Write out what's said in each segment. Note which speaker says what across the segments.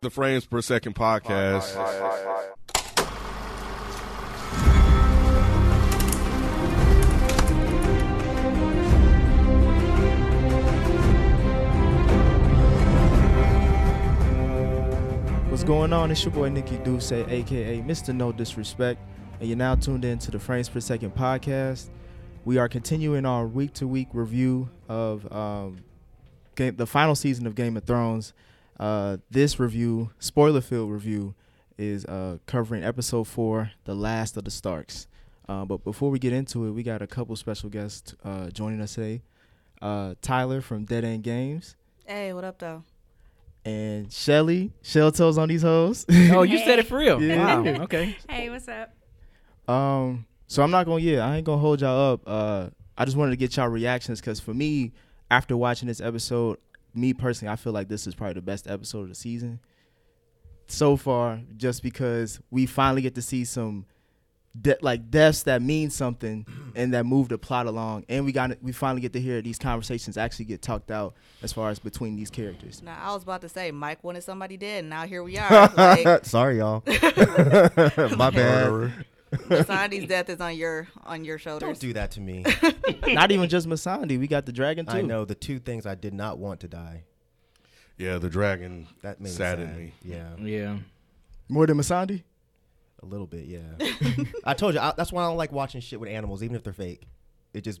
Speaker 1: The Frames Per Second podcast.
Speaker 2: What's going on? It's your boy Nikki Duce, aka Mr. No Disrespect, and you're now tuned in to the Frames Per Second podcast. We are continuing our week to week review of um, game, the final season of Game of Thrones. Uh, this review, spoiler filled review, is uh, covering episode four, The Last of the Starks. Uh, but before we get into it, we got a couple special guests uh, joining us today uh, Tyler from Dead End Games
Speaker 3: Hey, what up though?
Speaker 2: and Shelly, Shell Toes on these hoes.
Speaker 4: Oh, you said it for real.
Speaker 2: Yeah.
Speaker 4: Wow. Okay.
Speaker 5: Hey, what's up?
Speaker 2: Um, so I'm not gonna yeah, I ain't gonna hold y'all up. Uh, I just wanted to get y'all reactions because for me, after watching this episode, me personally, I feel like this is probably the best episode of the season so far, just because we finally get to see some de- like deaths that mean something and that move the plot along, and we got we finally get to hear these conversations actually get talked out as far as between these characters.
Speaker 3: Now I was about to say Mike wanted somebody dead, and now here we are. Like,
Speaker 6: Sorry, y'all. My bad.
Speaker 3: Sandy's death is on your on your shoulders.
Speaker 6: Don't do that to me.
Speaker 2: Not even just Masandi, we got the dragon too.
Speaker 6: I know the two things I did not want to die.
Speaker 1: Yeah, the dragon
Speaker 6: That made me
Speaker 1: saddened
Speaker 6: sad.
Speaker 1: me.
Speaker 6: Yeah,
Speaker 4: Yeah.
Speaker 2: more than Masandi.
Speaker 6: a little bit. Yeah. I told you I, that's why I don't like watching shit with animals, even if they're fake. It just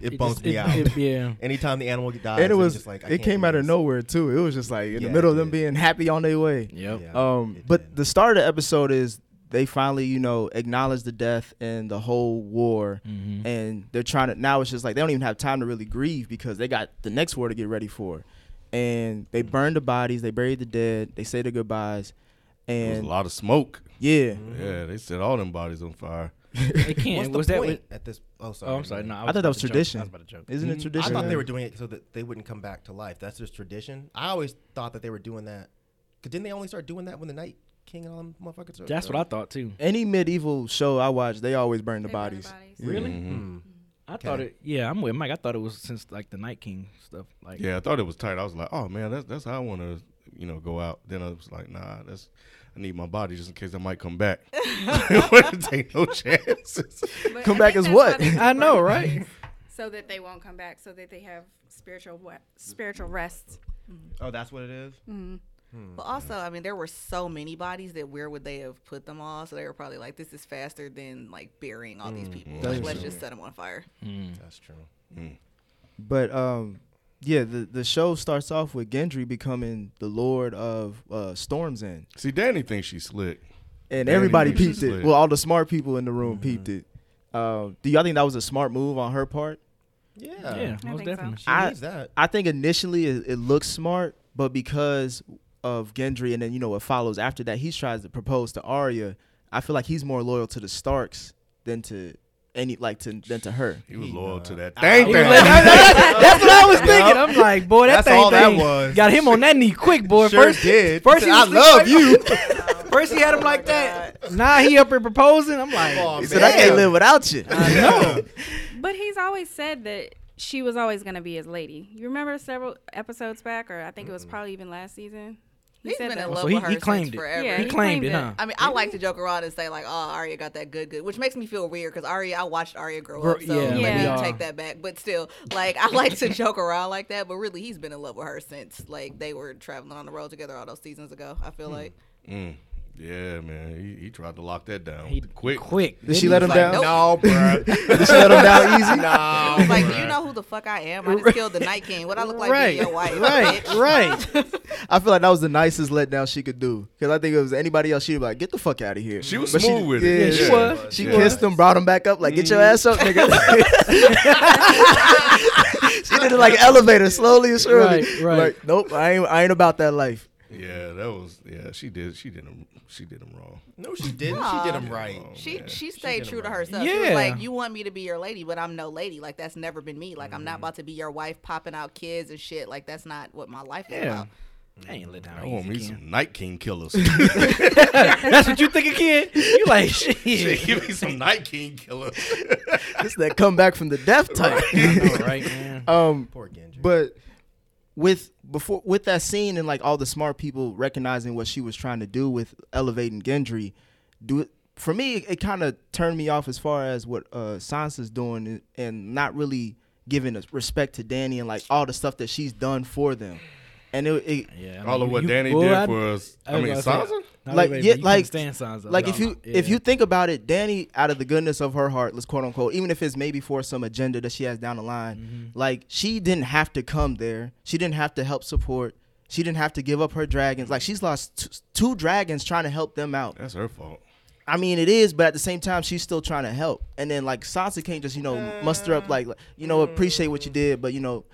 Speaker 6: it, bums
Speaker 4: just-
Speaker 6: me out.
Speaker 4: it- yeah.
Speaker 6: Anytime the animal dies,
Speaker 2: and it
Speaker 6: I'm
Speaker 2: was
Speaker 6: just like I
Speaker 2: it
Speaker 6: can't
Speaker 2: came
Speaker 6: do
Speaker 2: out of
Speaker 6: this.
Speaker 2: nowhere too. It was just like in
Speaker 6: Yeah,
Speaker 2: the
Speaker 6: it
Speaker 2: middle of them
Speaker 6: did.
Speaker 2: being happy on their way.
Speaker 4: Yep.
Speaker 6: Yeah,
Speaker 2: Um,
Speaker 6: it
Speaker 2: but
Speaker 6: did.
Speaker 2: the start of the episode is they finally you know acknowledge the death and the whole war,
Speaker 6: Mm-hmm.
Speaker 2: and they're trying to now it's just like they don't even have time to really grieve because they got the next war to get ready for, and they
Speaker 6: Mm-hmm.
Speaker 2: burned the bodies, they buried the dead, they say their goodbyes,
Speaker 1: There was a
Speaker 2: and
Speaker 1: lot of smoke.
Speaker 2: yeah,
Speaker 1: Yeah, they set all them bodies on fire.
Speaker 4: It can't.
Speaker 6: What's the
Speaker 4: was that?
Speaker 6: point
Speaker 4: With,
Speaker 6: at this? Oh, sorry.
Speaker 4: oh, I'm sorry. No, I,
Speaker 2: I thought that
Speaker 4: about
Speaker 2: was
Speaker 4: to joke.
Speaker 2: tradition.
Speaker 4: I was about to joke.
Speaker 2: Isn't it
Speaker 6: Mm-hmm. I
Speaker 2: tradition?
Speaker 6: thought they were doing it so that they wouldn't come back to life. That's just tradition. I always thought that they were doing that. Cause didn't they only start doing that when the Night King and all them motherfuckers?
Speaker 4: That's what I thought too.
Speaker 2: Any medieval show I watch, they always burn the
Speaker 5: They burn the
Speaker 2: bodies.
Speaker 5: bodies.
Speaker 2: Yeah.
Speaker 4: Really?
Speaker 6: Hmm.
Speaker 4: I thought it. Yeah, I'm with Mike. I thought it was since like the Night King stuff. Like.
Speaker 1: Yeah, I thought it was tight. I was like, oh man, that's that's how I want to, you know, go out. Then I was like, nah, that's I need my body just in case I might come back. Wouldn't take no chances.
Speaker 5: But
Speaker 2: Come
Speaker 5: I
Speaker 2: back as
Speaker 5: think that's
Speaker 2: what?
Speaker 5: why they
Speaker 4: I know,
Speaker 5: burn the
Speaker 4: right?
Speaker 5: bodies, So that they won't come back, so that they have spiritual wa- spiritual rest.
Speaker 6: Oh, that's what it is.
Speaker 3: But also, I mean, there were so many bodies that where would they have put them all? So they were probably like, this is faster than like burying all these people. Like, let's just set them on fire.
Speaker 6: That's true.
Speaker 2: But um, yeah, the the show starts off with Gendry becoming the Lord of uh, Storms End,
Speaker 1: See, Danny thinks she's slick.
Speaker 2: and
Speaker 1: Danny
Speaker 2: everybody
Speaker 1: thinks
Speaker 2: peeped
Speaker 1: she's
Speaker 2: it.
Speaker 1: lit.
Speaker 2: Well, all the smart people in the room peeped it. Um, do y'all think that was a smart move on her part?
Speaker 6: Yeah.
Speaker 4: Yeah.
Speaker 5: I
Speaker 4: Most
Speaker 5: think so.
Speaker 4: definitely.
Speaker 6: She
Speaker 2: I-
Speaker 6: needs that.
Speaker 2: I think initially it, it looks smart, but because of Gendry and then you know what follows after that, he tries to propose to Arya. I feel like he's more loyal to the Starks than to any like to than to her.
Speaker 1: He was
Speaker 6: He
Speaker 1: loyal
Speaker 6: not.
Speaker 1: to that thing. thing.
Speaker 4: That's what I was thinking. I'm like, boy, that
Speaker 6: That's
Speaker 4: thing,
Speaker 6: all that
Speaker 4: thing
Speaker 6: was.
Speaker 4: got him on that knee quick, boy.
Speaker 6: Sure
Speaker 4: first,
Speaker 6: did.
Speaker 4: first
Speaker 6: Said,
Speaker 4: he
Speaker 6: I
Speaker 4: was
Speaker 6: love
Speaker 4: sleeping-
Speaker 6: you.
Speaker 4: first he had him like
Speaker 5: Oh
Speaker 4: that. Now he up here proposing. I'm like,
Speaker 6: Oh,
Speaker 2: He said, "I can't
Speaker 6: man.
Speaker 2: live without you."
Speaker 4: no.
Speaker 5: But he's always said that she was always going to be his lady. You remember several episodes back, or I think it was probably even last season. He
Speaker 3: He's
Speaker 5: said
Speaker 3: been
Speaker 5: that.
Speaker 3: in love
Speaker 4: So he-
Speaker 3: with her
Speaker 4: he
Speaker 3: since
Speaker 4: claimed it.
Speaker 3: forever.
Speaker 5: Yeah,
Speaker 4: He
Speaker 5: he
Speaker 4: claimed
Speaker 5: claimed
Speaker 4: it,
Speaker 5: it.
Speaker 4: huh?
Speaker 3: I mean, I like to joke around and say like, "Oh, Arya got that good, good," which makes me feel weird because Arya, I watched Arya grow
Speaker 4: Grow-
Speaker 3: up, so
Speaker 4: yeah,
Speaker 3: maybe
Speaker 5: Yeah.
Speaker 3: you
Speaker 5: we
Speaker 3: take
Speaker 4: are.
Speaker 3: that back. But still, like, I like to joke around like that. But really, he's been in love with her since like they were traveling on the road together all those seasons ago. I feel like
Speaker 1: Mm. Yeah, man. He, he tried to lock that down.
Speaker 4: He
Speaker 1: with the quick.
Speaker 4: Quick.
Speaker 2: Did she let him
Speaker 3: like,
Speaker 2: down?
Speaker 3: nope.
Speaker 6: No, bro.
Speaker 2: Did she let him down easy?
Speaker 6: no.
Speaker 3: He's like, "You know who the fuck I am? I just killed the Night King. What I look like
Speaker 4: right.
Speaker 3: being your wife?
Speaker 4: right.
Speaker 3: bitch."
Speaker 4: Right.
Speaker 2: I feel like that was the nicest letdown she could do. Because I think if it was anybody else, she'd be like, get the fuck out of here.
Speaker 1: She was
Speaker 2: But
Speaker 1: smooth with it.
Speaker 2: yeah,
Speaker 4: she
Speaker 2: she
Speaker 4: was.
Speaker 2: She
Speaker 1: Yeah.
Speaker 2: kissed him, brought him back up, like, get your
Speaker 4: Mm-hmm.
Speaker 2: ass up, nigga. she did it like an elevator, slowly and surely.
Speaker 4: Right, right.
Speaker 2: Like, nope, I ain't, I ain't about that life.
Speaker 1: Yeah, that was. Yeah, she did. She did him. She did him wrong.
Speaker 6: No, she didn't.
Speaker 3: Aw.
Speaker 6: She did him right.
Speaker 3: She
Speaker 1: Yeah.
Speaker 3: she stayed
Speaker 6: did
Speaker 3: true to
Speaker 6: right.
Speaker 3: herself. She was
Speaker 4: Yeah.
Speaker 3: like, "You want me to be your lady, but I'm no lady. Like that's never been me. Like I'm not about to be your wife, popping out kids and shit. Like that's not what my life is
Speaker 4: Yeah.
Speaker 3: about."
Speaker 4: I ain't let down.
Speaker 1: I want
Speaker 4: easy,
Speaker 1: me
Speaker 4: Ken.
Speaker 1: some Night King killers.
Speaker 4: That's what you think again? You like shit.
Speaker 1: Give me some Night King killers.
Speaker 2: It's that come back from the death type.
Speaker 4: I know, right, man?
Speaker 2: um,
Speaker 6: Poor Gendry.
Speaker 2: but with before with that scene and like all the smart people recognizing what she was trying to do with elevating Gendry, do it for me it, kind of turned me off as far as what uh Sansa's doing and, and not really giving us respect to Danny and like all the stuff that she's done for them. And it, it
Speaker 4: Yeah, I
Speaker 1: All of
Speaker 4: mean,
Speaker 1: what
Speaker 4: you-
Speaker 1: Danny
Speaker 4: well,
Speaker 1: did
Speaker 4: I-
Speaker 1: for us. I,
Speaker 4: was
Speaker 1: mean,
Speaker 4: gonna say,
Speaker 1: Sansa.
Speaker 4: not
Speaker 2: Like,
Speaker 4: really,
Speaker 2: yeah,
Speaker 4: but you
Speaker 2: like-
Speaker 4: can't stand Sansa.
Speaker 2: like
Speaker 4: I
Speaker 2: if you
Speaker 4: don't-
Speaker 2: if
Speaker 4: yeah.
Speaker 2: you think about it, Danny, out of the goodness of her heart, let's quote unquote, even if it's maybe for some agenda that she has down the line,
Speaker 4: Mm-hmm.
Speaker 2: like she didn't have to come there. She didn't have to help support. She didn't have to give up her dragons. Like she's lost t- two dragons trying to help them out.
Speaker 1: That's her fault.
Speaker 2: I mean, it is, but at the same time, she's still trying to help. And then like Sansa can't just you know muster up like like, you know appreciate what you did, but you know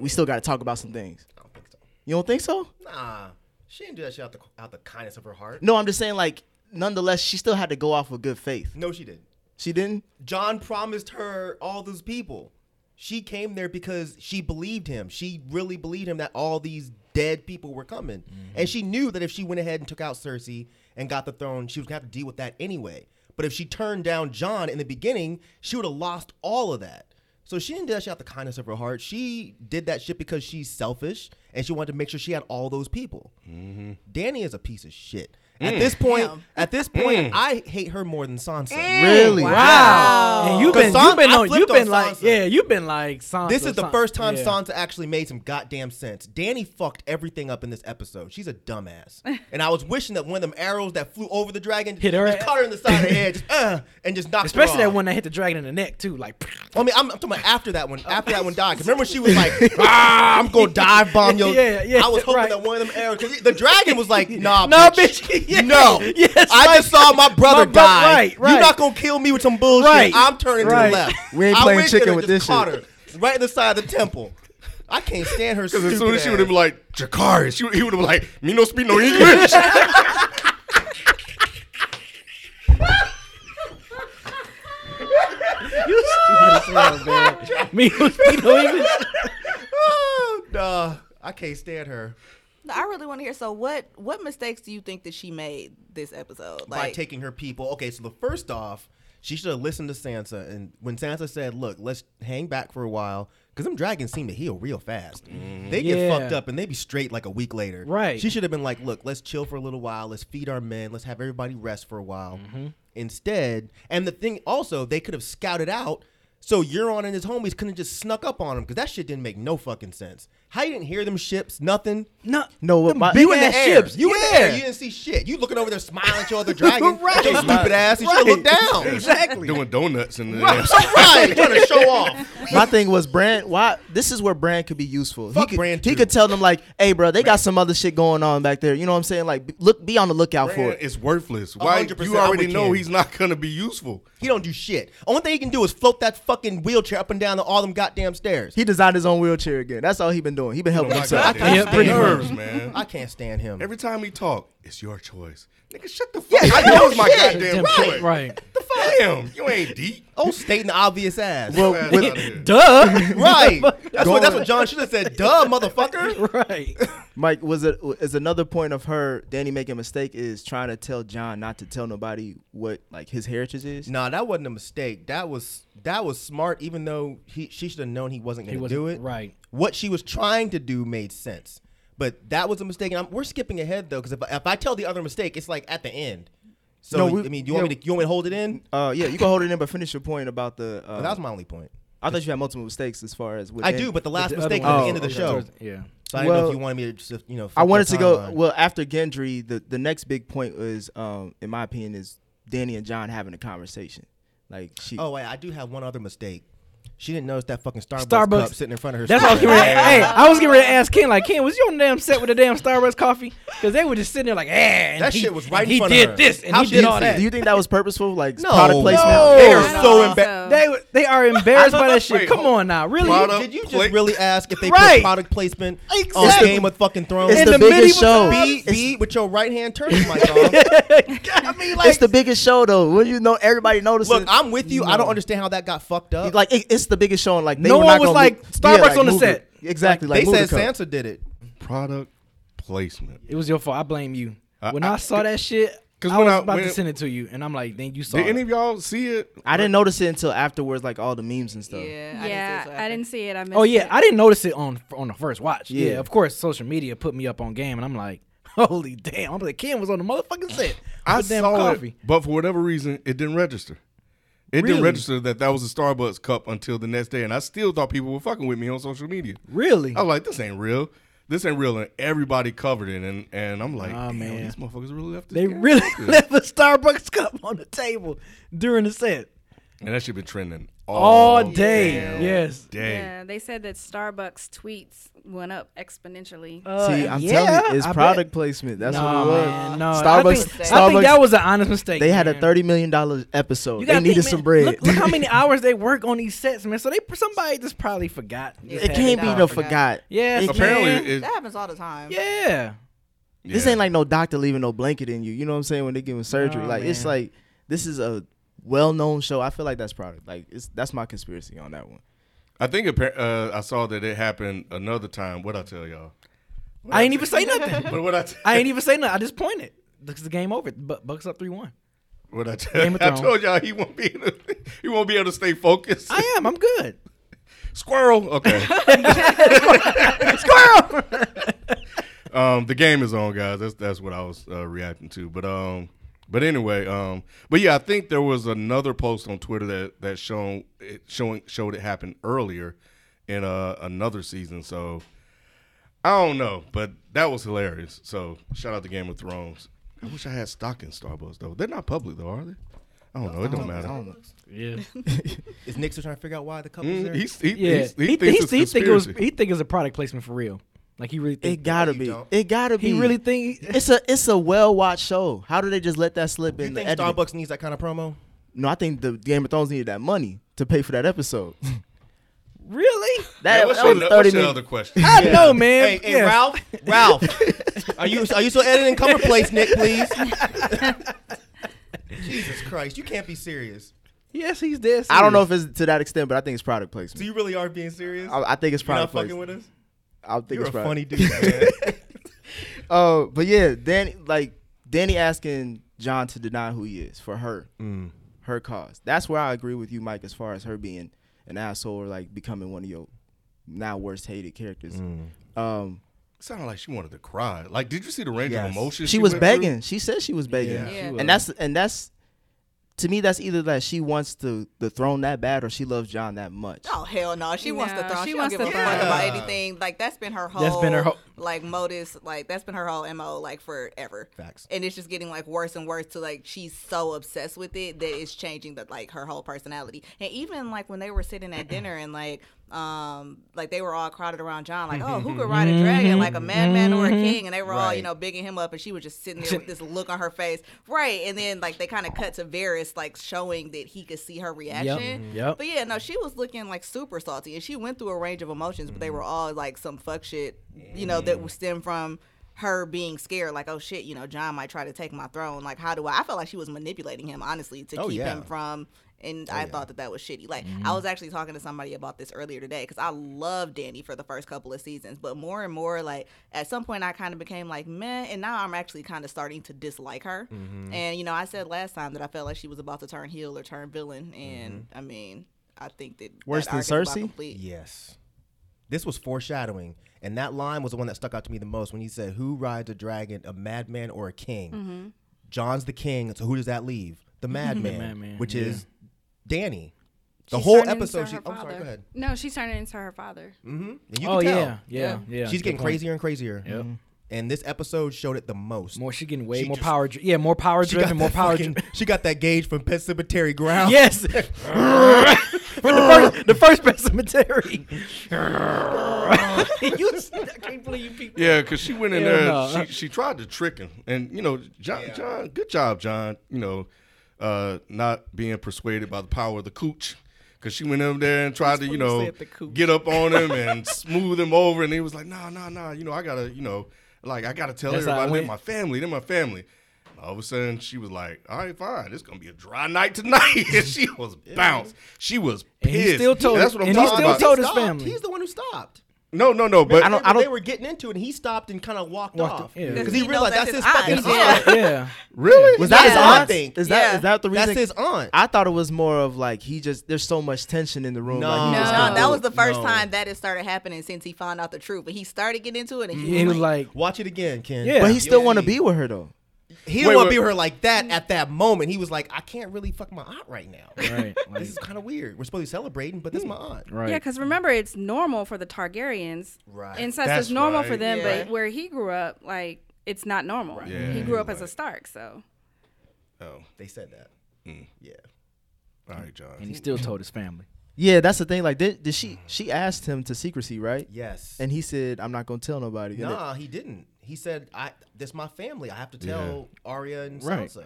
Speaker 2: we still got to talk about some things.
Speaker 6: I don't think so.
Speaker 2: You don't think so?
Speaker 6: Nah, she didn't do that shit out the out the kindness of her heart.
Speaker 2: No, I'm just saying like nonetheless, she still had to go off with good faith.
Speaker 6: No, she didn't.
Speaker 2: She didn't.
Speaker 6: John promised her all those people. She came there because she believed him. She really believed him that all these dead people were coming. And she knew that if she went ahead and took out Cersei and got the throne, she was going to have to deal with that anyway. But if she turned down John in the beginning, she would have lost all of that. So she didn't do that shit out the kindness of her heart. She did that shit because she's selfish and she wanted to make sure she had all those people. Danny is a piece of shit. At this point,
Speaker 3: Damn.
Speaker 6: at this point, I hate her more than Sansa.
Speaker 2: Really?
Speaker 3: Wow.
Speaker 4: And you've
Speaker 6: 'Cause
Speaker 4: been,
Speaker 6: Sansa-
Speaker 4: you've been
Speaker 6: I
Speaker 4: on,
Speaker 6: flipped
Speaker 4: you've
Speaker 6: on
Speaker 4: been like,
Speaker 6: Sansa.
Speaker 4: yeah, you've been like Sansa.
Speaker 6: This is the
Speaker 4: Sansa-
Speaker 6: first time
Speaker 4: yeah.
Speaker 6: Sansa actually made some goddamn sense. Danny fucked everything up in this episode. She's a dumbass. and I was wishing that one of them arrows that flew over the dragon
Speaker 4: Hit her
Speaker 6: just
Speaker 4: ass.
Speaker 6: caught her in the side of the head, just, uh, and just knocked
Speaker 4: Especially
Speaker 6: her
Speaker 4: that
Speaker 6: off.
Speaker 4: one that hit the dragon in the neck too. Like,
Speaker 6: I mean, I'm, I'm talking about after that one. After that one died. 'Cause remember when she was like, ah, I'm gonna dive bomb your.
Speaker 4: Yeah, yeah,
Speaker 6: I was hoping
Speaker 4: right.
Speaker 6: that one of them arrows. Cause the dragon was like, Nah,
Speaker 4: No,
Speaker 6: bitch.
Speaker 4: bitch. Yeah.
Speaker 6: No.
Speaker 4: Yes,
Speaker 6: I
Speaker 4: right.
Speaker 6: just saw my brother
Speaker 4: My bro-
Speaker 6: die.
Speaker 4: right, right.
Speaker 6: You're not gonna kill me with some bullshit.
Speaker 4: Right,
Speaker 6: I'm turning to
Speaker 4: right.
Speaker 6: the left.
Speaker 2: We ain't
Speaker 6: I
Speaker 2: playing
Speaker 6: went to
Speaker 2: chicken
Speaker 6: her,
Speaker 2: with this
Speaker 6: just caught
Speaker 2: shit.
Speaker 6: her right in the side of the temple. I can't stand her.
Speaker 1: Because as soon as she would have been
Speaker 6: been
Speaker 1: like Jakari, she would- he would have been like, "Me no speak no English."
Speaker 4: you stupid as hell, man. Me, you know English.
Speaker 6: oh, nah, I can't stand her
Speaker 3: I really want to hear. So, what what mistakes do you think that she made this episode?
Speaker 6: by taking her people. Okay, so the first off. She should have listened to Sansa, and when Sansa said, "Look, let's hang back for a while," because them dragons seem to heal real fast. They get
Speaker 4: Yeah.
Speaker 6: fucked up, and they be straight like a week later.
Speaker 4: Right.
Speaker 6: She should have been like, "Look, let's chill for a little while. Let's feed our men. Let's have everybody rest for a while."
Speaker 4: Mm-hmm.
Speaker 6: Instead, and the thing also, they could have scouted out so Euron and his homies couldn't have just snuck up on him because that shit didn't make no fucking sense. How you didn't hear them ships? Nothing.
Speaker 4: No,
Speaker 2: No, what
Speaker 4: them
Speaker 2: my-
Speaker 4: big
Speaker 2: You in
Speaker 4: ass
Speaker 2: the air.
Speaker 4: ships. You
Speaker 6: You
Speaker 4: in
Speaker 6: in there?
Speaker 4: air.
Speaker 6: You didn't see shit. You looking over there smiling at your other dragon.
Speaker 4: Right.
Speaker 6: right. Your stupid ass. You should look down.
Speaker 4: Exactly.
Speaker 1: Doing donuts and
Speaker 6: Right. right. Trying to show off.
Speaker 2: My thing was Brand. Why? This is where Brand could be useful.
Speaker 6: Fuck
Speaker 2: he could,
Speaker 6: Brand,
Speaker 2: He
Speaker 6: too.
Speaker 2: could tell them like, "Hey, bro, they got some other shit going on back there." You know what I'm saying? Like, be- look, be on the lookout for
Speaker 1: Man,
Speaker 2: it.
Speaker 1: it's worthless. Why?
Speaker 6: 100%
Speaker 1: You already
Speaker 6: I would
Speaker 1: know
Speaker 6: can.
Speaker 1: he's not gonna be useful.
Speaker 6: He don't do shit. Only thing he can do is float that fucking wheelchair up and down the, all them goddamn stairs.
Speaker 2: He designed his own wheelchair again. That's all he been doing. He been helping
Speaker 1: Oh my
Speaker 2: himself.
Speaker 1: God,
Speaker 4: Yeah,
Speaker 1: it's
Speaker 4: pretty
Speaker 1: nerves,
Speaker 4: much.
Speaker 1: man.
Speaker 6: I can't stand him.
Speaker 1: Every time he talk, it's your choice. Nigga, shut the fuck. I know it's my goddamn
Speaker 4: Damn,
Speaker 1: choice.
Speaker 4: Right.
Speaker 1: Damn, you ain't deep.
Speaker 6: oh, stating the obvious ass.
Speaker 2: Well,
Speaker 1: Ass
Speaker 2: with-
Speaker 1: outta here.
Speaker 4: Duh.
Speaker 6: right. That's what, that's what John should have said. Duh, motherfucker.
Speaker 4: right.
Speaker 2: Mike was it is another point of her Danny making a mistake is trying to tell John not to tell nobody what like his heritage is.
Speaker 6: Nah, that wasn't a mistake. That was that was smart. Even though he she should have known he wasn't
Speaker 4: He
Speaker 6: going
Speaker 4: wasn't-
Speaker 6: to do it.
Speaker 4: right.
Speaker 6: What she was trying to do made sense, but that was a mistake. And I'm, we're skipping ahead though, because if, I- if I tell the other mistake, it's like at the end. So
Speaker 2: No, we-
Speaker 6: I mean, you want
Speaker 2: yeah.
Speaker 6: me to you want me to hold it in?
Speaker 2: Uh, yeah, you can hold it in, but finish your point about the. Uh,
Speaker 6: But that was my only point.
Speaker 2: I thought you had multiple mistakes as far as. with
Speaker 6: I
Speaker 2: Dan-
Speaker 6: do, but the last
Speaker 4: The other
Speaker 6: mistake
Speaker 4: one-
Speaker 6: at
Speaker 2: Oh,
Speaker 6: the end of the
Speaker 2: okay.
Speaker 6: show.
Speaker 4: Yeah.
Speaker 6: So I didn't know
Speaker 2: Well,
Speaker 6: if you wanted me to just you know.
Speaker 2: I
Speaker 6: fuck
Speaker 2: wanted
Speaker 6: your
Speaker 2: to go
Speaker 6: timeline.
Speaker 2: well after Gendry. The the next big point was, um, in my opinion, is Danny and John having a conversation. Like she,
Speaker 6: Oh wait, I do have one other mistake. She didn't notice that fucking Starbucks,
Speaker 4: Starbucks.
Speaker 6: cup sitting in front of her.
Speaker 4: That's what I was
Speaker 6: stupid
Speaker 4: getting ready.
Speaker 6: ass.
Speaker 4: Hey, I was getting ready to ask Ken, like, Ken, was you on the damn set with the damn Starbucks coffee? Because they were just sitting there like, eh. and
Speaker 6: That
Speaker 4: he-
Speaker 6: shit was right
Speaker 4: and
Speaker 6: in front of
Speaker 4: He did
Speaker 6: her.
Speaker 4: this and
Speaker 6: How
Speaker 4: he
Speaker 6: she
Speaker 4: did
Speaker 6: didn't
Speaker 4: all
Speaker 6: see
Speaker 4: that.
Speaker 2: do you think that was purposeful? Like
Speaker 6: No.
Speaker 2: product placement?
Speaker 6: No.
Speaker 4: They
Speaker 6: They
Speaker 4: are
Speaker 5: I don't
Speaker 6: so
Speaker 5: think
Speaker 6: embar-
Speaker 5: so.
Speaker 4: They were- they are embarrassed by that shit.
Speaker 1: Wait,
Speaker 4: Come
Speaker 1: hold-
Speaker 4: on now, really?
Speaker 1: Product-
Speaker 6: Did you just
Speaker 1: Click.
Speaker 6: really ask if they
Speaker 4: Right.
Speaker 6: put product placement on
Speaker 4: Exactly.
Speaker 6: Game of Fucking Thrones?
Speaker 2: It's
Speaker 4: In
Speaker 2: the,
Speaker 4: the
Speaker 2: biggest show.
Speaker 4: medieval
Speaker 6: be,
Speaker 2: Oh, It's,
Speaker 6: be with your right hand turn your mic off.
Speaker 4: I mean, like,
Speaker 2: it's the biggest show though. What do you know? Everybody notices.
Speaker 6: Look, I'm with you. I don't understand how that got fucked up.
Speaker 2: like it, it's the biggest show, and like they
Speaker 4: No
Speaker 2: were
Speaker 4: one
Speaker 2: not
Speaker 4: was
Speaker 2: gonna
Speaker 4: like,
Speaker 2: move-
Speaker 4: Starbucks on the
Speaker 2: move
Speaker 4: set.
Speaker 2: it. Exactly. Like,
Speaker 6: they
Speaker 2: move
Speaker 6: said
Speaker 2: the cup.
Speaker 6: Sansa did it.
Speaker 1: Product placement.
Speaker 4: it was your fault. I blame you.
Speaker 1: I-
Speaker 4: when
Speaker 1: I-
Speaker 4: I, saw that shit,
Speaker 1: Because
Speaker 4: I
Speaker 1: when
Speaker 4: was
Speaker 1: I
Speaker 4: about
Speaker 1: when-
Speaker 4: to send it to you, and I'm like, then you saw.
Speaker 1: did
Speaker 4: it.
Speaker 1: any of y'all see it?
Speaker 2: I didn't notice it until afterwards, like all the memes and stuff.
Speaker 3: Yeah,
Speaker 5: Yeah, I didn't see it. I missed
Speaker 4: oh yeah,
Speaker 5: it.
Speaker 4: I didn't notice it on on the first watch. Yeah.
Speaker 2: Yeah.
Speaker 4: of course, social media put me up on game, and I'm like, holy damn! I'm like, Ken was on the motherfucking set.
Speaker 1: I
Speaker 4: with damn
Speaker 1: saw
Speaker 4: coffee.
Speaker 1: it, but for whatever reason, it didn't register. It
Speaker 4: Really?
Speaker 1: didn't register that that was a Starbucks cup until the next day, and I still thought people were fucking with me on social media.
Speaker 4: Really?
Speaker 1: I was like, "This ain't real. This ain't real," and everybody covered it, and and I'm like,
Speaker 4: Nah,
Speaker 1: "Damn,
Speaker 4: man.
Speaker 1: these motherfuckers really left." This
Speaker 4: they
Speaker 1: guy
Speaker 4: really
Speaker 1: out there."
Speaker 4: left a Starbucks cup on the table during the set
Speaker 1: and that should be trending
Speaker 2: Oh,
Speaker 4: all
Speaker 1: all,
Speaker 4: day.
Speaker 1: damn
Speaker 4: Yes.
Speaker 1: day.
Speaker 5: Yeah, they said that Starbucks tweets went up exponentially.
Speaker 4: Uh,
Speaker 2: See, I'm
Speaker 4: yeah,
Speaker 2: telling you, it's
Speaker 4: I bet.
Speaker 2: product placement. That's
Speaker 4: Nah,
Speaker 2: what it was.
Speaker 4: man, no. I
Speaker 2: Starbucks-
Speaker 4: think, I think
Speaker 2: Starbucks-
Speaker 4: that was an honest mistake.
Speaker 2: They had a
Speaker 4: man.
Speaker 2: thirty million dollar episode.
Speaker 4: You
Speaker 2: They
Speaker 4: gotta
Speaker 2: needed
Speaker 4: think, man,
Speaker 2: some bread.
Speaker 4: Look, look how many hours they work on these sets, man. So they somebody just probably forgot.
Speaker 3: It
Speaker 2: it can't be
Speaker 3: Yeah.
Speaker 2: no forgot.
Speaker 4: Yeah.
Speaker 2: It
Speaker 1: Apparently,
Speaker 4: man.
Speaker 1: it,
Speaker 3: That happens all the time.
Speaker 4: yeah.
Speaker 2: This
Speaker 1: yeah.
Speaker 2: ain't like no doctor leaving no blanket in you. You know what I'm saying? When they giving surgery,
Speaker 4: Nah,
Speaker 2: like it's
Speaker 4: man.
Speaker 2: like this is a well-known show. I feel like that's product. Like it's that's my conspiracy on that one.
Speaker 1: I think appa- uh, I saw that it happened another time. What I tell y'all?
Speaker 4: I ain't even say nothing.
Speaker 1: But what I t-
Speaker 4: I ain't even say nothing. I just pointed. This is the game over. Bu- Bucks up three one.
Speaker 1: what I, t-
Speaker 4: Game of
Speaker 1: I
Speaker 4: Thrones.
Speaker 1: told y'all he won't be able to, he won't be able to stay focused.
Speaker 4: I am. I'm good.
Speaker 1: Squirrel. Okay.
Speaker 4: Squirrel.
Speaker 1: um, the game is on, guys. That's that's what I was uh, reacting to. But um, but anyway, um, but yeah, I think there was another post on Twitter that that shown it showing showed it happened earlier in uh, another season. So I don't know, but that was hilarious. So shout out to Game of Thrones. I wish I had stock in Starbucks though. They're not public though, are they? I don't know. It don't matter.
Speaker 4: Yeah.
Speaker 6: Is Nick still trying to figure out why the couple's
Speaker 1: Mm,
Speaker 6: there?
Speaker 1: he's- he,
Speaker 4: Yeah.
Speaker 1: he's- he
Speaker 4: he,
Speaker 1: thinks
Speaker 4: he,
Speaker 1: it's
Speaker 4: he think it was.
Speaker 1: conspiracy.
Speaker 4: He think it's a product placement for real. Like he really
Speaker 2: It
Speaker 4: think.
Speaker 2: gotta
Speaker 6: you
Speaker 2: be.
Speaker 6: don't.
Speaker 2: It gotta be.
Speaker 4: He really think.
Speaker 2: It's a it's a well-watched show. How do they just let that slip
Speaker 6: you
Speaker 2: in the
Speaker 6: think
Speaker 2: editing?
Speaker 6: Starbucks needs that kind of promo?
Speaker 2: No, I think the Game of Thrones needed that money to pay for that episode.
Speaker 4: Really?
Speaker 2: That,
Speaker 1: Hey, what's
Speaker 2: that
Speaker 1: your,
Speaker 2: was
Speaker 1: what's
Speaker 2: thirty
Speaker 1: your
Speaker 2: million.
Speaker 1: other question?
Speaker 4: I know, man.
Speaker 6: Hey, hey
Speaker 4: Yeah.
Speaker 6: Ralph, Ralph, are you are you still editing cover plates, Nick? Please. Jesus Christ, you can't be serious.
Speaker 4: Yes, he's dead.
Speaker 2: I don't know
Speaker 4: serious.
Speaker 2: if it's to that extent, but I think it's product placement.
Speaker 6: So you really are being serious?
Speaker 2: I, I think it's
Speaker 6: You're not
Speaker 2: product
Speaker 6: fucking
Speaker 2: placement.
Speaker 6: with us.
Speaker 2: I think
Speaker 6: You're
Speaker 2: it's
Speaker 6: a
Speaker 2: product.
Speaker 6: funny dude. man.
Speaker 2: Uh, but yeah, Danny like Danny asking John to deny who he is for her, her cause. That's where I agree with you, Mike, as far as her being an asshole or like becoming one of your now worst hated characters. Um,
Speaker 1: sounded like she wanted to cry. Like, did you see the range of
Speaker 6: Yes.
Speaker 1: emotions?
Speaker 2: she, was
Speaker 1: went through?
Speaker 2: begging. She said she was begging,
Speaker 1: Yeah,
Speaker 3: she Yeah.
Speaker 2: and that's and that's to me that's either that she wants to the throne that bad or she loves John that much.
Speaker 3: Oh hell no! She wants to
Speaker 5: No,
Speaker 3: throw. She,
Speaker 5: she
Speaker 3: wants
Speaker 5: wants
Speaker 3: to give
Speaker 5: to
Speaker 3: a fuck
Speaker 6: throw.
Speaker 3: about
Speaker 6: Yeah.
Speaker 3: anything. Like that's been her whole.
Speaker 4: That's been her whole-
Speaker 3: like modus. Like that's been her whole mo. Like forever.
Speaker 6: Facts.
Speaker 3: And it's just getting like worse and worse. To like she's so obsessed with it that it's changing the like her whole personality. And even like when they were sitting at dinner and like um like they were all crowded around John. Like oh who could ride a dragon like a madman or a
Speaker 4: Mm-hmm.
Speaker 3: king? And they were all you
Speaker 6: Right.
Speaker 3: know bigging him up. And she was just sitting there with this look on her face. Right. And then like they kind of cut to Varys like showing that he could see her reaction.
Speaker 4: Yep.
Speaker 3: But yeah, no, she was looking like super salty, and she went through a range of emotions, but they
Speaker 6: Mm-hmm.
Speaker 3: were all like some fuck shit, you know, that would stem from her being scared, like oh shit, you know, John might try to take my throne. Like how do I? I felt like she was manipulating him honestly to
Speaker 6: Oh,
Speaker 3: keep
Speaker 6: yeah.
Speaker 3: him from. And I thought that that was shitty. Like I was actually talking to somebody about this earlier today because I love Danny for the first couple of seasons, but more and more, like at some point, I kind of became like meh, and now I'm actually kind of starting to dislike her. And you know, I said last time that I felt like she was about to turn heel or turn villain, and I mean, I think that
Speaker 2: Worse
Speaker 3: that
Speaker 2: than
Speaker 3: arc is about
Speaker 2: Cersei?
Speaker 3: complete.
Speaker 6: Yes. This was foreshadowing, and that line was the one that stuck out to me the most when he said, "Who rides a dragon, a madman or a king?" John's the king, so who does that leave? The madman,
Speaker 4: madman,
Speaker 6: which
Speaker 4: yeah.
Speaker 6: is Danny. The
Speaker 5: She's
Speaker 6: whole
Speaker 5: turning into
Speaker 6: episode.
Speaker 5: her
Speaker 6: She, oh, I'm sorry.
Speaker 5: father.
Speaker 6: Go ahead.
Speaker 5: No, she's turning into her father.
Speaker 6: Mm-hmm. And you
Speaker 4: oh
Speaker 6: can tell.
Speaker 4: yeah, yeah, yeah.
Speaker 6: She's
Speaker 4: Good
Speaker 6: getting
Speaker 4: point.
Speaker 6: crazier and crazier. Mm-hmm.
Speaker 4: Yep.
Speaker 6: And this episode showed it the most.
Speaker 4: More. She's getting way
Speaker 6: She
Speaker 4: more
Speaker 6: just-
Speaker 4: power. dri- Yeah, more power
Speaker 6: she got
Speaker 4: driven. More
Speaker 6: that
Speaker 4: power
Speaker 6: fucking-
Speaker 4: driven.
Speaker 6: She got that gauge from Pet Cemetery Ground.
Speaker 4: Yes. the first, the first Pet Cemetery. you, I can't believe you people.
Speaker 1: Yeah, because she went in
Speaker 4: Hell
Speaker 1: there.
Speaker 4: no.
Speaker 1: She, she tried to trick him, and you know, John,
Speaker 6: Yeah.
Speaker 1: John, good job, John. You know, uh, not being persuaded by the power of the cooch, because she went in there and tried to, you
Speaker 4: funny you
Speaker 1: know,
Speaker 4: said the cooch.
Speaker 1: get up on him and smooth him over, and he was like, nah, nah, nah. You know, I gotta, you know, like I gotta tell
Speaker 4: That's how I
Speaker 1: everybody, they're
Speaker 4: went.
Speaker 1: my family, they're my family. All of a sudden, she was like, "All right, fine. It's gonna be a dry night tonight." and she was bounced. She was
Speaker 4: And
Speaker 1: pissed.
Speaker 4: he still told-
Speaker 1: That's what I'm
Speaker 4: and he
Speaker 1: talking
Speaker 4: still
Speaker 1: about.
Speaker 4: told his
Speaker 6: Stopped.
Speaker 4: family.
Speaker 6: He's the one who stopped.
Speaker 1: No, no, no. But
Speaker 4: I don't-
Speaker 6: They- They were getting into it, and he stopped and kind of walked,
Speaker 4: Walked-
Speaker 6: off
Speaker 4: yeah.
Speaker 6: because
Speaker 4: Because
Speaker 6: he,
Speaker 3: he knows
Speaker 6: realized that's
Speaker 3: that's
Speaker 6: his,
Speaker 3: his
Speaker 6: fucking
Speaker 3: aunt.
Speaker 6: aunt.
Speaker 3: Yeah.
Speaker 4: yeah.
Speaker 1: really,
Speaker 6: Was that his
Speaker 3: Yeah.
Speaker 6: aunt thing?
Speaker 2: Is that
Speaker 3: Yeah.
Speaker 2: is that the reason?
Speaker 6: That's his aunt.
Speaker 2: I thought it was more of like he just there's so much tension in the room. like, he
Speaker 5: No.
Speaker 3: No,
Speaker 2: just
Speaker 5: No,
Speaker 2: couldn't
Speaker 3: that
Speaker 2: do
Speaker 3: was
Speaker 2: it.
Speaker 3: the first
Speaker 6: No.
Speaker 3: time that it started happening since he found out the truth. But he started getting into it, and he,
Speaker 4: He
Speaker 3: was
Speaker 4: was
Speaker 3: like,
Speaker 4: like,
Speaker 6: Watch it again, Ken.
Speaker 4: Yeah.
Speaker 2: But he still
Speaker 6: Yeah.
Speaker 2: want to be with her though.
Speaker 6: He didn't
Speaker 1: Wait,
Speaker 6: want to
Speaker 1: wait.
Speaker 6: be with her like that at that moment. He was like, I can't really fuck my aunt right now.
Speaker 4: right,
Speaker 6: This is kind of weird. We're supposed to be celebrating, but this is my aunt.
Speaker 4: right.
Speaker 5: Yeah, because remember, it's normal for the Targaryens.
Speaker 6: Right.
Speaker 5: Incest
Speaker 1: That's
Speaker 5: is normal for
Speaker 1: right.
Speaker 5: them,
Speaker 3: Yeah.
Speaker 5: but where he grew up, like, it's not normal.
Speaker 1: Yeah,
Speaker 5: he grew up as
Speaker 1: right.
Speaker 5: a Stark, so.
Speaker 1: oh,
Speaker 6: They said that. Yeah.
Speaker 1: all right, John.
Speaker 4: and he still told his family.
Speaker 2: Yeah, that's the thing. Like, did, did
Speaker 6: Mm.
Speaker 2: she she asked him to secrecy, right?
Speaker 6: Yes.
Speaker 2: And he said, "I'm not gonna tell nobody." And
Speaker 6: nah, he didn't. He said, "I this my family. I have to tell Arya and
Speaker 4: Right.
Speaker 6: Sansa."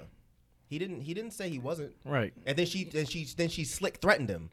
Speaker 6: He didn't. He didn't say he wasn't.
Speaker 4: Right.
Speaker 6: And then she then she then she slick threatened him.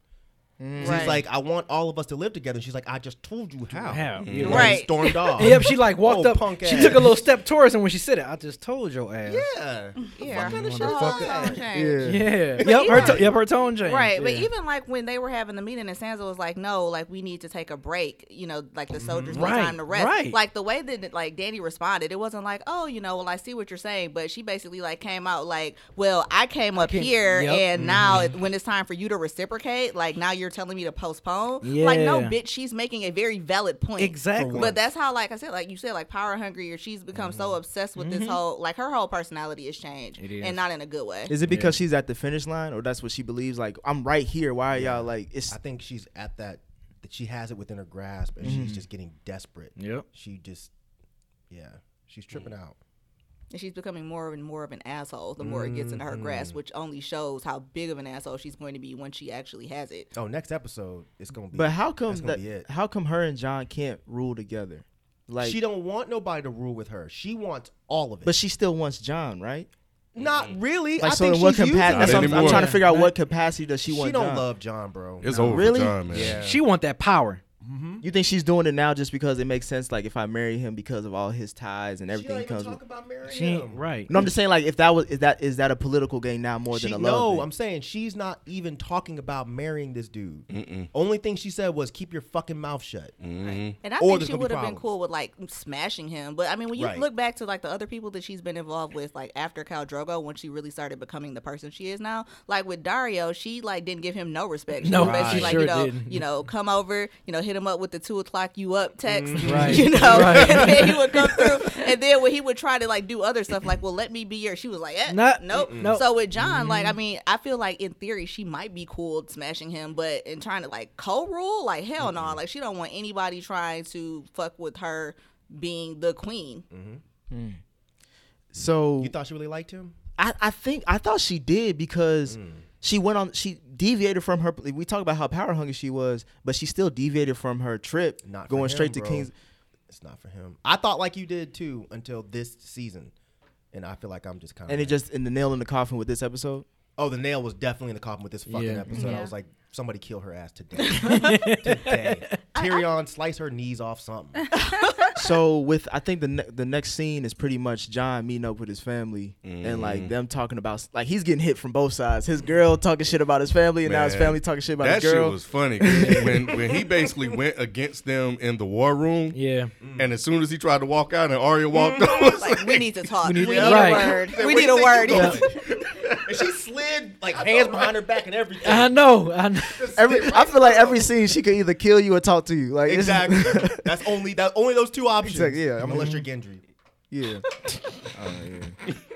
Speaker 6: 'Cause
Speaker 3: Right.
Speaker 6: He's like, "I want all of us to live together." She's like, "I just told you how."
Speaker 4: How?
Speaker 6: And
Speaker 4: Yeah.
Speaker 6: he
Speaker 3: Right.
Speaker 6: stormed off.
Speaker 4: Yep, she like walked
Speaker 6: Oh,
Speaker 4: up.
Speaker 6: punk
Speaker 4: she
Speaker 6: ass.
Speaker 4: took a little step towards him when she said it. I just told your ass.
Speaker 6: Yeah.
Speaker 3: "Yeah,
Speaker 4: kind of shit
Speaker 3: oh,
Speaker 4: is
Speaker 3: tone
Speaker 2: then-
Speaker 6: that?
Speaker 3: change.
Speaker 4: Yeah. Yep, her
Speaker 3: even-
Speaker 4: to, yep, her tone changed.
Speaker 3: Right, but
Speaker 4: Yeah.
Speaker 3: even like when they were having the meeting and Sansa was like, "No, like we need to take a break," you know, like the soldiers
Speaker 4: Right,
Speaker 3: need time to rest.
Speaker 4: right.
Speaker 3: Like the way that like Danny responded, it wasn't like, "Oh, you know, well I see what you're saying," but she basically like came out like, "Well, I came up
Speaker 4: came-
Speaker 3: here,
Speaker 4: yep. mm-hmm.
Speaker 3: and now it- when it's time for you to reciprocate, like now you're telling me to postpone." Like no,
Speaker 4: Yeah.
Speaker 3: bitch, she's making a very valid point.
Speaker 4: exactly. Mm-hmm.
Speaker 3: But that's how, like I said, like you said, like power hungry, or she's become so obsessed with this whole, like her whole personality has changed,
Speaker 4: It is.
Speaker 3: and not in a good way.
Speaker 2: Is it because she's at the finish line, or that's what she believes? Like, I'm right here. Why are y'all like? It's
Speaker 6: I think she's at that that she has it within her grasp, and
Speaker 2: Mm-hmm.
Speaker 6: she's just getting desperate.
Speaker 4: Yep.
Speaker 6: She just, yeah,
Speaker 2: Mm.
Speaker 6: she's tripping out.
Speaker 3: And she's becoming more and more of an asshole the more it gets into her grasp, which only shows how big of an asshole she's going to be when she actually has it.
Speaker 6: Oh, next episode it's gonna be.
Speaker 2: but how come
Speaker 6: that's gonna
Speaker 2: that?
Speaker 6: be it.
Speaker 2: How come her and John can't rule together? Like,
Speaker 6: she don't want nobody to rule with her. She wants all of it.
Speaker 2: but she still wants John, right?
Speaker 6: not really.
Speaker 2: Like,
Speaker 6: I
Speaker 2: so
Speaker 6: think
Speaker 2: in what
Speaker 6: she's using
Speaker 2: capacity? That's
Speaker 6: it.
Speaker 2: what I'm, I'm
Speaker 1: anymore.
Speaker 2: trying to figure out what capacity does she,
Speaker 6: She
Speaker 2: want.
Speaker 6: don't
Speaker 2: John?
Speaker 6: love John, bro.
Speaker 1: It's
Speaker 6: No.
Speaker 1: over,
Speaker 2: Really?
Speaker 1: for John, man.
Speaker 6: Yeah.
Speaker 4: she want that power.
Speaker 2: You think she's doing it now just because it makes sense? Like, if I marry him because of all his ties and
Speaker 6: She don't
Speaker 2: everything he
Speaker 6: even
Speaker 2: comes
Speaker 6: talk
Speaker 2: with.
Speaker 6: about marrying
Speaker 4: She ain't
Speaker 6: him.
Speaker 4: right.
Speaker 2: No, I'm just saying, like, if that was is that is that a political gain now more
Speaker 6: She,
Speaker 2: than a love?
Speaker 6: no,
Speaker 2: thing?
Speaker 6: I'm saying she's not even talking about marrying this dude. Only thing she said was keep your fucking mouth shut.
Speaker 3: And I
Speaker 6: Or
Speaker 3: think
Speaker 6: there's
Speaker 3: she
Speaker 6: gonna be
Speaker 3: would have been
Speaker 6: problems.
Speaker 3: cool with like smashing him. But I mean, when you
Speaker 6: Right.
Speaker 3: look back to like the other people that she's been involved with, like after Cal Drogo, when she really started becoming the person she is now, like with Dario, she like didn't give him no respect. She
Speaker 4: No,
Speaker 3: was basically
Speaker 4: she
Speaker 3: like
Speaker 4: sure
Speaker 3: you know,
Speaker 4: didn't.
Speaker 3: you know, come over, you know, hit him up with the two o'clock you up text,
Speaker 4: Right.
Speaker 3: you know,
Speaker 4: Right.
Speaker 3: and then he would come through, and then when he would try to like do other stuff, like well, let me be your, she was like, eh,
Speaker 4: Nah,
Speaker 3: nope.
Speaker 4: nope.
Speaker 3: So with John, like I mean, I feel like in theory she might be cool smashing him, but in trying to like co-rule, like hell no, like she don't want anybody trying to fuck with her being the queen.
Speaker 2: so
Speaker 6: You thought she really liked him?
Speaker 2: I, I think I thought she did because
Speaker 6: Mm.
Speaker 2: she went on she deviated from her we talk about how power hungry she was, but she still deviated from her trip
Speaker 6: Not for
Speaker 2: going
Speaker 6: him,
Speaker 2: straight to
Speaker 6: bro.
Speaker 2: King's
Speaker 6: It's not for him. I thought like you did too until this season, and I feel like I'm just kind of.
Speaker 2: and it just in the nail in the coffin with this episode.
Speaker 6: oh, the nail was definitely in the coffin with this fucking
Speaker 4: Yeah.
Speaker 6: episode.
Speaker 5: Yeah.
Speaker 6: I was like, somebody kill her ass today. today, Tyrion, slice her knees off something.
Speaker 2: so with I think the ne- the next scene is pretty much John meeting up with his family and
Speaker 6: Mm.
Speaker 2: like them talking about like he's getting hit from both sides. His girl talking shit about his family and now his
Speaker 1: Man,
Speaker 2: family talking shit about
Speaker 1: That
Speaker 2: his girl.
Speaker 1: shit was funny 'cause when when he basically went against them in the war room.
Speaker 4: Yeah.
Speaker 1: And as soon as he tried to walk out, and Arya walked up, I was like,
Speaker 3: Like we need to talk. We need,
Speaker 4: to- Right.
Speaker 3: a word. We
Speaker 6: Where
Speaker 3: need
Speaker 6: you
Speaker 3: a
Speaker 6: think
Speaker 3: word.
Speaker 6: you going? and she slid like hands behind her back and everything.
Speaker 4: I know. I know.
Speaker 2: Every, I feel like every scene she could either kill you or talk to you. Like it's-
Speaker 6: Exactly. That's only that only those two options.
Speaker 2: Exactly, yeah, I mean-
Speaker 6: unless you're Gendry.
Speaker 2: yeah.
Speaker 6: Oh,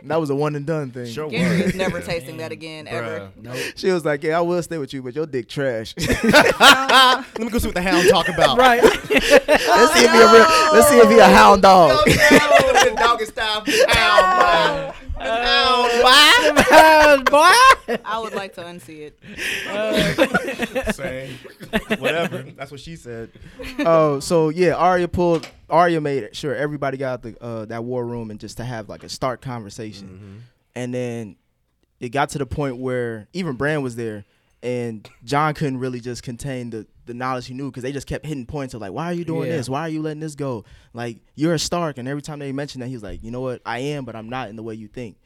Speaker 2: That was a one and done thing.
Speaker 3: Gary is never tasting that again ever.
Speaker 2: She was like, "Yeah, I will stay with you, but your dick trash. let's see
Speaker 6: Let me go see what the hound talk about.
Speaker 4: Right.
Speaker 2: if he a real, let's see if he a hound dog."
Speaker 6: the dog is style. Hound, man. Hound, man.
Speaker 3: I would like to unsee it.
Speaker 1: "Same."
Speaker 6: Whatever. That's what she said.
Speaker 2: Oh, so yeah, Arya pulled. Arya made it sure everybody got out the uh, that war room and just to have like a stark conversation, and then it got to the point where even Bran was there, and John couldn't really just contain the the knowledge he knew because they just kept hitting points of like, why are you doing
Speaker 4: Yeah.
Speaker 2: this? Why are you letting this go? Like you're a Stark, and every time they mentioned that, he was like, you know what, I am, but I'm not in the way you think.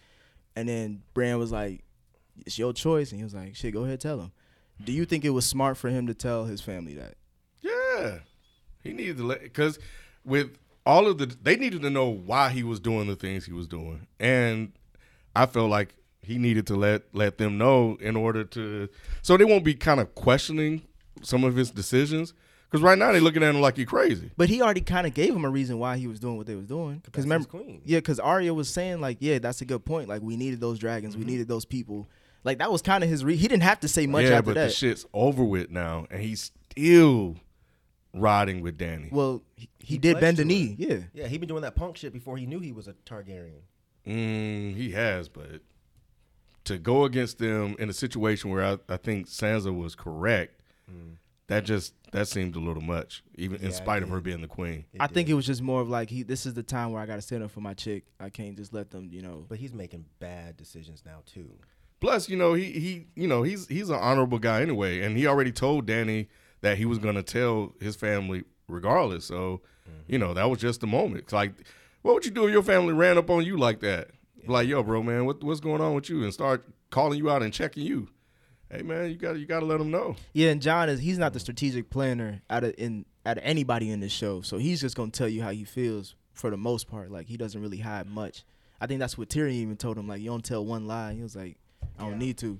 Speaker 2: And then Bran was like, it's your choice, and he was like, shit, go ahead, tell him. Do you think it was smart for him to tell his family that?
Speaker 1: Yeah. He needed to let because with all of the they needed to know why he was doing the things he was doing, and I felt like he needed to let let them know in order to so they won't be kind of questioning some of his decisions. Because right now they're looking at him like he crazy.
Speaker 2: But he already kind of gave him a reason why he was doing what they was doing. Because
Speaker 6: that's
Speaker 2: remember,
Speaker 6: his queen.
Speaker 2: yeah, because Arya was saying like, yeah, that's a good point. Like we needed those dragons,
Speaker 6: Mm-hmm.
Speaker 2: we needed those people. Like that was kind of his. Re- he didn't have to say much
Speaker 1: yeah,
Speaker 2: after
Speaker 1: but
Speaker 2: that.
Speaker 1: the shit's over with now, and he's still riding with Danny.
Speaker 2: well, he, he
Speaker 6: He
Speaker 2: did
Speaker 6: pledged
Speaker 2: bend the
Speaker 6: to
Speaker 2: knee.
Speaker 6: it.
Speaker 2: Yeah.
Speaker 6: Yeah, he been doing that punk shit before he knew he was a Targaryen.
Speaker 1: Mm, he has, but to go against them in a situation where I, I think Sansa was correct, that just that seemed a little much, even in
Speaker 6: Yeah,
Speaker 1: spite
Speaker 6: it
Speaker 1: of her being the queen.
Speaker 2: I think it was just more of like he. This is the time where I got to stand up for my chick. I can't just let them, you know.
Speaker 6: But he's making bad decisions now too.
Speaker 1: Plus, you know, he he you know he's he's an honorable guy anyway, and he already told Danny that he was going to tell his family regardless. So,
Speaker 6: Mm-hmm.
Speaker 1: you know, that was just the moment. It's Like, what would you do if your family ran up on you like that? Like, yo, bro, man, what what's going on with you? And start calling you out and checking you. Hey, man, you got to you got to let them know.
Speaker 2: Yeah, and John is he's not the strategic planner out of in out of anybody in this show. So he's just gonna tell you how he feels for the most part. Like he doesn't really hide much. I think that's what Tyrion even told him. Like you don't tell one lie. He was like, I don't need to.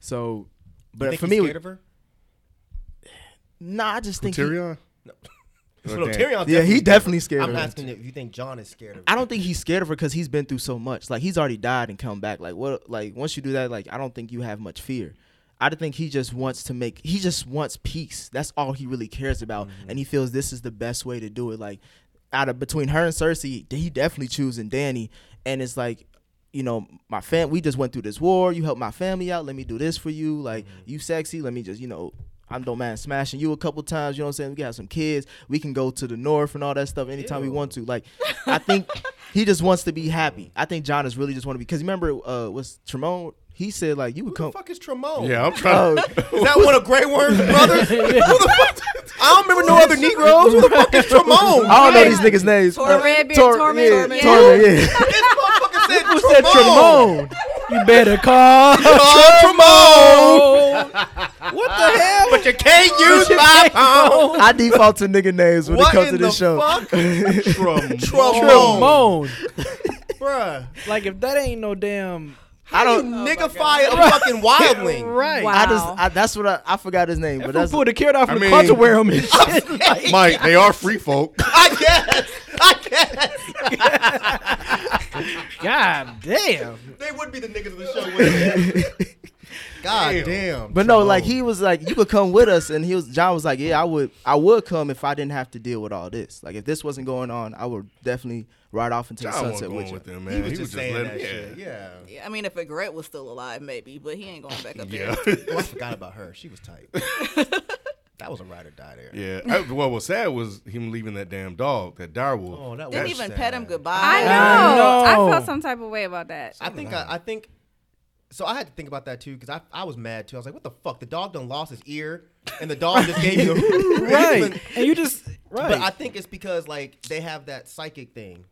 Speaker 2: So,
Speaker 6: Mm-hmm. You
Speaker 2: but
Speaker 6: think
Speaker 2: for
Speaker 6: he's
Speaker 2: me,
Speaker 6: scared of her?
Speaker 2: nah, I just think. he-
Speaker 1: Tyrion.
Speaker 6: So
Speaker 1: Oh,
Speaker 6: no,
Speaker 1: damn.
Speaker 6: Tyrion
Speaker 2: yeah, he definitely
Speaker 6: I'm
Speaker 2: scared of her.
Speaker 6: asking if you think John is scared of.
Speaker 2: I don't think he's scared of her because he's been through so much. Like he's already died and come back. Like what? Like once you do that, like I don't think you have much fear. I don't think he just wants to make. He just wants peace. That's all he really cares about, and he feels this is the best way to do it. Like out of between her and Cersei, he definitely choosing Danny, and it's like. You know, my fam. We just went through this war. You helped my family out. Let me do this for you. Like
Speaker 6: Mm-hmm.
Speaker 2: you, sexy. Let me just, you know, I don't mind smashing you a couple times. You know what I'm saying? We got some kids. We can go to the north and all that stuff anytime we want to. Like, I think he just wants to be happy. I think John is really just want to be because remember, uh, was Tremone? He said like you would
Speaker 6: Who the
Speaker 2: come.
Speaker 6: fuck is Tremont?
Speaker 1: Yeah, I'm
Speaker 2: Oh,
Speaker 1: trying. to
Speaker 6: Is that one of Grey Worm's brothers? Who the fuck? I don't remember no other Negroes. Who the fuck is Tremont?
Speaker 2: I don't know
Speaker 3: Right.
Speaker 2: these niggas' names.
Speaker 5: Torment, Redbeard, Torment,
Speaker 2: yeah,
Speaker 5: Torment.
Speaker 2: Torment, yeah.
Speaker 6: This motherfucker said
Speaker 4: Who said Tremone? You better call.
Speaker 6: Tremont.
Speaker 4: What
Speaker 2: Ah.
Speaker 4: the hell?
Speaker 6: But you can't use
Speaker 4: you
Speaker 6: my
Speaker 4: can't
Speaker 6: pound.
Speaker 2: I default to nigga names when it
Speaker 6: What
Speaker 2: comes
Speaker 6: in
Speaker 2: to this
Speaker 6: the
Speaker 2: show.
Speaker 6: fuck?
Speaker 1: Trump.
Speaker 6: Tremont.
Speaker 4: Tremone.
Speaker 6: Bruh.
Speaker 4: Like if that ain't no damn.
Speaker 6: I don't nigga fire a fucking wildling.
Speaker 4: Right.
Speaker 5: Wow.
Speaker 4: Wow.
Speaker 2: I just I, that's what I, I forgot his name, but
Speaker 4: That
Speaker 2: that's
Speaker 4: fool pulled the carrot out
Speaker 1: I
Speaker 4: from the
Speaker 1: mean-
Speaker 4: clutch to wear him and shit.
Speaker 6: Oh,
Speaker 1: Mike, they are free folk.
Speaker 6: I guess. I guess.
Speaker 4: God damn.
Speaker 6: They would be the niggas of the show. wouldn't they? God damn.
Speaker 2: But no, like he was like, you could come with us, and he was John was like, yeah, I would, I would come if I didn't have to deal with all this. Like if this wasn't going on, I would definitely ride off into the
Speaker 1: I wasn't
Speaker 2: sunset
Speaker 1: going
Speaker 2: with
Speaker 1: with
Speaker 2: you.
Speaker 1: them, man.
Speaker 6: He was just saying
Speaker 1: letting-
Speaker 6: that shit. Yeah.
Speaker 3: Yeah, I mean, if Regret was still alive, maybe, but he ain't going back up
Speaker 1: Yeah.
Speaker 3: there.
Speaker 1: Yeah.
Speaker 6: Oh, I forgot about her. She was tight. that was a ride or die there.
Speaker 1: Yeah. I- what was sad was him leaving that damn dog, that direwolf.
Speaker 6: Oh, that
Speaker 3: Didn't
Speaker 6: was
Speaker 3: even
Speaker 6: sad.
Speaker 3: pet him goodbye.
Speaker 5: I know.
Speaker 4: I
Speaker 5: I,
Speaker 4: know.
Speaker 5: felt some type of way about that.
Speaker 6: I think I, I think so. I had to think about that too because I, I was mad too. I was like, what the fuck? The dog done lost his ear, and the dog just gave you a
Speaker 4: Right. And you just right.
Speaker 6: But I think it's because like they have that psychic thing.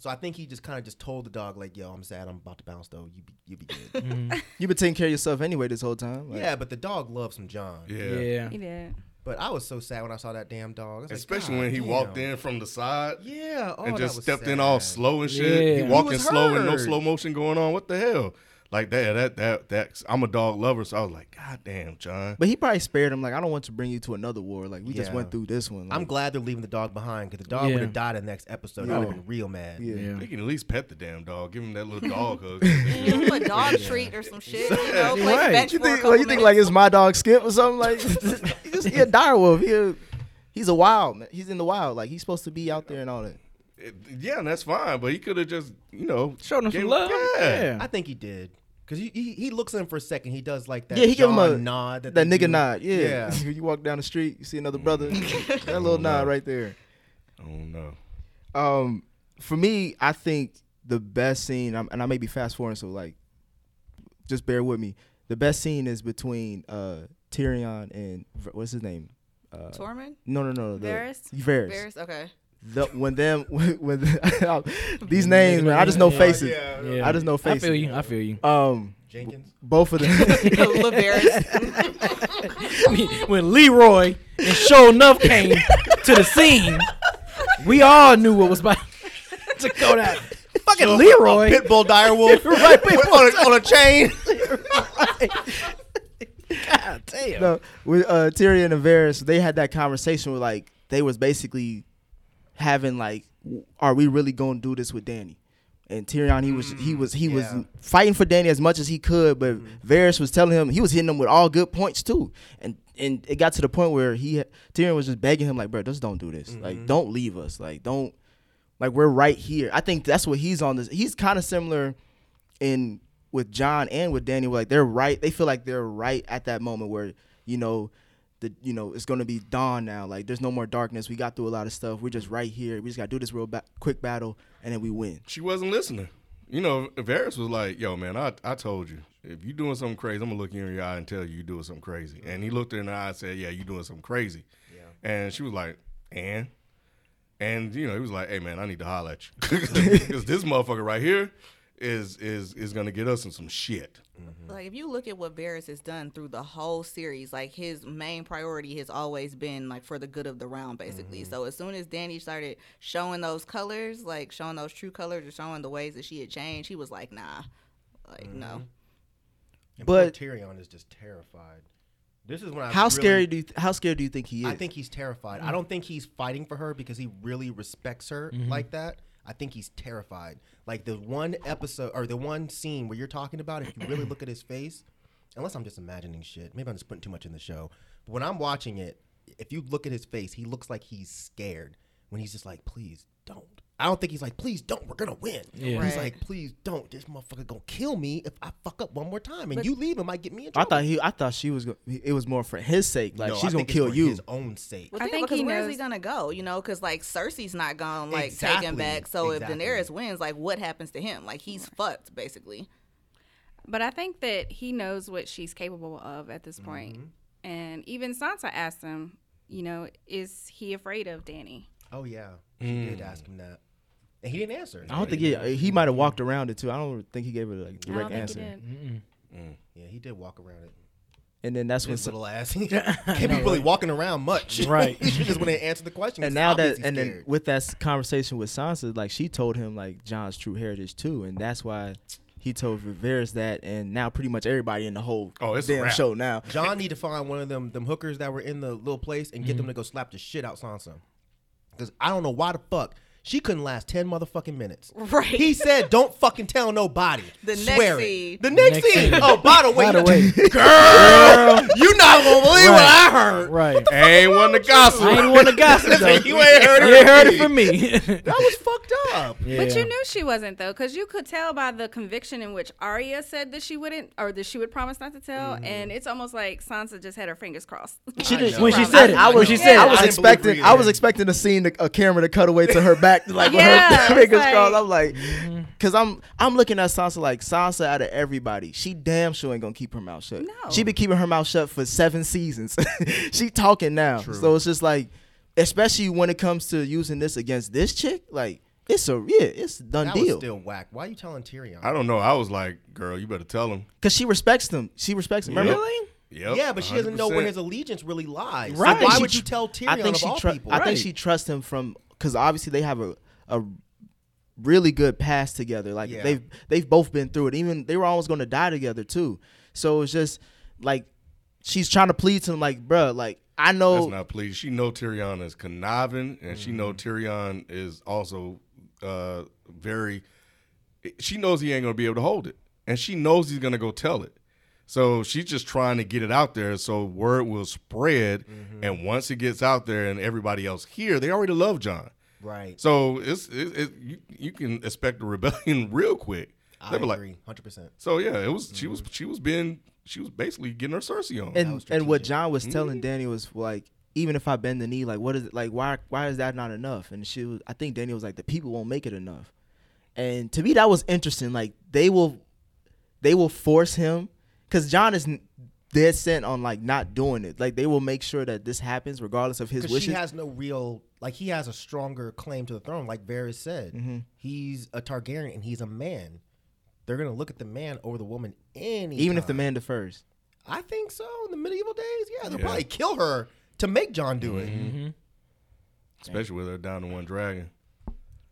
Speaker 6: So I think he just kind of just told the dog like, "Yo, I'm sad. I'm about to bounce though. You be you be good."
Speaker 1: Mhm.
Speaker 2: You've been taking care of yourself anyway this whole time. Like,
Speaker 6: yeah, but the dog loves some John.
Speaker 1: Yeah.
Speaker 4: yeah.
Speaker 5: He did.
Speaker 6: But I was so sad when I saw that damn dog. I was like,
Speaker 1: Especially
Speaker 6: "God
Speaker 1: when he
Speaker 6: damn."
Speaker 1: walked in from the side
Speaker 6: Yeah. Oh,
Speaker 1: and
Speaker 6: that
Speaker 1: just
Speaker 6: was
Speaker 1: stepped in
Speaker 6: sad.
Speaker 1: all slow and shit.
Speaker 4: Yeah.
Speaker 1: He
Speaker 4: He
Speaker 1: walking
Speaker 6: was
Speaker 1: slow and no
Speaker 6: hurt.
Speaker 1: slow motion going on. What the hell? Like that, that, that, that. I'm a dog lover, so I was like, God damn, John.
Speaker 2: But he probably spared him. Like I don't want to bring you to another war. Like we just
Speaker 6: Yeah.
Speaker 2: went through this one. Like,
Speaker 6: I'm glad they're leaving the dog behind because the dog
Speaker 4: Yeah.
Speaker 6: would have died in the next episode. I would have been real mad.
Speaker 2: Yeah.
Speaker 4: Yeah.
Speaker 1: He can at least pet the damn dog. Give him that little dog hug.
Speaker 3: Give him a dog treat or some shit. You know, play
Speaker 4: Right.
Speaker 3: fetch
Speaker 2: You
Speaker 3: for a
Speaker 2: think,
Speaker 3: couple
Speaker 2: like, you think like it's my dog Skip or something? Like he just, he a direwolf. He a, he's a wild. man. He's in the wild. Like he's supposed to be out there and all that.
Speaker 1: yeah, and that's fine, but he could have just, you know,
Speaker 4: Showed him
Speaker 1: gave-
Speaker 4: some love.
Speaker 1: Yeah.
Speaker 4: Yeah.
Speaker 6: I think he did. Cause he, he he looks in for a second. He does like that.
Speaker 2: yeah, he give him a
Speaker 6: John nod. That,
Speaker 2: that
Speaker 6: they
Speaker 2: nigga
Speaker 6: do.
Speaker 2: nod. Yeah,
Speaker 6: Yeah.
Speaker 2: you walk down the street, you see another brother. that little nod right there.
Speaker 1: I don't know.
Speaker 2: Um, for me, I think the best scene, um, and I may be fast forwarding, so like, just bear with me. The best scene is between uh Tyrion and V- what's his name? Uh,
Speaker 3: Tormund?
Speaker 2: no, no, no, the
Speaker 5: Varys?
Speaker 2: Varys.
Speaker 3: Varys? Okay.
Speaker 2: The, when them, when, when the, these names, man, I just know
Speaker 4: Yeah.
Speaker 2: faces.
Speaker 6: Yeah.
Speaker 4: Yeah.
Speaker 2: I just know
Speaker 4: I
Speaker 2: faces.
Speaker 4: feel you. I feel you.
Speaker 2: Um,
Speaker 6: Jenkins.
Speaker 2: Both of them.
Speaker 3: Laveris.
Speaker 4: when Leroy and Show Enough came to the scene, we all knew what was about to go down. Fucking Leroy.
Speaker 6: Pitbull direwolf
Speaker 4: Right,
Speaker 6: With- on, a, on a chain.
Speaker 4: God damn.
Speaker 2: no, with uh, Tyrion and Varys, they had that conversation with like they was basically having like, w- are we really going to do this with Danny? And Tyrion, he was he was he
Speaker 6: yeah.
Speaker 2: was fighting for Danny as much as he could, but Varys was telling him he was hitting him with all good points too, and and it got to the point where he Tyrion was just begging him like, bro, just don't do this, like don't leave us, like don't, like we're right here. I think that's what he's on this. He's kind of similar in with John and with Danny, like they're right. They feel like they're right at that moment where you know the you know it's gonna be dawn now. Like there's no more darkness. We got through a lot of stuff. We're just right here. We just gotta do this real ba- quick battle and then we win.
Speaker 1: She wasn't listening. You know, Varys was like, "Yo, man, I, I told you if you doing something crazy, I'm gonna look you in your eye and tell you you doing something crazy." And he looked her in the eye and said, "Yeah, you doing something crazy." And she was like, "And." And you know, he was like, "Hey, man, I need to holler at you because this motherfucker right here is is is gonna get us in some shit."
Speaker 3: like if you look at what Varys has done through the whole series, like his main priority has always been like for the good of the realm, basically.
Speaker 6: Mm-hmm.
Speaker 3: So as soon as Danny started showing those colors, like showing those true colors or showing the ways that she had changed, he was like, nah, like no.
Speaker 6: Mm-hmm.
Speaker 2: But-
Speaker 6: But Tyrion is just terrified. This is when I
Speaker 2: How
Speaker 6: really-
Speaker 2: scary do you th- how scared do you think he is?
Speaker 6: I think he's terrified.
Speaker 2: Mm.
Speaker 6: I don't think he's fighting for her because he really respects her
Speaker 2: Mm-hmm.
Speaker 6: like that. I think he's terrified. Like the one episode or the one scene where you're talking about, if you really look at his face, unless I'm just imagining shit, maybe I'm just putting too much in the show. But when I'm watching it, if you look at his face, he looks like he's scared when he's just like, please don't. I don't think he's like, please don't. We're gonna win.
Speaker 4: Yeah.
Speaker 3: Right.
Speaker 6: He's like, please don't. This motherfucker gonna kill me if I fuck up one more time, and you leave him, might get me in
Speaker 2: I
Speaker 6: trouble.
Speaker 2: thought he I thought she was go- it was more for his sake. Like
Speaker 6: No, I
Speaker 2: she's gonna
Speaker 6: think it's
Speaker 2: kill
Speaker 6: for
Speaker 2: you.
Speaker 6: His own sake.
Speaker 3: Well,
Speaker 5: I
Speaker 3: think,
Speaker 5: think
Speaker 3: because
Speaker 5: he
Speaker 3: where's he
Speaker 5: knows-
Speaker 3: gonna go? You know, because like Cersei's not gonna like take him
Speaker 6: Exactly,
Speaker 3: back. So
Speaker 6: exactly.
Speaker 3: if Daenerys wins, like what happens to him? Like he's fucked basically.
Speaker 5: But I think that he knows what she's capable of at this point. And even Sansa asked him, you know, is he afraid of Danny?
Speaker 6: Oh yeah, she did ask him that, and he didn't answer.
Speaker 2: Hmm. I don't think he he might have walked around it too. I don't think he gave it a like,
Speaker 5: I don't
Speaker 2: direct
Speaker 5: think
Speaker 2: answer.
Speaker 5: he did.
Speaker 6: Yeah, he did walk around it.
Speaker 2: And then that's when
Speaker 6: His
Speaker 2: some-
Speaker 6: little ass. He can't be really walking around much.
Speaker 4: Right.
Speaker 6: he just wouldn't answer the question.
Speaker 2: and now that and then with that s- conversation with Sansa, like she told him like John's true heritage too, and that's why he told Viserys that, and now pretty much everybody in the whole
Speaker 1: Oh, it's a
Speaker 2: damn
Speaker 1: wrap.
Speaker 2: show now.
Speaker 6: John need to find one of them them hookers that were in the little place and
Speaker 2: Mm-hmm.
Speaker 6: get them to go slap the shit out Sansa, because I don't know why the fuck. She couldn't last ten motherfucking minutes.
Speaker 3: Right.
Speaker 6: He said, "Don't fucking tell nobody."
Speaker 3: The next
Speaker 6: Swear it.
Speaker 3: scene.
Speaker 6: The next,
Speaker 4: Next
Speaker 6: scene.
Speaker 4: scene.
Speaker 6: Oh, by the way,
Speaker 2: By the way,
Speaker 6: girl, you not gonna believe what I heard.
Speaker 4: Right.
Speaker 1: Ain't one to gossip.
Speaker 4: I ain't want to gossip though.
Speaker 6: You ain't heard it
Speaker 4: You ain't
Speaker 6: from
Speaker 4: heard
Speaker 6: me.
Speaker 4: it from me.
Speaker 6: That was fucked up.
Speaker 5: But you knew she wasn't though, because you could tell by the conviction in which Arya said that she wouldn't, or that she would promise not to tell,
Speaker 6: Mm-hmm.
Speaker 5: and it's almost like Sansa just had her fingers crossed.
Speaker 2: she did,
Speaker 4: When she said it.
Speaker 2: I was,
Speaker 4: when she said
Speaker 2: I
Speaker 4: it.
Speaker 2: was
Speaker 6: I didn't believe her
Speaker 2: expecting, I was
Speaker 6: either.
Speaker 2: expecting to see a camera to cut away to her back, like with
Speaker 5: Yeah,
Speaker 2: her fingers
Speaker 5: it's like-
Speaker 2: crossed. I'm like,
Speaker 6: Mm-hmm.
Speaker 2: because I'm, I'm looking at Sansa like Sansa out of everybody, she damn sure ain't gonna keep her mouth shut.
Speaker 5: No.
Speaker 2: she been keeping her mouth shut for seven seasons. she talking now, so it's just like, especially when it comes to using this against this chick, like it's a yeah, it's a done
Speaker 6: That was
Speaker 2: deal.
Speaker 6: still whack. Why are you telling Tyrion?
Speaker 1: I don't know. I was like, "Girl, you better tell him."
Speaker 2: Cause she respects them. She respects them. Remember?
Speaker 4: Really?
Speaker 1: Yep,
Speaker 6: yeah, but she doesn't know where
Speaker 1: 100%.
Speaker 6: his allegiance really lies.
Speaker 4: Right.
Speaker 6: So why
Speaker 4: She
Speaker 6: would you
Speaker 2: tr-
Speaker 6: tell Tyrion
Speaker 2: I think
Speaker 6: of
Speaker 2: she
Speaker 6: all
Speaker 2: tru-
Speaker 6: people?
Speaker 2: I think she trusts him from because obviously they have a a really good past together. Like
Speaker 6: Yeah.
Speaker 2: they've they've both been through it. Even they were almost going to die together too. So it's just like she's trying to plead to him, like, bruh, like I
Speaker 1: That's
Speaker 2: know
Speaker 1: not please. She know Tyrion is conniving, and she know
Speaker 6: Mm-hmm.
Speaker 1: Tyrion is also uh, very. She knows he ain't gonna be able to hold it, and she knows he's gonna go tell it. So she's just trying to get it out there, so word will spread.
Speaker 6: Mm-hmm.
Speaker 1: And once it gets out there, and everybody else here, they already love John.
Speaker 6: Right.
Speaker 1: So it's it, it, you, you can expect a rebellion real quick.
Speaker 6: I
Speaker 1: They'll be like-
Speaker 6: agree, Mm-hmm. hundred percent.
Speaker 1: so yeah, it was she was she was being she was basically getting her Cersei on.
Speaker 2: and and what John was telling
Speaker 3: Mm-hmm.
Speaker 2: Danny was like, even if I bend the knee, like what is it like why why is that not enough? And she was I think Danny was like, the people won't make it enough. And to me that was interesting. Like they will they will force him because John is n- dead set on like not doing it. Like they will make sure that this happens regardless of his
Speaker 6: Because she
Speaker 2: wishes.
Speaker 6: has no real, like he has a
Speaker 2: Mm-hmm.
Speaker 6: stronger claim to the throne, like Varys said. He's a Targaryen and he's a man. they're gonna look at the man over the woman any.
Speaker 2: Even if the
Speaker 6: time.
Speaker 2: man defers.
Speaker 6: I think so. In the medieval days, yeah, they'll
Speaker 1: Yeah.
Speaker 6: probably kill her to make John do it.
Speaker 2: Mm-hmm.
Speaker 1: especially with her down to one dragon.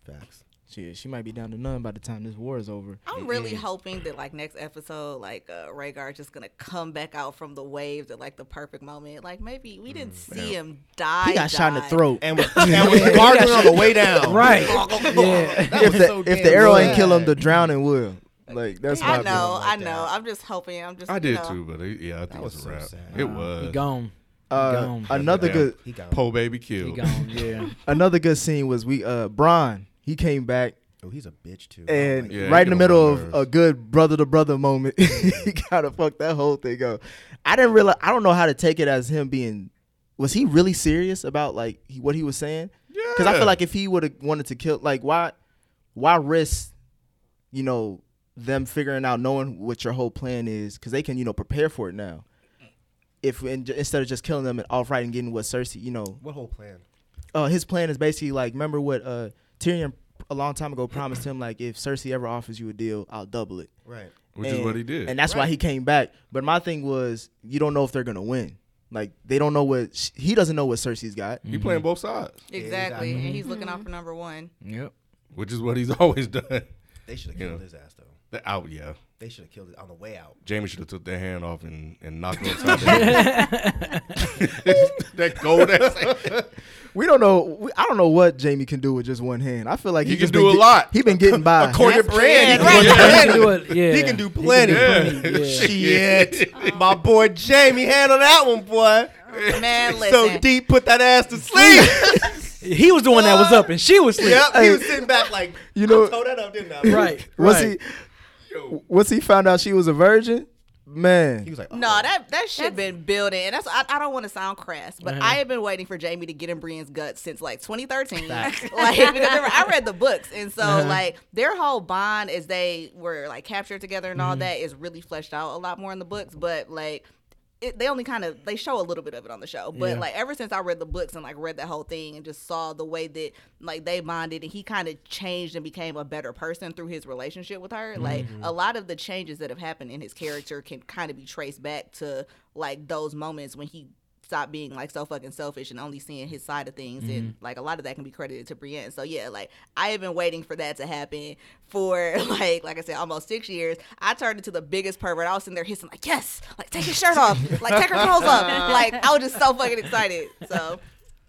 Speaker 6: Facts.
Speaker 2: She, she might be down to none by the time this war is over.
Speaker 3: I'm really hoping that like next episode, like uh, Rhaegar just gonna come back out from the waves at like the perfect moment. Like maybe we didn't see him die.
Speaker 2: Mm, He got shot in the
Speaker 3: die.
Speaker 2: throat.
Speaker 6: And with, and with gargling on the way down.
Speaker 4: Right.
Speaker 6: Yeah.
Speaker 2: if the, if the arrow ain't kill him, the drowning will. Like that's my
Speaker 3: I know,
Speaker 2: opinion.
Speaker 3: I know. I'm just hoping. I'm just.
Speaker 1: I
Speaker 3: you
Speaker 1: did
Speaker 3: know.
Speaker 1: too, but it, yeah, I think
Speaker 6: was
Speaker 1: it's a
Speaker 6: so
Speaker 1: wrap.
Speaker 6: sad.
Speaker 1: It
Speaker 4: He
Speaker 1: was
Speaker 4: gone.
Speaker 2: Uh,
Speaker 4: Gone.
Speaker 2: another
Speaker 1: Yeah.
Speaker 2: good
Speaker 6: He got
Speaker 1: Poe baby
Speaker 4: He
Speaker 1: killed.
Speaker 4: gone. Yeah.
Speaker 2: another good scene was we uh Bron he came back
Speaker 6: Oh, he's a bitch too.
Speaker 2: and
Speaker 1: Yeah,
Speaker 2: right
Speaker 1: he
Speaker 2: in the
Speaker 1: get on
Speaker 2: middle
Speaker 1: my
Speaker 2: of a
Speaker 1: nerves.
Speaker 2: good brother to brother moment he kind of fucked that whole thing up. I didn't realize I don't know how to take it as him being was he really serious about like he, what he was saying? Because I
Speaker 1: Yeah.
Speaker 2: feel like if he would have wanted to kill like why why risk you know them figuring out knowing what your whole plan is because they can you know prepare for it now. If and, j- instead of just killing them and off right and getting what Cersei you know
Speaker 6: what whole plan?
Speaker 2: uh, his plan is basically like remember what uh, Tyrion a long time ago promised him like if Cersei ever offers you a deal, I'll double it.
Speaker 6: Right.
Speaker 1: Which
Speaker 2: and,
Speaker 1: is what he did.
Speaker 2: and that's why
Speaker 6: Right.
Speaker 2: he came back. But my thing was you don't know if they're gonna win. Like they don't know what sh- he doesn't know what Cersei's got.
Speaker 1: he playing both sides,
Speaker 3: Exactly, and he's looking out for number one.
Speaker 4: Yep.
Speaker 1: which is what he's always done.
Speaker 6: They should have
Speaker 1: You
Speaker 6: killed
Speaker 1: know.
Speaker 6: his ass though.
Speaker 1: The out, yeah.
Speaker 6: They should have killed it on the way out.
Speaker 1: Jamie should have took their hand off and, and knocked on top of it. that gold ass.
Speaker 2: We don't know. We, I don't know what Jamie can do with just one hand. I feel like
Speaker 1: He
Speaker 2: he,
Speaker 1: can
Speaker 2: just
Speaker 1: do
Speaker 2: been
Speaker 1: a lot.
Speaker 2: He been getting by.
Speaker 6: A corn bread.
Speaker 3: bread, right.
Speaker 6: He can
Speaker 4: He
Speaker 6: do
Speaker 4: can
Speaker 6: it.
Speaker 4: do it, yeah.
Speaker 6: He can do plenty.
Speaker 1: Yeah.
Speaker 4: Yeah.
Speaker 3: Oh.
Speaker 6: Shit. My boy Jamie handled that one, boy.
Speaker 3: Man, listen.
Speaker 6: So deep, put that ass to sleep.
Speaker 4: He was the one that was up and she was sleeping.
Speaker 6: yep, he was sitting back like,
Speaker 2: You
Speaker 6: you
Speaker 2: know-
Speaker 6: know, I tore that up, didn't I?
Speaker 4: Right.
Speaker 2: Once
Speaker 4: right.
Speaker 2: he once he found out she was a virgin, man.
Speaker 6: He was like, oh,
Speaker 3: No, that that shit been building, and that's I, I don't want to sound crass, but I have been waiting for Jamie to get in Brienne's guts since like 2013. like because remember, I read the books, and so like their whole bond as they were like captured together and all that is really fleshed out a lot more in the books. But like it, they only kind of they show a little bit of it on the show but
Speaker 4: Yeah.
Speaker 3: like ever since i read the books and like read that whole thing and just saw the way that like they bonded and he kind of changed and became a better person through his relationship with her like a lot of the changes that have happened in his character can kind of be traced back to like those moments when he stopped being like so fucking selfish and only seeing his side of things and
Speaker 6: Mm-hmm.
Speaker 3: like a lot of that can be credited to Brienne. So yeah, like I have been waiting for that to happen for like like I said almost 6 years. I turned into the biggest pervert. I was sitting there hissing like, "Yes, like take his shirt off. Like take her clothes off." Like I was just so fucking excited. So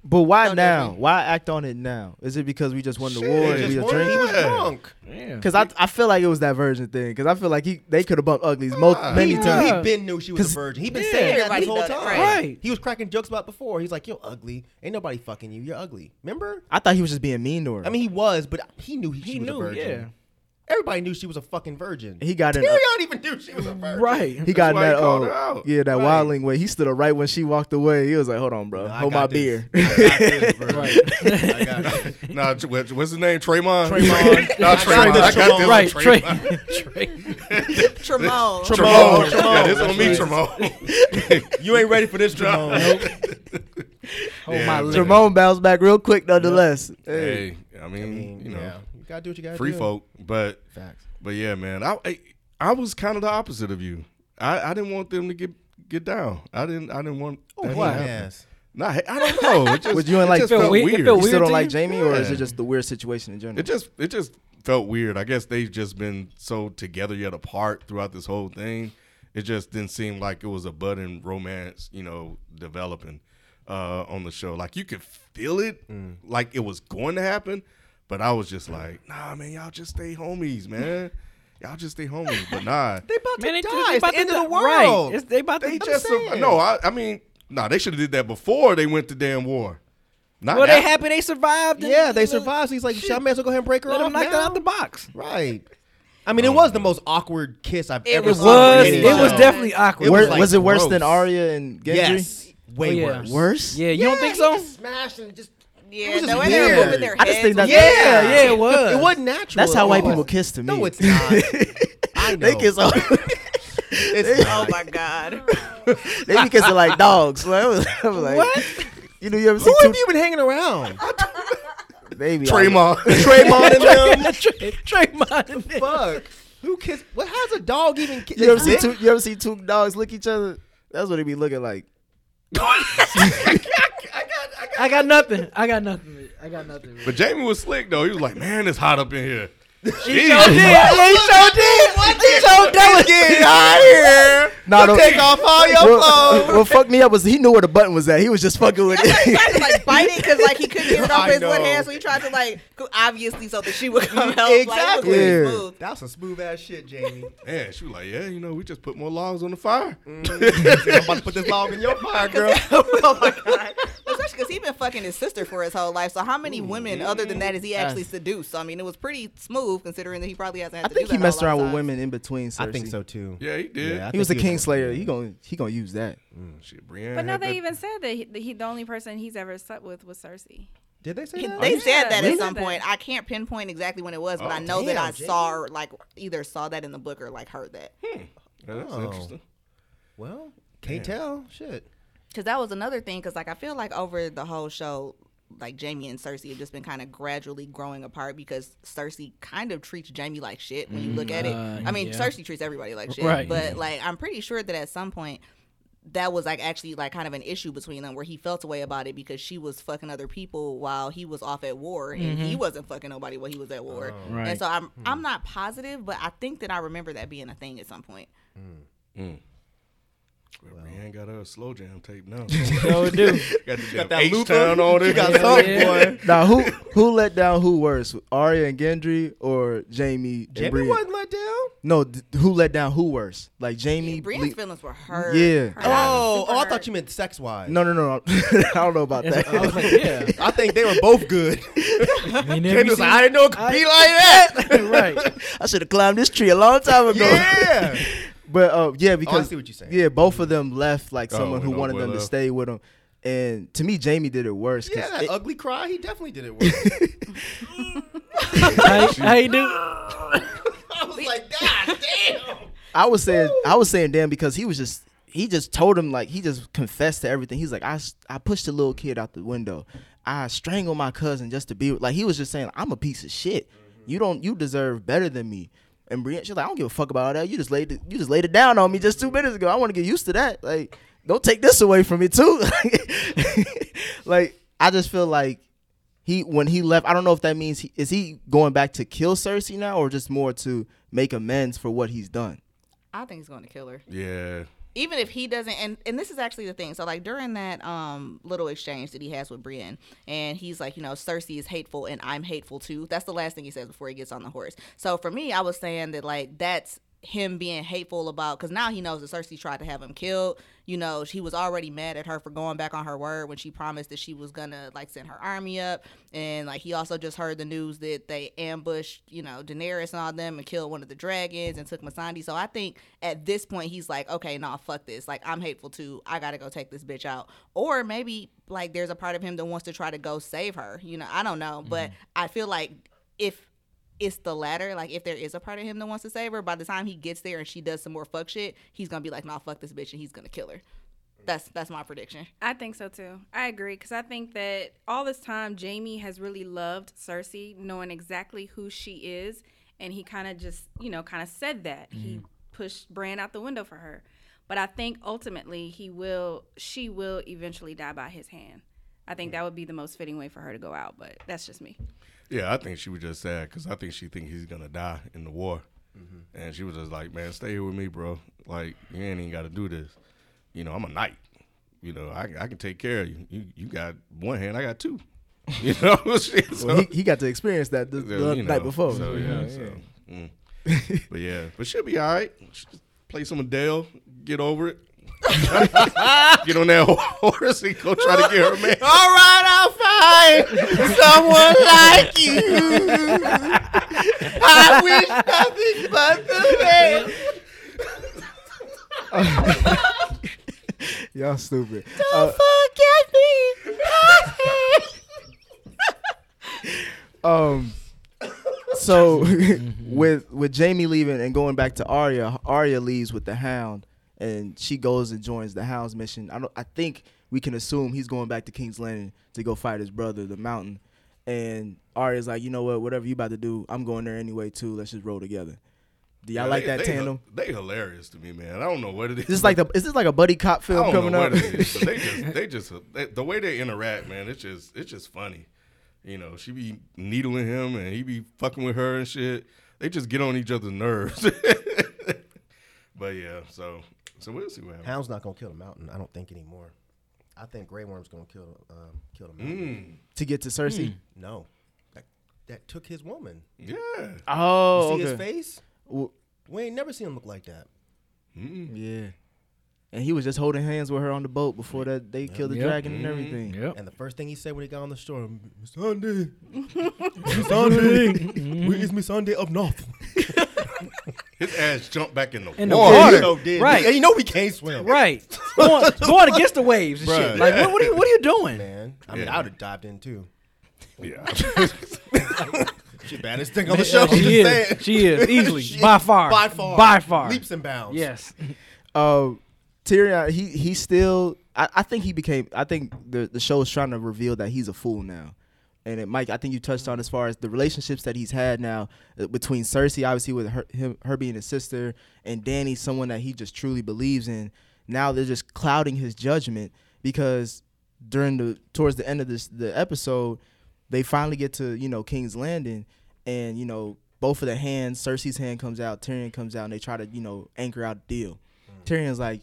Speaker 2: But why
Speaker 3: Don't do
Speaker 2: now?
Speaker 3: me.
Speaker 2: Why act on it now? Is it because we just won the
Speaker 1: Shit,
Speaker 2: war?
Speaker 1: they
Speaker 2: and
Speaker 1: just
Speaker 2: we
Speaker 1: won.
Speaker 2: drink?
Speaker 6: he was
Speaker 1: Yeah.
Speaker 6: drunk.
Speaker 4: Yeah.
Speaker 2: Cause I, I feel like it was that virgin thing. Cause I feel like he they could have bumped uglies mo- many
Speaker 6: Ah. He,
Speaker 2: times.
Speaker 6: he been knew she was
Speaker 2: Cause-
Speaker 6: a virgin. He been
Speaker 4: Yeah.
Speaker 6: saying that
Speaker 3: Everybody
Speaker 6: this whole
Speaker 3: done it,
Speaker 6: time.
Speaker 3: right.
Speaker 4: Right.
Speaker 6: He was cracking jokes about before. He's like, "You're ugly. Ain't nobody fucking you. You're ugly." Remember?
Speaker 2: I thought he was just being mean to her.
Speaker 6: I mean, he was, but he knew he,
Speaker 4: He
Speaker 6: she was a
Speaker 4: knew.
Speaker 6: virgin.
Speaker 4: Yeah.
Speaker 6: Everybody knew she was a fucking virgin.
Speaker 2: he got in.
Speaker 6: Tyrion
Speaker 2: a-
Speaker 6: even knew she was a virgin.
Speaker 4: Right.
Speaker 2: he got in
Speaker 1: why he
Speaker 2: that
Speaker 1: called
Speaker 2: uh,
Speaker 1: her out.
Speaker 2: yeah that
Speaker 6: Right.
Speaker 2: wildling way. He stood up right when she walked away. He was like, "Hold on, bro,
Speaker 6: I
Speaker 2: hold
Speaker 6: got
Speaker 2: my
Speaker 6: this.
Speaker 2: beer."
Speaker 6: I got this, bro.
Speaker 4: Right.
Speaker 6: I got this.
Speaker 1: nah, Tr- what- what's his name? Traymon.
Speaker 4: Traymon.
Speaker 1: nah, Traymon. I
Speaker 6: this,
Speaker 1: got this.
Speaker 4: right.
Speaker 1: one,
Speaker 4: Trey.
Speaker 1: Traymon.
Speaker 4: Trey.
Speaker 3: Tremone.
Speaker 1: Tremone.
Speaker 6: Tremone.
Speaker 1: Yeah, this on me,
Speaker 6: Tremone.
Speaker 1: Tremone.
Speaker 6: You ain't ready for this, Jamon.
Speaker 4: Oh
Speaker 1: Yeah,
Speaker 4: my
Speaker 1: man.
Speaker 4: lord.
Speaker 2: Ramon bounced back real quick, nonetheless. Hey.
Speaker 1: Hey, I mean, you know,
Speaker 6: yeah. you gotta do what you gotta
Speaker 1: free
Speaker 6: do.
Speaker 1: folk, but
Speaker 6: Facts.
Speaker 1: But yeah, man, I I, I was kind of the opposite of you. I, I didn't want them to get get down. I didn't I didn't want. Oh,
Speaker 6: Why? Yes.
Speaker 1: Nah, I don't know. It just,
Speaker 2: Would you and
Speaker 1: it
Speaker 2: like
Speaker 1: just
Speaker 4: feel
Speaker 1: felt
Speaker 4: weird- it
Speaker 1: weird.
Speaker 4: felt
Speaker 2: You
Speaker 4: weird
Speaker 2: still
Speaker 4: to
Speaker 2: don't like
Speaker 4: you?
Speaker 2: Jamie, or is
Speaker 1: Yeah.
Speaker 2: it just the weird situation in general?
Speaker 1: It just it just felt weird. I guess they've just been so together yet apart throughout this whole thing. It just didn't seem like it was a budding romance, you know, developing uh, on the show. Like you could feel it,
Speaker 6: Mm.
Speaker 1: like it was going to happen. But I was just like, nah, man, y'all just stay homies, man. y'all just stay homies. But nah,
Speaker 6: They about to
Speaker 4: Man, they,
Speaker 6: die.
Speaker 4: they
Speaker 6: It's
Speaker 4: about
Speaker 6: the end
Speaker 4: to
Speaker 6: of the
Speaker 4: die. Right.
Speaker 6: world.
Speaker 4: It's- they about
Speaker 1: They
Speaker 4: to
Speaker 1: just
Speaker 6: saying.
Speaker 1: no. I, I mean, nah. They should have did that before they went to damn war. Not
Speaker 4: Well, they
Speaker 1: after.
Speaker 4: happy they survived. and-
Speaker 6: Yeah, they survived. So he's like, shit, I may as well go ahead and break her
Speaker 4: Let
Speaker 6: off
Speaker 4: them knock that
Speaker 6: now.
Speaker 4: out the box.
Speaker 6: Right. I mean, it was the most awkward kiss I've
Speaker 3: It
Speaker 6: ever
Speaker 4: It
Speaker 3: was
Speaker 6: seen.
Speaker 4: was.
Speaker 6: on any
Speaker 4: It
Speaker 3: Yeah.
Speaker 4: was
Speaker 6: show.
Speaker 4: definitely awkward.
Speaker 6: It
Speaker 2: Wor-
Speaker 6: was
Speaker 2: was,
Speaker 6: like
Speaker 2: it worse than
Speaker 6: gross.
Speaker 2: Arya and Gendry?
Speaker 6: Yes.
Speaker 4: Oh,
Speaker 6: Way
Speaker 4: yeah.
Speaker 6: worse.
Speaker 2: Worse?
Speaker 4: Yeah, you don't think so?
Speaker 6: Smashed and just.
Speaker 3: Yeah,
Speaker 6: was
Speaker 3: the
Speaker 6: just
Speaker 3: way they were
Speaker 6: weird.
Speaker 3: moving their
Speaker 2: I
Speaker 3: heads.
Speaker 2: just think
Speaker 3: was
Speaker 2: that's-
Speaker 4: Yeah,
Speaker 6: Yeah.
Speaker 4: yeah, it was.
Speaker 6: It wasn't natural.
Speaker 2: That's how
Speaker 6: at
Speaker 2: white
Speaker 6: all.
Speaker 2: people kiss to me.
Speaker 6: No, it's not. I know.
Speaker 2: they kiss all.
Speaker 6: It's
Speaker 3: Oh
Speaker 6: not.
Speaker 3: my god.
Speaker 2: they be kissing like dogs. Like, I was, I was like,
Speaker 4: What?
Speaker 2: You know, you ever see
Speaker 6: Who
Speaker 2: two?
Speaker 6: have you been hanging around?
Speaker 2: They be like-
Speaker 1: Tremont.
Speaker 6: Traymond and them.
Speaker 4: Trey- Tremont.
Speaker 6: Fuck. Who kiss? What? How's a dog even kiss?
Speaker 2: You ever see two? You ever see two dogs lick each other? That's what they be looking like.
Speaker 4: I got nothing. I got nothing. I got nothing.
Speaker 1: But Jamie was slick though. He was like, "Man, it's hot up in here."
Speaker 4: He sure did. Yeah, he sure did. He sure did.
Speaker 6: Get out of here!
Speaker 2: Nah,
Speaker 6: You
Speaker 2: don't-
Speaker 6: take off all your
Speaker 2: What,
Speaker 6: clothes.
Speaker 2: what fucked me up was he knew where the button was at. He was just fucking with
Speaker 3: He
Speaker 2: it.
Speaker 3: tried to like bite it because like he couldn't get it off
Speaker 6: I
Speaker 3: his one
Speaker 6: know.
Speaker 3: hand, so he tried to like go- obviously so that she would come help. Like, it was
Speaker 6: Exactly.
Speaker 2: Yeah.
Speaker 3: really smooth.
Speaker 6: That's some smooth ass shit, Jamie.
Speaker 1: Man, she was like, "Yeah, you know, we just put more logs on the fire."
Speaker 6: I'm about to put this log in your pie, girl.
Speaker 3: oh my god! Especially because he's been fucking his sister for his whole life. So how many women other than that is he actually seduced? So I mean, it was pretty smooth considering that he probably hasn't. Had
Speaker 2: I
Speaker 3: to
Speaker 2: think
Speaker 3: do
Speaker 2: he
Speaker 3: that a
Speaker 2: messed
Speaker 3: lot of
Speaker 2: around with
Speaker 3: times.
Speaker 2: women in between. Cersei.
Speaker 6: I think so too.
Speaker 1: Yeah, he did.
Speaker 6: Yeah, I
Speaker 2: He was a
Speaker 6: think
Speaker 2: king slayer. He gonna he gonna use that.
Speaker 1: Shit, Brienne
Speaker 5: But now
Speaker 1: had
Speaker 5: they
Speaker 1: that-
Speaker 5: even said that he, that he the only person he's ever slept with was Cersei.
Speaker 6: Did they say that?
Speaker 3: They
Speaker 2: Oh,
Speaker 5: Yeah,
Speaker 3: said that
Speaker 5: they
Speaker 3: at some
Speaker 5: said that.
Speaker 3: point. I can't pinpoint exactly when it was, but
Speaker 1: Oh,
Speaker 3: I know that
Speaker 6: damn,
Speaker 3: I
Speaker 6: Jamie.
Speaker 3: saw or, like either saw that in the book or like heard that.
Speaker 1: Yeah, that's
Speaker 6: Oh.
Speaker 1: interesting.
Speaker 6: Well, can't tell. Shit.
Speaker 3: Because that was another thing. Because like I feel like over the whole show, like Jamie and Cersei have just been kind of gradually growing apart because Cersei kind of treats Jamie like shit when you look at it.
Speaker 4: uh,
Speaker 3: I mean,
Speaker 4: yeah.
Speaker 3: Cersei treats everybody like shit,
Speaker 4: Right.
Speaker 3: but like I'm pretty sure that at some point. That was like actually like kind of an issue between them where he felt a way about it because she was fucking other people while he was off at war and he wasn't fucking nobody while he was at war.
Speaker 4: Mm-hmm. Right.
Speaker 3: And so I'm I'm not positive, but I think that I remember that being a thing at some point.
Speaker 1: But Brienne got her a slow jam tape now.
Speaker 4: No, dude.
Speaker 1: got the damn
Speaker 6: that
Speaker 1: H
Speaker 6: looper.
Speaker 1: town on it.
Speaker 6: got something, boy.
Speaker 2: Now who who let down who worse? Arya and Gendry or Jamie and
Speaker 6: Jamie
Speaker 2: Brienne?
Speaker 6: wasn't let down.
Speaker 2: No, d- who let down who worse? Like Jamie.
Speaker 3: Brienne's
Speaker 2: Ble-
Speaker 3: feelings were hurt.
Speaker 2: Yeah.
Speaker 6: Oh,
Speaker 5: Her- super
Speaker 6: oh, I
Speaker 5: hurt.
Speaker 6: thought you meant sex wise.
Speaker 2: no, no, no. I don't know about
Speaker 4: I was
Speaker 2: that.
Speaker 4: like, yeah.
Speaker 6: I think they were both good.
Speaker 4: You never
Speaker 6: Jamie
Speaker 4: seen-
Speaker 6: was like, I didn't know it could be like that.
Speaker 4: right.
Speaker 2: I should have climbed this tree a long time ago.
Speaker 6: yeah. Oh,
Speaker 2: But uh, yeah, because
Speaker 6: see what you're saying.
Speaker 2: Yeah, both of them left like
Speaker 1: Oh,
Speaker 2: someone who
Speaker 1: and
Speaker 2: wanted
Speaker 1: Old Boy
Speaker 2: them to
Speaker 1: left.
Speaker 2: stay with them. And to me, Jamie did it worse. 'cause
Speaker 6: Yeah, that
Speaker 2: it-
Speaker 6: ugly cry. He definitely did it worse.
Speaker 4: How, how you do?
Speaker 6: I was like, God damn.
Speaker 2: I was saying, I was saying, damn, because he was just, he just told him like he just confessed to everything. He's like, I, s- I pushed the little kid out the window. I strangled my cousin just to be with-" like he was just saying, I'm a piece of shit. You don't, you deserve better than me. And Brienne, she's like, I don't give a fuck about all that. You just laid, it, you just laid it down on me just two minutes ago. I want to get used to that. Like, don't take this away from me too. like, I just feel like he when he left, I don't know if that means he, is he going back to kill Cersei now or just more to make amends for what he's done.
Speaker 3: I think he's going to kill her.
Speaker 1: Yeah.
Speaker 3: even if he doesn't and and this is actually the thing so like during that um little exchange that he has with brienne and he's like you know cersei is hateful and i'm hateful too that's the last thing he says before he gets on the horse so for me i was saying that like that's him being hateful about because now he knows that cersei tried to have him killed you know he was already mad at her for going back on her word when she promised that she was gonna like send her army up and like he also just heard the news that they ambushed you know daenerys and all them and killed one of the dragons and took Masandi. so i think at this point he's like okay nah fuck this like i'm hateful too i gotta go take this bitch out or maybe like there's a part of him that wants to try to go save her you know i don't know but i feel like if it's the latter. Like if there is a part of him that wants to save her, by the time he gets there and she does some more fuck shit, he's gonna be like, "Nah, fuck this bitch," and he's gonna kill her. That's that's my prediction.
Speaker 5: I think so too. I agree because I think that all this time Jamie has really loved Cersei, knowing exactly who she is, and he kind of just, you know, kind of said that he pushed Bran out the window for her. But I think ultimately he will, she will eventually die by his hand. I think that would be the most fitting way for her to go out, but that's just me.
Speaker 1: Yeah, I think she was just sad because I think she think he's gonna die in the war,
Speaker 2: Mm-hmm.
Speaker 1: and she was just like, "Man, stay here with me, bro. Like, you ain't even got to do this. You know, I'm a knight. You know, I, I can take care of you. you. You got one hand, I got two. You know, Shit, so-
Speaker 2: Well, he, he got to experience that the,
Speaker 1: so,
Speaker 2: the
Speaker 1: you
Speaker 2: night
Speaker 1: know,
Speaker 2: before.
Speaker 1: So yeah, so. mm. but yeah, but she'll be all right. She'll Play some Adele, get over it. get on that horse and go try to get her man.
Speaker 6: All right, I'll find someone like you. I wish nothing but the best.
Speaker 2: Y'all stupid. Uh,
Speaker 6: Forget
Speaker 2: um, so
Speaker 1: Mm-hmm.
Speaker 2: with with Jamie leaving and going back to Arya, Arya leaves with the Hound, and she goes and joins the Hound's mission. I don't. I think we can assume he's going back to King's Landing to go fight his brother, the Mountain. And Arya's like, you know what? Whatever you about to do, I'm going there anyway too. Let's just roll together. Do y'all like
Speaker 1: they-
Speaker 2: that
Speaker 1: they,
Speaker 2: tandem?
Speaker 1: They hilarious to me, man. I don't know what it is.
Speaker 2: This is like the is this like a buddy cop
Speaker 1: I
Speaker 2: film
Speaker 1: don't
Speaker 2: coming
Speaker 1: know
Speaker 2: up?
Speaker 1: what it is, but they just they just they, the way they interact, man. It's just it's just funny. You know, she be needling him and he be fucking with her and shit. They just get on each other's nerves. but yeah, so so we'll see what happens.
Speaker 6: Hound's not gonna kill the mountain. I don't think anymore. I think Grey Worm's gonna kill um, kill the mountain.
Speaker 1: Mm,
Speaker 2: to get to Cersei.
Speaker 6: No, that, that took his woman.
Speaker 1: yeah.
Speaker 6: You
Speaker 2: Oh,
Speaker 6: see his
Speaker 2: okay.
Speaker 6: face?
Speaker 1: Hmm.
Speaker 2: Well,
Speaker 6: We ain't never seen him look like that.
Speaker 1: Mm.
Speaker 2: yeah. And he was just holding hands with her on the boat before that they killed the
Speaker 4: Yep.
Speaker 2: dragon and everything.
Speaker 4: Yep.
Speaker 6: And the first thing he said when he got on the shore, Miss Sunday, Miss Sunday, where is Miss Sunday up north?
Speaker 1: His ass jumped back in the
Speaker 4: In the
Speaker 1: water.
Speaker 4: water.
Speaker 6: So did.
Speaker 4: Right.
Speaker 6: And you know we can't swim,
Speaker 4: Right. going, going against the waves and
Speaker 1: Bruh.
Speaker 4: shit. Like, what, what, are you, what are you doing?
Speaker 6: Man, I mean,
Speaker 1: Yeah.
Speaker 6: I would have dived in too.
Speaker 1: Yeah.
Speaker 6: She baddest thing on the
Speaker 4: Yeah,
Speaker 6: show. I'm just
Speaker 4: she is.
Speaker 6: saying.
Speaker 4: She is easily
Speaker 6: She-
Speaker 4: by far.
Speaker 6: by far,
Speaker 4: By far.
Speaker 6: leaps and bounds.
Speaker 4: Yes.
Speaker 2: Uh, Tyrion, he he still. I, I think he became. I think the the show is trying to reveal that he's a fool now. And it, Mike, I think you touched on as far as the relationships that he's had now uh, between Cersei, obviously with her, him, her being his sister, and Danny, someone that he just truly believes in. Now they're just clouding his judgment because during the towards the end of this the episode, they finally get to you know King's Landing, and you know both of the hands, Cersei's hand comes out, Tyrion comes out, and they try to you know anchor out the deal.
Speaker 1: Mm.
Speaker 2: Tyrion's like,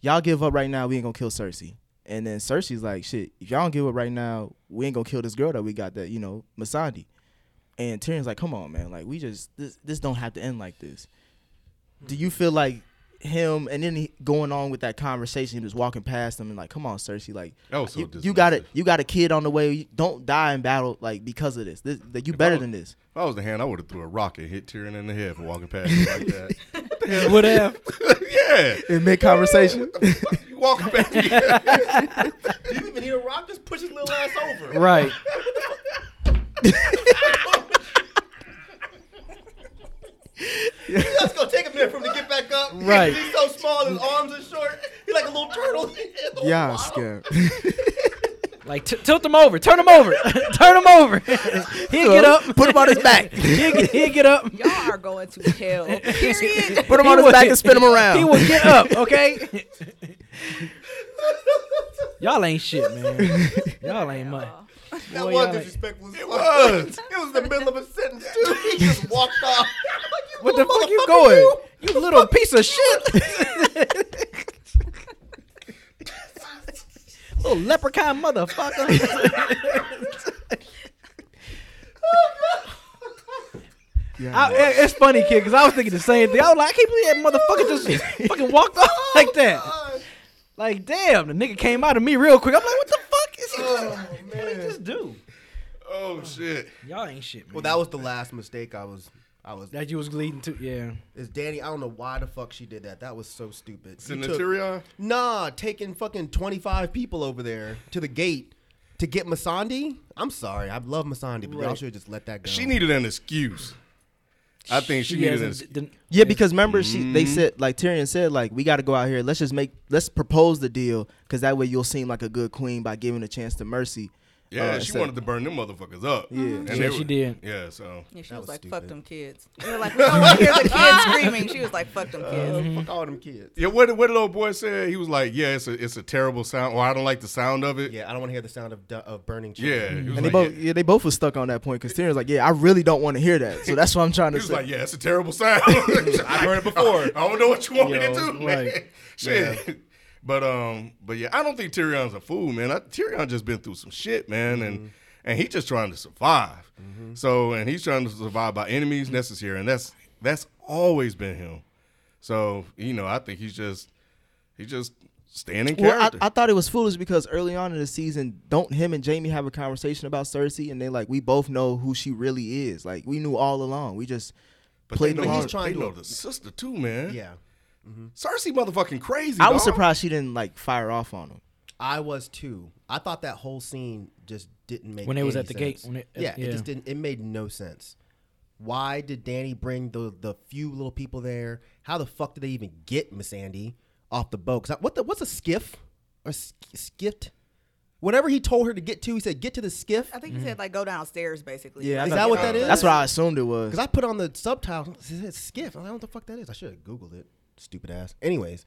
Speaker 2: y'all give up right now, we ain't gonna kill Cersei. And then Cersei's like, shit, if y'all don't give up right now, we ain't gonna kill this girl that we got that you know Masandi. And Tyrion's like, come on, man, like we just this this don't have to end like this. Do you feel like him and then he, going on with that conversation, him just walking past him and like, come on, Cersei, like
Speaker 1: That was so
Speaker 2: you, you got it,
Speaker 1: dismissive.
Speaker 2: you got a kid on the way, you- don't die in battle like because of this. This like, you
Speaker 1: I
Speaker 2: better
Speaker 1: was-
Speaker 2: than this.
Speaker 1: If I was the hand, I would have threw a rock and hit Tyrion in the head for walking past me like that.
Speaker 4: Would have.
Speaker 1: yeah.
Speaker 2: In mid conversation,
Speaker 1: You walking past me. Yeah.
Speaker 6: Did you even hear Rock just push his little ass over?
Speaker 4: Right.
Speaker 6: That's gonna take a minute for him to get back up.
Speaker 4: Right.
Speaker 6: He's so small, his arms are short. He's like a little turtle.
Speaker 2: yeah, scared.
Speaker 4: Like, t- tilt him over. Turn him over. Turn him over. He'll get up.
Speaker 2: Put him on his back.
Speaker 4: He'll get, he'll get up.
Speaker 3: Y'all are going to hell. Period.
Speaker 2: Put him
Speaker 4: He
Speaker 2: on his
Speaker 4: would-
Speaker 2: back and spin him around.
Speaker 4: He will get up, okay? Y'all ain't shit, man. Y'all ain't much.
Speaker 6: That
Speaker 4: Boy,
Speaker 6: was
Speaker 4: y'all ain't-
Speaker 6: disrespectful. as fuck. It
Speaker 1: was.
Speaker 6: It was the middle of a sentence too. He just walked off.
Speaker 4: What the fuck you going? You little piece of shit. little leprechaun motherfucker. I,
Speaker 2: Yeah.
Speaker 4: it- it's funny, kid, because I was thinking the same thing. I was like, I can't believe that motherfucker just fucking walked off like that. Like, damn, the nigga came out of me real quick. I'm like, what the fuck is he? what did he just do?
Speaker 1: Oh shit.
Speaker 4: Y'all ain't shit, man.
Speaker 6: Well, that was the last mistake I was. I was.
Speaker 4: that you was leading to, yeah.
Speaker 6: Is Danny? I don't know why the fuck she did that. That was so stupid. You
Speaker 1: Send the
Speaker 6: took-
Speaker 1: Tyrion.
Speaker 6: Nah, taking fucking 25 people over there to the gate to get Masandi? I'm sorry. I love Masandi, but y'all
Speaker 4: Right.
Speaker 6: should have just let that go.
Speaker 1: She needed an excuse. I think she, needed an
Speaker 4: hasn't-
Speaker 1: excuse.
Speaker 4: didn't-
Speaker 2: Yeah, because remember she
Speaker 1: Mm-hmm.
Speaker 2: they said like Tyrion said like we got to go out here. Let's just make let's propose the deal because that way you'll seem like a good queen by giving a chance to Mercy.
Speaker 1: Yeah,
Speaker 2: Uh,
Speaker 1: she
Speaker 2: so-
Speaker 1: wanted to burn them motherfuckers up. Yeah, and
Speaker 4: Yeah,
Speaker 1: they
Speaker 4: she
Speaker 1: were-
Speaker 4: did.
Speaker 1: Yeah, so
Speaker 3: Yeah, she
Speaker 6: That
Speaker 3: was,
Speaker 6: was
Speaker 3: like,
Speaker 6: stupid.
Speaker 3: "Fuck them kids." They were like, "We don't want to hear the kids screaming." She was like, "Fuck them kids."
Speaker 6: Fuck all them kids.
Speaker 1: yeah, what what did old boy said? He was like, yeah, it's a it's a terrible sound, or I don't like the sound of it.
Speaker 6: Yeah, I don't want to hear the sound of, du- of burning
Speaker 1: yeah.
Speaker 6: children.
Speaker 1: He was
Speaker 2: And they
Speaker 1: like,
Speaker 2: both
Speaker 1: yeah.
Speaker 2: yeah. they both were stuck on that point because Tyrion's like yeah I really don't want to hear that so that's what I'm trying
Speaker 1: He
Speaker 2: to
Speaker 1: was
Speaker 2: say.
Speaker 1: like, yeah, it's a terrible sound. I've heard it before. I don't know what you want me to
Speaker 4: Yo,
Speaker 1: do, man.
Speaker 4: right.
Speaker 1: Shit. But um, but yeah, I don't think Tyrion's a fool, man. I, Tyrion just been through some shit, man,
Speaker 2: Mm-hmm.
Speaker 1: and and he just trying to survive. So and he's trying to survive by any means necessary, and that's that's always been him. So you know, I think he's just he's just staying in
Speaker 2: Well,
Speaker 1: character.
Speaker 2: I, I thought it was foolish because early on in the season, don't him and Jamie have a conversation about Cersei, and they like we both know who she really is. Like we knew all along. We just
Speaker 1: but
Speaker 2: played
Speaker 1: they
Speaker 2: the
Speaker 1: know,
Speaker 2: long.
Speaker 1: he's trying
Speaker 6: trying
Speaker 1: they
Speaker 6: to-
Speaker 1: know the sister too, man.
Speaker 6: Yeah.
Speaker 1: Cersei, motherfucking crazy.
Speaker 2: I was
Speaker 1: dog.
Speaker 2: surprised she didn't like fire off on him.
Speaker 6: I was too. I thought that whole scene just didn't make
Speaker 4: When it was
Speaker 6: any
Speaker 4: at the gate,
Speaker 6: sense.
Speaker 4: when it-
Speaker 6: yeah,
Speaker 4: yeah.
Speaker 6: it just didn't. It made no sense. Why did Danny bring the the few little people there? How the fuck did they even get Miss Andy off the boat? 'Cause I- what the what's a skiff? A sk- skift? Whatever he told her to get to, he said, "Get to the skiff."
Speaker 3: I think you said like go downstairs basically.
Speaker 2: Yeah, I
Speaker 3: Like,
Speaker 2: thought-
Speaker 6: that what
Speaker 3: you know,
Speaker 6: that is?
Speaker 2: That's what I assumed it was.
Speaker 6: Because I put on the subtitle, it said skiff. I'm like, I don't know what the fuck that is. I should have Googled it. Stupid ass. Anyways,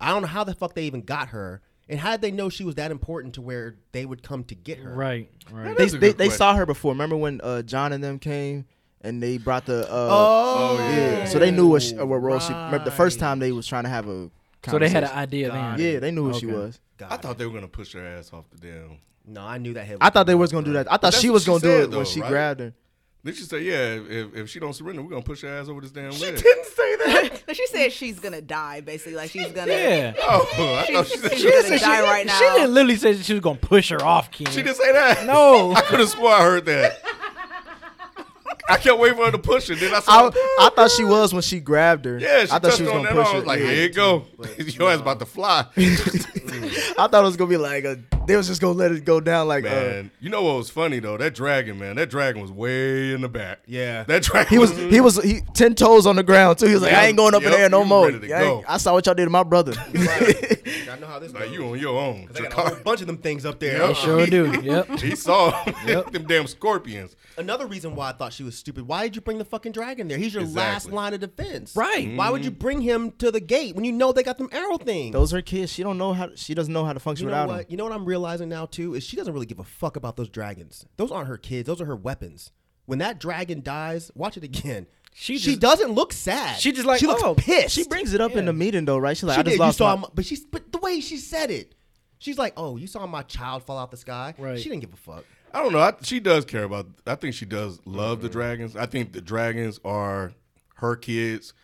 Speaker 6: I don't know how the fuck they even got her. And how did they know she was that important to where they would come to get her?
Speaker 4: Right, right.
Speaker 2: they
Speaker 1: That's a
Speaker 2: they,
Speaker 1: good
Speaker 2: they
Speaker 1: question.
Speaker 2: saw her before. Remember when uh, John and them came and they brought the. Uh,
Speaker 6: Oh,
Speaker 1: Oh,
Speaker 2: yeah.
Speaker 1: yeah.
Speaker 2: So they knew what, she, what role she. Remember the first time they was trying to have a.
Speaker 4: So they had an
Speaker 2: conversation.
Speaker 4: idea
Speaker 6: God.
Speaker 4: then.
Speaker 2: Yeah, they knew who she
Speaker 4: Okay.
Speaker 2: was.
Speaker 6: God.
Speaker 1: I thought they were gonna push her ass off the damn.
Speaker 6: No, I knew that. Hit
Speaker 2: I thought they was gonna do that. I thought
Speaker 1: that's
Speaker 2: she
Speaker 1: what
Speaker 2: was
Speaker 1: she
Speaker 2: gonna do
Speaker 1: said,
Speaker 2: it
Speaker 1: though,
Speaker 2: when she
Speaker 1: right?
Speaker 2: grabbed her.
Speaker 1: Then she said, "Yeah, if, if she don't surrender, we're gonna push her ass over this damn ledge."
Speaker 6: say that.
Speaker 3: But she said she's gonna die basically. Like she's gonna.
Speaker 4: Yeah.
Speaker 1: Oh, I thought she said
Speaker 3: She's
Speaker 1: she,
Speaker 3: gonna
Speaker 4: She,
Speaker 3: die right now.
Speaker 4: she didn't literally say that she was gonna push her off, Ken.
Speaker 1: she didn't say that.
Speaker 4: No.
Speaker 1: I could have swore I heard that. I kept waiting for her to push it. Then I
Speaker 2: I,
Speaker 1: saw.
Speaker 2: I thought she was when she grabbed her.
Speaker 1: yeah, she
Speaker 2: I thought
Speaker 1: touched
Speaker 2: she was
Speaker 1: on that.
Speaker 2: gonna push
Speaker 1: I
Speaker 2: her.
Speaker 1: was like,
Speaker 2: Yeah.
Speaker 1: "Here you go, your ass about to fly."
Speaker 2: Uh. I thought it was gonna be like a, they was just gonna let it go down like uh,
Speaker 1: Man, you know what was funny though? That dragon, man, that dragon was way in the back.
Speaker 6: Yeah.
Speaker 1: that dragon.
Speaker 2: he was he was he, ten toes on the ground too. He was like, I ain't going up
Speaker 1: Yep,
Speaker 2: in there no
Speaker 1: you
Speaker 2: more.
Speaker 1: ready to
Speaker 2: Yeah, I ain't-
Speaker 1: go.
Speaker 2: I saw what y'all did to my brother.
Speaker 6: I know how this.
Speaker 1: like,
Speaker 6: goes.
Speaker 1: you on your own.
Speaker 6: 'Cause I got a whole
Speaker 1: Jakar-
Speaker 6: bunch of them things up there. Uh-uh.
Speaker 1: Yeah.
Speaker 4: They sure do. Yep.
Speaker 1: He saw them damn scorpions.
Speaker 6: Another reason why I thought she was stupid. Why did you bring the fucking dragon there? He's your last
Speaker 1: Exactly. Mm-hmm.
Speaker 6: line of defense.
Speaker 4: Right.
Speaker 6: Why would you bring him to the gate when you know they got them arrow things?
Speaker 2: Those are kids. She don't know how she doesn't know how to function
Speaker 6: you know
Speaker 2: without
Speaker 6: what?
Speaker 2: him.
Speaker 6: You know what I'm realizing now too is she doesn't really give a fuck about those dragons. Those aren't her kids. Those are her weapons. When that dragon dies, watch it again.
Speaker 4: She
Speaker 6: She,
Speaker 4: just-
Speaker 6: doesn't look sad.
Speaker 4: She just like,
Speaker 6: she looks
Speaker 4: oh,
Speaker 6: pissed.
Speaker 2: She brings it up in the meeting though, right? She's like,
Speaker 6: She
Speaker 2: I just
Speaker 6: did. You
Speaker 2: lost
Speaker 6: saw,
Speaker 2: my.
Speaker 6: my, but she's but the way she said it, she's like, "Oh, you saw my child fall out the sky."
Speaker 4: Right.
Speaker 6: She didn't give a fuck.
Speaker 1: I don't know. I, she does care about. I think she does love
Speaker 4: Mm-hmm.
Speaker 1: the dragons. I think the dragons are her kids.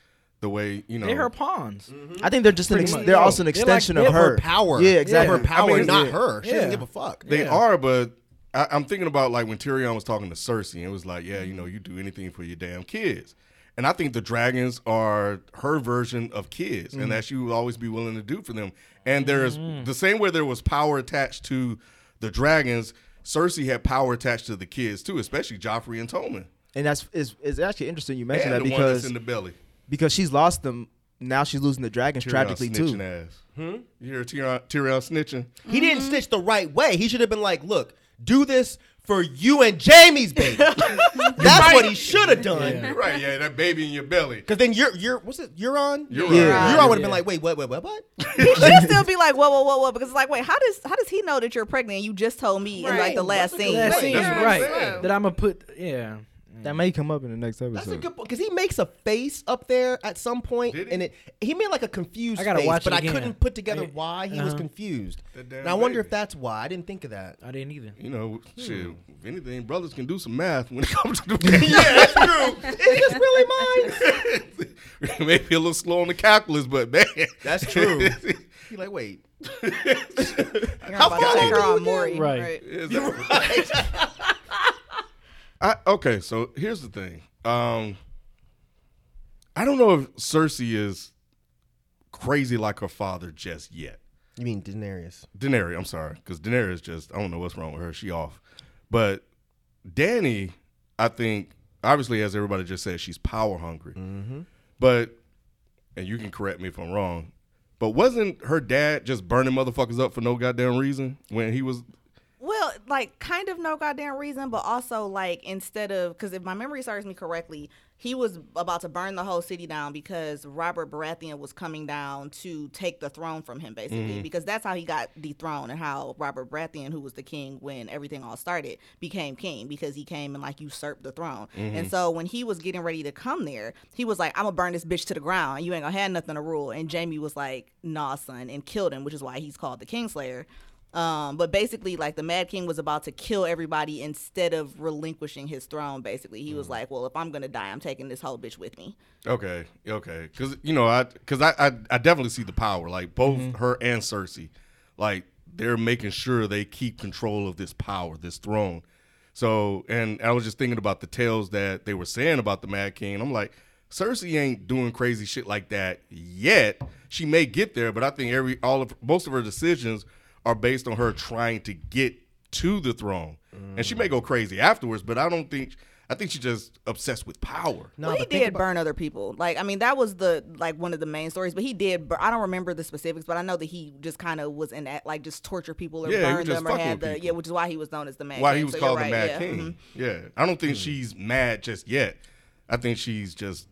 Speaker 1: The way you know,
Speaker 4: They're her pawns.
Speaker 2: I think they're just an. Ex-
Speaker 4: much.
Speaker 2: they're also an
Speaker 4: They're like-
Speaker 2: extension
Speaker 4: they're
Speaker 2: of her.
Speaker 6: Her power.
Speaker 2: Yeah, exactly.
Speaker 6: Her power,
Speaker 1: I mean,
Speaker 6: not
Speaker 1: yeah.
Speaker 6: her. She
Speaker 4: Yeah.
Speaker 6: doesn't give a fuck.
Speaker 1: they are. But I, I'm thinking about like when Tyrion was talking to Cersei and was like, "Yeah, you know,
Speaker 4: Mm-hmm.
Speaker 1: you do anything for your damn kids." And I think the dragons are her version of kids, and
Speaker 4: Mm-hmm.
Speaker 1: that she will always be willing to do for them. And there's the same way there was power attached to the dragons. Cersei had power attached to the kids too, especially Joffrey and Tommen,
Speaker 2: and that's is it's actually interesting you
Speaker 1: and
Speaker 2: mentioned
Speaker 1: the
Speaker 2: that
Speaker 1: one that's
Speaker 2: because
Speaker 1: in the belly.
Speaker 2: because she's lost them. Now she's losing the dragons
Speaker 1: Tyrion
Speaker 2: tragically
Speaker 1: snitching
Speaker 2: too.
Speaker 1: Ass. You hear Tyrion, Tyrion snitching?
Speaker 6: He didn't snitch the right way. He should have been like, "Look, do this for you and Jamie's baby." That's what he should have done.
Speaker 1: You're right, yeah, that baby in your belly.
Speaker 6: Cause then you're you're what's it? You're on. You're
Speaker 1: Euron.
Speaker 6: on.
Speaker 1: Yeah.
Speaker 6: would have been like, wait, wait, wait, what? What?
Speaker 3: He should still be like whoa whoa whoa whoa because it's like wait how does how does he know that you're pregnant? and You just told me in like
Speaker 6: Right.
Speaker 3: the last
Speaker 6: That's a
Speaker 3: scene.
Speaker 6: good
Speaker 4: That
Speaker 3: Like,
Speaker 4: seems
Speaker 1: that's what I'm
Speaker 4: right.
Speaker 1: saying.
Speaker 4: That I'm gonna put. Yeah.
Speaker 2: That may come up in the next episode.
Speaker 6: That's a good point. Cause he makes a face up there at some point,
Speaker 1: Did he?
Speaker 6: and it he made like a confused
Speaker 4: I gotta
Speaker 6: face,
Speaker 4: watch
Speaker 6: but
Speaker 4: it
Speaker 6: I
Speaker 4: again. Uh-huh.
Speaker 6: couldn't put together
Speaker 4: I-
Speaker 6: why he was confused.
Speaker 1: That damn
Speaker 6: And I wonder
Speaker 1: baby.
Speaker 6: if that's why I didn't think of that.
Speaker 4: I didn't either.
Speaker 1: You know, shit, if anything, brothers can do some math when it comes to the Yeah, that's true.
Speaker 6: Is this really mine?
Speaker 1: Maybe a little slow on the calculus, but man.
Speaker 6: That's true. He like, wait,
Speaker 3: you're
Speaker 6: How
Speaker 3: about to
Speaker 6: far
Speaker 3: take
Speaker 6: are
Speaker 3: her
Speaker 6: you
Speaker 3: on
Speaker 6: again?
Speaker 3: Maury,
Speaker 4: Right.
Speaker 1: Is that- I, okay, so here's the thing. Um, I don't know if Cersei is crazy like her father just yet.
Speaker 6: you mean Daenerys?
Speaker 1: Daenerys, I'm sorry, because Daenerys just I don't know what's wrong with her. She off, but Danny, I think obviously as everybody just said, she's power hungry. But and you can correct me if I'm wrong, but wasn't her dad just burning motherfuckers up for no goddamn reason when he was?
Speaker 3: Well, like kind of no goddamn reason, but also like instead of because if my memory serves me correctly, he was about to burn the whole city down because Robert Baratheon was coming down to take the throne from him, basically, because that's how he got dethroned and how Robert Baratheon, who was the king when everything all started, became king because he came and like usurped the throne. And so when he was getting ready to come there, he was like, "I'm gonna burn this bitch to the ground. You ain't gonna have nothing to rule." And Jamie was like, "Nah, son," and killed him, which is why he's called the Kingslayer. Um, but basically, like the Mad King was about to kill everybody instead of relinquishing his throne. Basically, he
Speaker 1: Mm.
Speaker 3: was like, "Well, if I'm gonna die, I'm taking this whole bitch with me."
Speaker 1: Okay, okay, because you know I because I, I I definitely see the power like both her and Cersei, like they're making sure they keep control of this power, this throne. So and I was just thinking about the tales that they were saying about the Mad King. I'm like, Cersei ain't doing crazy shit like that yet. She may get there, but I think every all of most of her decisions are based on her trying to get to the throne, and she may go crazy afterwards. But I don't think. I I think she's just obsessed with power.
Speaker 6: Nah,
Speaker 3: well, he
Speaker 6: but think
Speaker 3: did
Speaker 6: about-
Speaker 3: burn other people. Like, I mean, that was the like one of the main stories. But he did. Bur- I don't remember the specifics, but I know that he just kind of was in that, like, just torture people or
Speaker 1: Yeah, he was
Speaker 3: burn
Speaker 1: just
Speaker 3: them or
Speaker 1: fucking
Speaker 3: had
Speaker 1: with
Speaker 3: the
Speaker 1: people.
Speaker 3: yeah, which is why he was known as the Mad.
Speaker 1: Why
Speaker 3: King.
Speaker 1: he was
Speaker 3: So you're
Speaker 1: called
Speaker 3: right,
Speaker 1: the Mad
Speaker 3: yeah.
Speaker 1: King.
Speaker 3: Mhm.
Speaker 6: mm-hmm.
Speaker 1: Yeah, I don't
Speaker 2: Mm-hmm.
Speaker 1: think she's mad just yet. I think she's just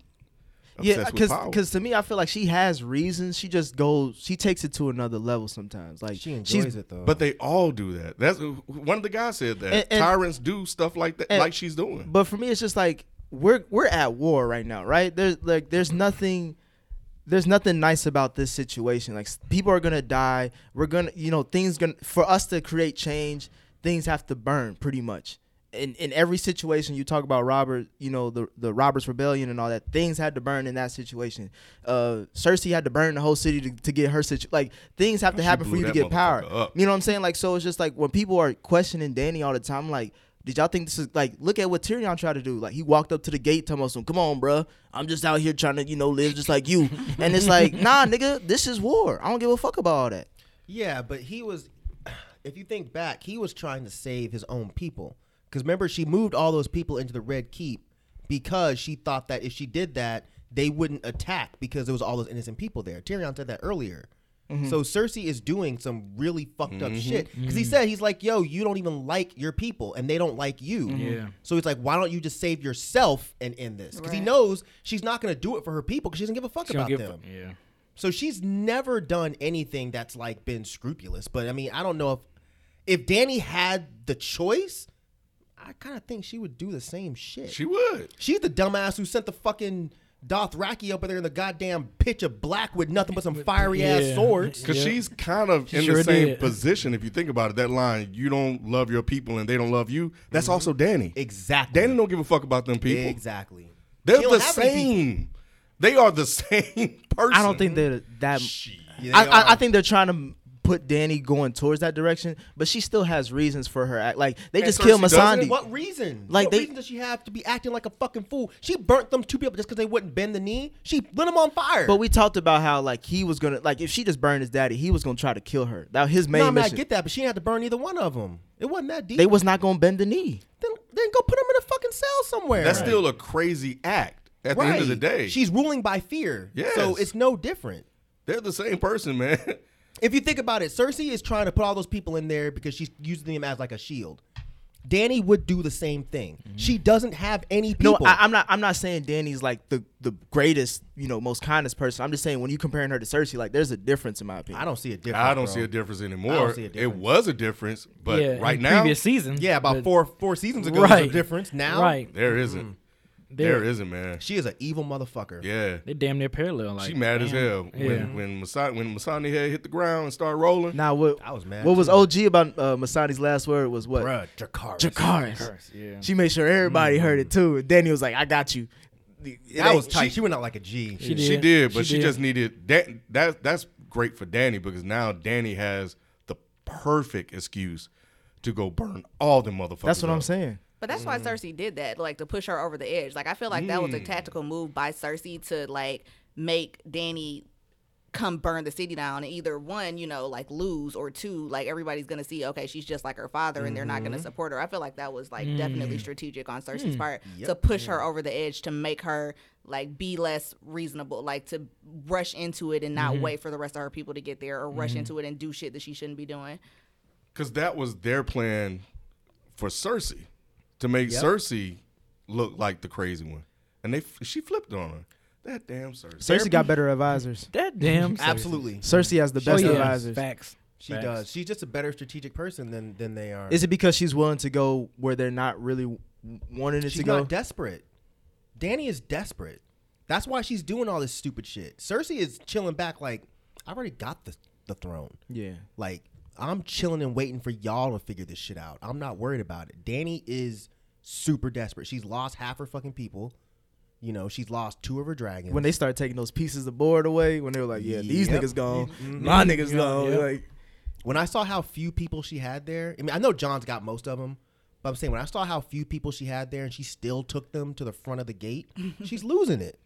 Speaker 1: obsessed
Speaker 2: Yeah,
Speaker 1: with
Speaker 2: because
Speaker 1: power.
Speaker 2: because to me, I feel like she has reasons. She just goes, she takes it to another level sometimes. Like
Speaker 6: She enjoys
Speaker 2: she's,
Speaker 6: it though.
Speaker 1: But they all do that. That's one of the guys said that
Speaker 2: And- and-
Speaker 1: tyrants do stuff like that,
Speaker 2: and-
Speaker 1: like she's doing.
Speaker 2: But for me, it's just like we're we're at war right now, right? There's like there's nothing. There's nothing nice about this situation. Like s- people are gonna die. We're gonna, you know, things gonna for us to create change. Things have to burn, pretty much. In in every situation, you talk about Robert, you know, the the Robert's Rebellion and all that. Things had to burn in that situation. Uh, Cersei had to burn the whole city to, to get her situation. Like things have to happen for
Speaker 1: blew
Speaker 2: you to
Speaker 1: that
Speaker 2: get power.
Speaker 1: motherfucker up.
Speaker 2: You know what I'm saying? Like, so it's just like when people are questioning Danny all the time, I'm like, did y'all think this is like, look at what Tyrion tried to do? Like, he walked up to the gate, telling us, come on, bruh. I'm just out here trying to, you know, live just like you. And it's like, nah, nigga, this is war. I don't give a fuck about all that.
Speaker 6: Yeah, but he was. If you think back, he was trying to save his own people. Because remember, she moved all those people into the Red Keep because she thought that if she did that, they wouldn't attack because there was all those innocent people there. Tyrion said that earlier.
Speaker 4: Mm-hmm.
Speaker 6: So Cersei is doing some really fucked up shit. Because
Speaker 4: Mm-hmm.
Speaker 6: he said he's like, "Yo, you don't even like your people, and they don't like you."
Speaker 4: Yeah.
Speaker 6: So he's like, "Why don't you just save yourself and end this?" Because he
Speaker 3: Right.
Speaker 6: knows she's not gonna do it for her people because she doesn't give a fuck
Speaker 4: She don't
Speaker 6: about
Speaker 4: give a-
Speaker 6: them.
Speaker 4: Yeah.
Speaker 6: So she's never done anything that's like been scrupulous. But I mean, I don't know if if Danny had the choice, I kind of think she would do the same shit.
Speaker 1: She would.
Speaker 6: she's the dumbass who sent the fucking Dothraki up there in the goddamn pitch of black with nothing but some fiery ass
Speaker 4: Yeah.
Speaker 6: swords.
Speaker 1: Because
Speaker 4: Yeah.
Speaker 1: she's kind of
Speaker 4: She
Speaker 1: in
Speaker 4: sure
Speaker 1: the same
Speaker 4: did.
Speaker 1: position. If you think about it, that line, you don't love your people and they don't love you, that's
Speaker 2: Mm-hmm.
Speaker 1: also Danny.
Speaker 6: Exactly.
Speaker 1: Danny don't give a fuck about them people.
Speaker 6: Exactly.
Speaker 1: They're
Speaker 6: She don't
Speaker 1: the
Speaker 6: have any people.
Speaker 1: same. They are the same person.
Speaker 2: I don't think they're that.
Speaker 1: She-
Speaker 6: Yeah,
Speaker 2: I,
Speaker 6: they
Speaker 2: I, I
Speaker 6: are.
Speaker 2: think they're trying to put Danny going towards that direction, but she still has reasons for her act. Like, they
Speaker 1: And
Speaker 2: just killed
Speaker 1: Cersei doesn't?
Speaker 2: Masandi.
Speaker 6: What reason?
Speaker 2: Like,
Speaker 6: what
Speaker 2: they-
Speaker 6: reason does she have to be acting like a fucking fool? She burnt them two people just because they wouldn't bend the knee. She lit them on fire.
Speaker 2: But we talked about how, like, he was gonna, like, if she just burned his daddy, he was gonna try to kill her. That was his main
Speaker 6: no, I, mean, I
Speaker 2: mission.
Speaker 6: get that, but she didn't have to burn either one of them. It wasn't that deep.
Speaker 2: They was not gonna bend the knee.
Speaker 6: then, then go put him in a fucking cell somewhere.
Speaker 1: That's still a crazy act at the end of the
Speaker 6: Right.
Speaker 1: day.
Speaker 6: She's ruling by fear. So
Speaker 1: Yes.
Speaker 6: it's no different.
Speaker 1: they're the same person, man.
Speaker 6: If you think about it, Cersei is trying to put all those people in there because she's using them as like a shield. Danny would do the same thing. She doesn't have any people.
Speaker 2: No, I, I'm not. I'm not saying Danny's like the the greatest, you know, most kindest person. I'm just saying when you comparing her to Cersei, like, there's a difference in my opinion.
Speaker 6: I don't see a difference.
Speaker 1: I don't
Speaker 6: bro.
Speaker 1: see a difference anymore.
Speaker 6: see a
Speaker 1: It
Speaker 6: difference.
Speaker 1: was a difference, but
Speaker 4: yeah,
Speaker 1: right
Speaker 4: in
Speaker 1: now
Speaker 4: previous season.
Speaker 6: Yeah, about
Speaker 4: but-
Speaker 6: four four seasons ago,
Speaker 4: Right.
Speaker 6: there's a difference. Now,
Speaker 4: Right.
Speaker 1: there isn't.
Speaker 4: They're,
Speaker 1: there isn't, man.
Speaker 6: She is an evil motherfucker.
Speaker 1: Yeah.
Speaker 4: They're damn near parallel. Like,
Speaker 1: she mad as
Speaker 4: damn.
Speaker 1: hell
Speaker 4: Yeah.
Speaker 1: when when Masani when Masani head hit the ground and started rolling.
Speaker 2: Now what?
Speaker 6: I was mad
Speaker 2: What was
Speaker 6: too.
Speaker 2: OG about uh, Masani's last word was what?
Speaker 6: Bruh, Mm. Dracarys.
Speaker 2: Jacaris.
Speaker 4: yeah.
Speaker 2: She made sure everybody heard it too. And Danny was like, "I got you."
Speaker 6: That was tight. She, went out like a G.
Speaker 4: She did.
Speaker 1: She did, but she,
Speaker 4: did.
Speaker 1: just needed that. That that's great for Danny because now Danny has the perfect excuse to go burn all the motherfuckers.
Speaker 2: That's what I'm
Speaker 1: up.
Speaker 2: saying.
Speaker 3: But that's why Cersei did that, like to push her over the edge. Like I feel like that was a tactical move by Cersei to like make Danny come burn the city down and either one, you know, like lose or two, like everybody's gonna see, okay, she's just like her father and they're not gonna support her. I feel like that was like definitely strategic on Cersei's part to push her over the edge to make her like be less reasonable, like to rush into it and not wait for the rest of her people to get there or rush into it and do shit that she shouldn't be doing.
Speaker 1: Because that was their plan for Cersei to make Cersei look like the crazy one, and they she flipped on her. That damn Cersei.
Speaker 2: Cersei got better advisors.
Speaker 4: That damn.
Speaker 6: Absolutely.
Speaker 2: Cersei has the
Speaker 4: Oh,
Speaker 2: best
Speaker 4: yeah.
Speaker 2: advisors.
Speaker 4: Facts.
Speaker 6: She
Speaker 4: Facts.
Speaker 6: does. She's just a better strategic person than than they are.
Speaker 2: Is it because she's willing to go where they're not really w- wanting it
Speaker 6: She's
Speaker 2: to go?
Speaker 6: not desperate. Danny is desperate. That's why she's doing all this stupid shit. Cersei is chilling back like, I already got the, the throne.
Speaker 2: yeah.
Speaker 6: Like, I'm chilling and waiting for y'all to figure this shit out. I'm not worried about it. Danny is super desperate. She's lost half her fucking people. You know, she's lost two of her dragons.
Speaker 2: when they started taking those pieces of board away, when they were like, "Yeah, these
Speaker 6: Yep.
Speaker 2: niggas gone,
Speaker 6: Mm-hmm.
Speaker 2: my niggas gone,"
Speaker 4: yeah.
Speaker 2: like,
Speaker 6: when I saw how few people she had there, I mean, I know John's got most of them, but I'm saying when I saw how few people she had there and she still took them to the front of the gate, she's losing it.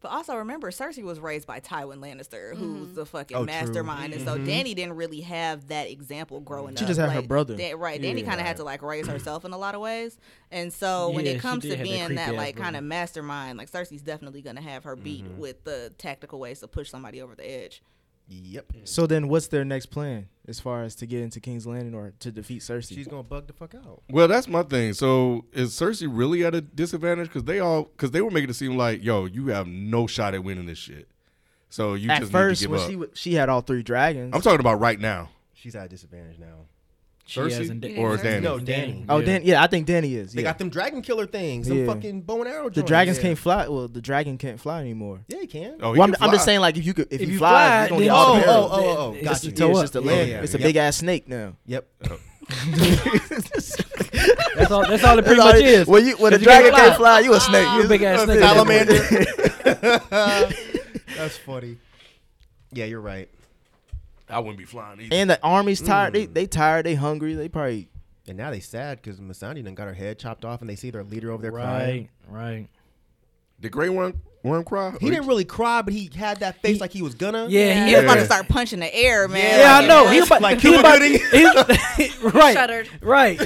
Speaker 3: But also remember, Cersei was raised by Tywin Lannister, who's the fucking
Speaker 6: Oh, true.
Speaker 3: mastermind, and so
Speaker 4: Mm-hmm.
Speaker 3: Danny didn't really have that example growing up.
Speaker 2: She just had her
Speaker 3: Like,
Speaker 2: brother.
Speaker 3: Da- right? Danny
Speaker 2: Yeah.
Speaker 3: kind of had to like raise herself in a lot of ways, and so when
Speaker 4: Yeah, she
Speaker 3: it comes
Speaker 4: did
Speaker 3: to
Speaker 4: have that
Speaker 3: being that
Speaker 4: creepy-ass
Speaker 3: like
Speaker 4: brother. Mm-hmm.
Speaker 3: kind of mastermind, like Cersei's definitely gonna have her beat with the tactical ways to push somebody over the edge.
Speaker 6: Yep.
Speaker 2: So then, what's their next plan as far as to get into King's Landing or to defeat Cersei?
Speaker 6: She's gonna bug the fuck out.
Speaker 1: Well, that's my thing. So is Cersei really at a disadvantage? Because they all because they were making it seem like, yo, you have no shot at winning this shit. So you
Speaker 2: At
Speaker 1: just
Speaker 2: first,
Speaker 1: need to
Speaker 2: when
Speaker 1: give up.
Speaker 2: she wa- she had all three dragons.
Speaker 1: I'm talking about right now.
Speaker 6: She's at a disadvantage now.
Speaker 4: She
Speaker 1: Cersei
Speaker 4: hasn't did-
Speaker 1: or
Speaker 5: Yeah,
Speaker 1: Danny?
Speaker 6: No, Danny.
Speaker 2: oh, Dan. Yeah, I think Danny is.
Speaker 6: They
Speaker 2: yeah.
Speaker 6: got them dragon killer things. Some
Speaker 2: Yeah.
Speaker 6: fucking bow and arrow.
Speaker 2: the
Speaker 6: joints.
Speaker 2: dragons
Speaker 6: yeah.
Speaker 2: can't fly. Well, the dragon can't fly anymore.
Speaker 6: Yeah, you can.
Speaker 1: Oh, he
Speaker 2: Well, I'm,
Speaker 1: can
Speaker 2: I'm just
Speaker 1: fly.
Speaker 2: saying, like, if you could, if,
Speaker 4: If
Speaker 2: you
Speaker 4: you
Speaker 2: fly,
Speaker 4: fly,
Speaker 2: you're gonna
Speaker 4: then-
Speaker 2: get all
Speaker 6: oh,
Speaker 2: the
Speaker 6: oh,
Speaker 2: perils.
Speaker 6: oh, oh,
Speaker 4: It's
Speaker 6: got
Speaker 4: just a
Speaker 6: you.
Speaker 2: So
Speaker 4: toe
Speaker 2: it's
Speaker 4: up.
Speaker 2: just a
Speaker 6: Yeah,
Speaker 2: leg.
Speaker 6: yeah,
Speaker 2: it's a
Speaker 6: yeah.
Speaker 2: big ass snake now.
Speaker 6: Yep.
Speaker 4: That's all. That's all it pretty
Speaker 2: Like,
Speaker 4: much is.
Speaker 2: When, you, when a
Speaker 4: If you can't
Speaker 2: dragon can't fly,
Speaker 4: fly,
Speaker 2: you a snake.
Speaker 4: you a big ass snake. at that point.
Speaker 6: Salamander. That's funny. Yeah, you're right.
Speaker 1: I wouldn't be flying either.
Speaker 2: And the army's tired. They they tired. They hungry. They probably
Speaker 6: And now they sad because Masani done got her head chopped off, and they see their leader over there crying.
Speaker 4: Right. Right.
Speaker 1: Did Grey Worm Worm cry? Oh,
Speaker 6: He didn't really cry, but he had that face like he was gonna.
Speaker 4: Yeah. He
Speaker 3: He was about
Speaker 1: Yeah.
Speaker 3: to start punching the air, man.
Speaker 4: Yeah,
Speaker 3: Like,
Speaker 4: I
Speaker 3: it
Speaker 4: know.
Speaker 3: was-
Speaker 4: He about
Speaker 6: Like
Speaker 4: he
Speaker 6: Cuba
Speaker 4: about,
Speaker 6: Gooding.
Speaker 4: he's- right.
Speaker 5: Shuddered.
Speaker 4: Right.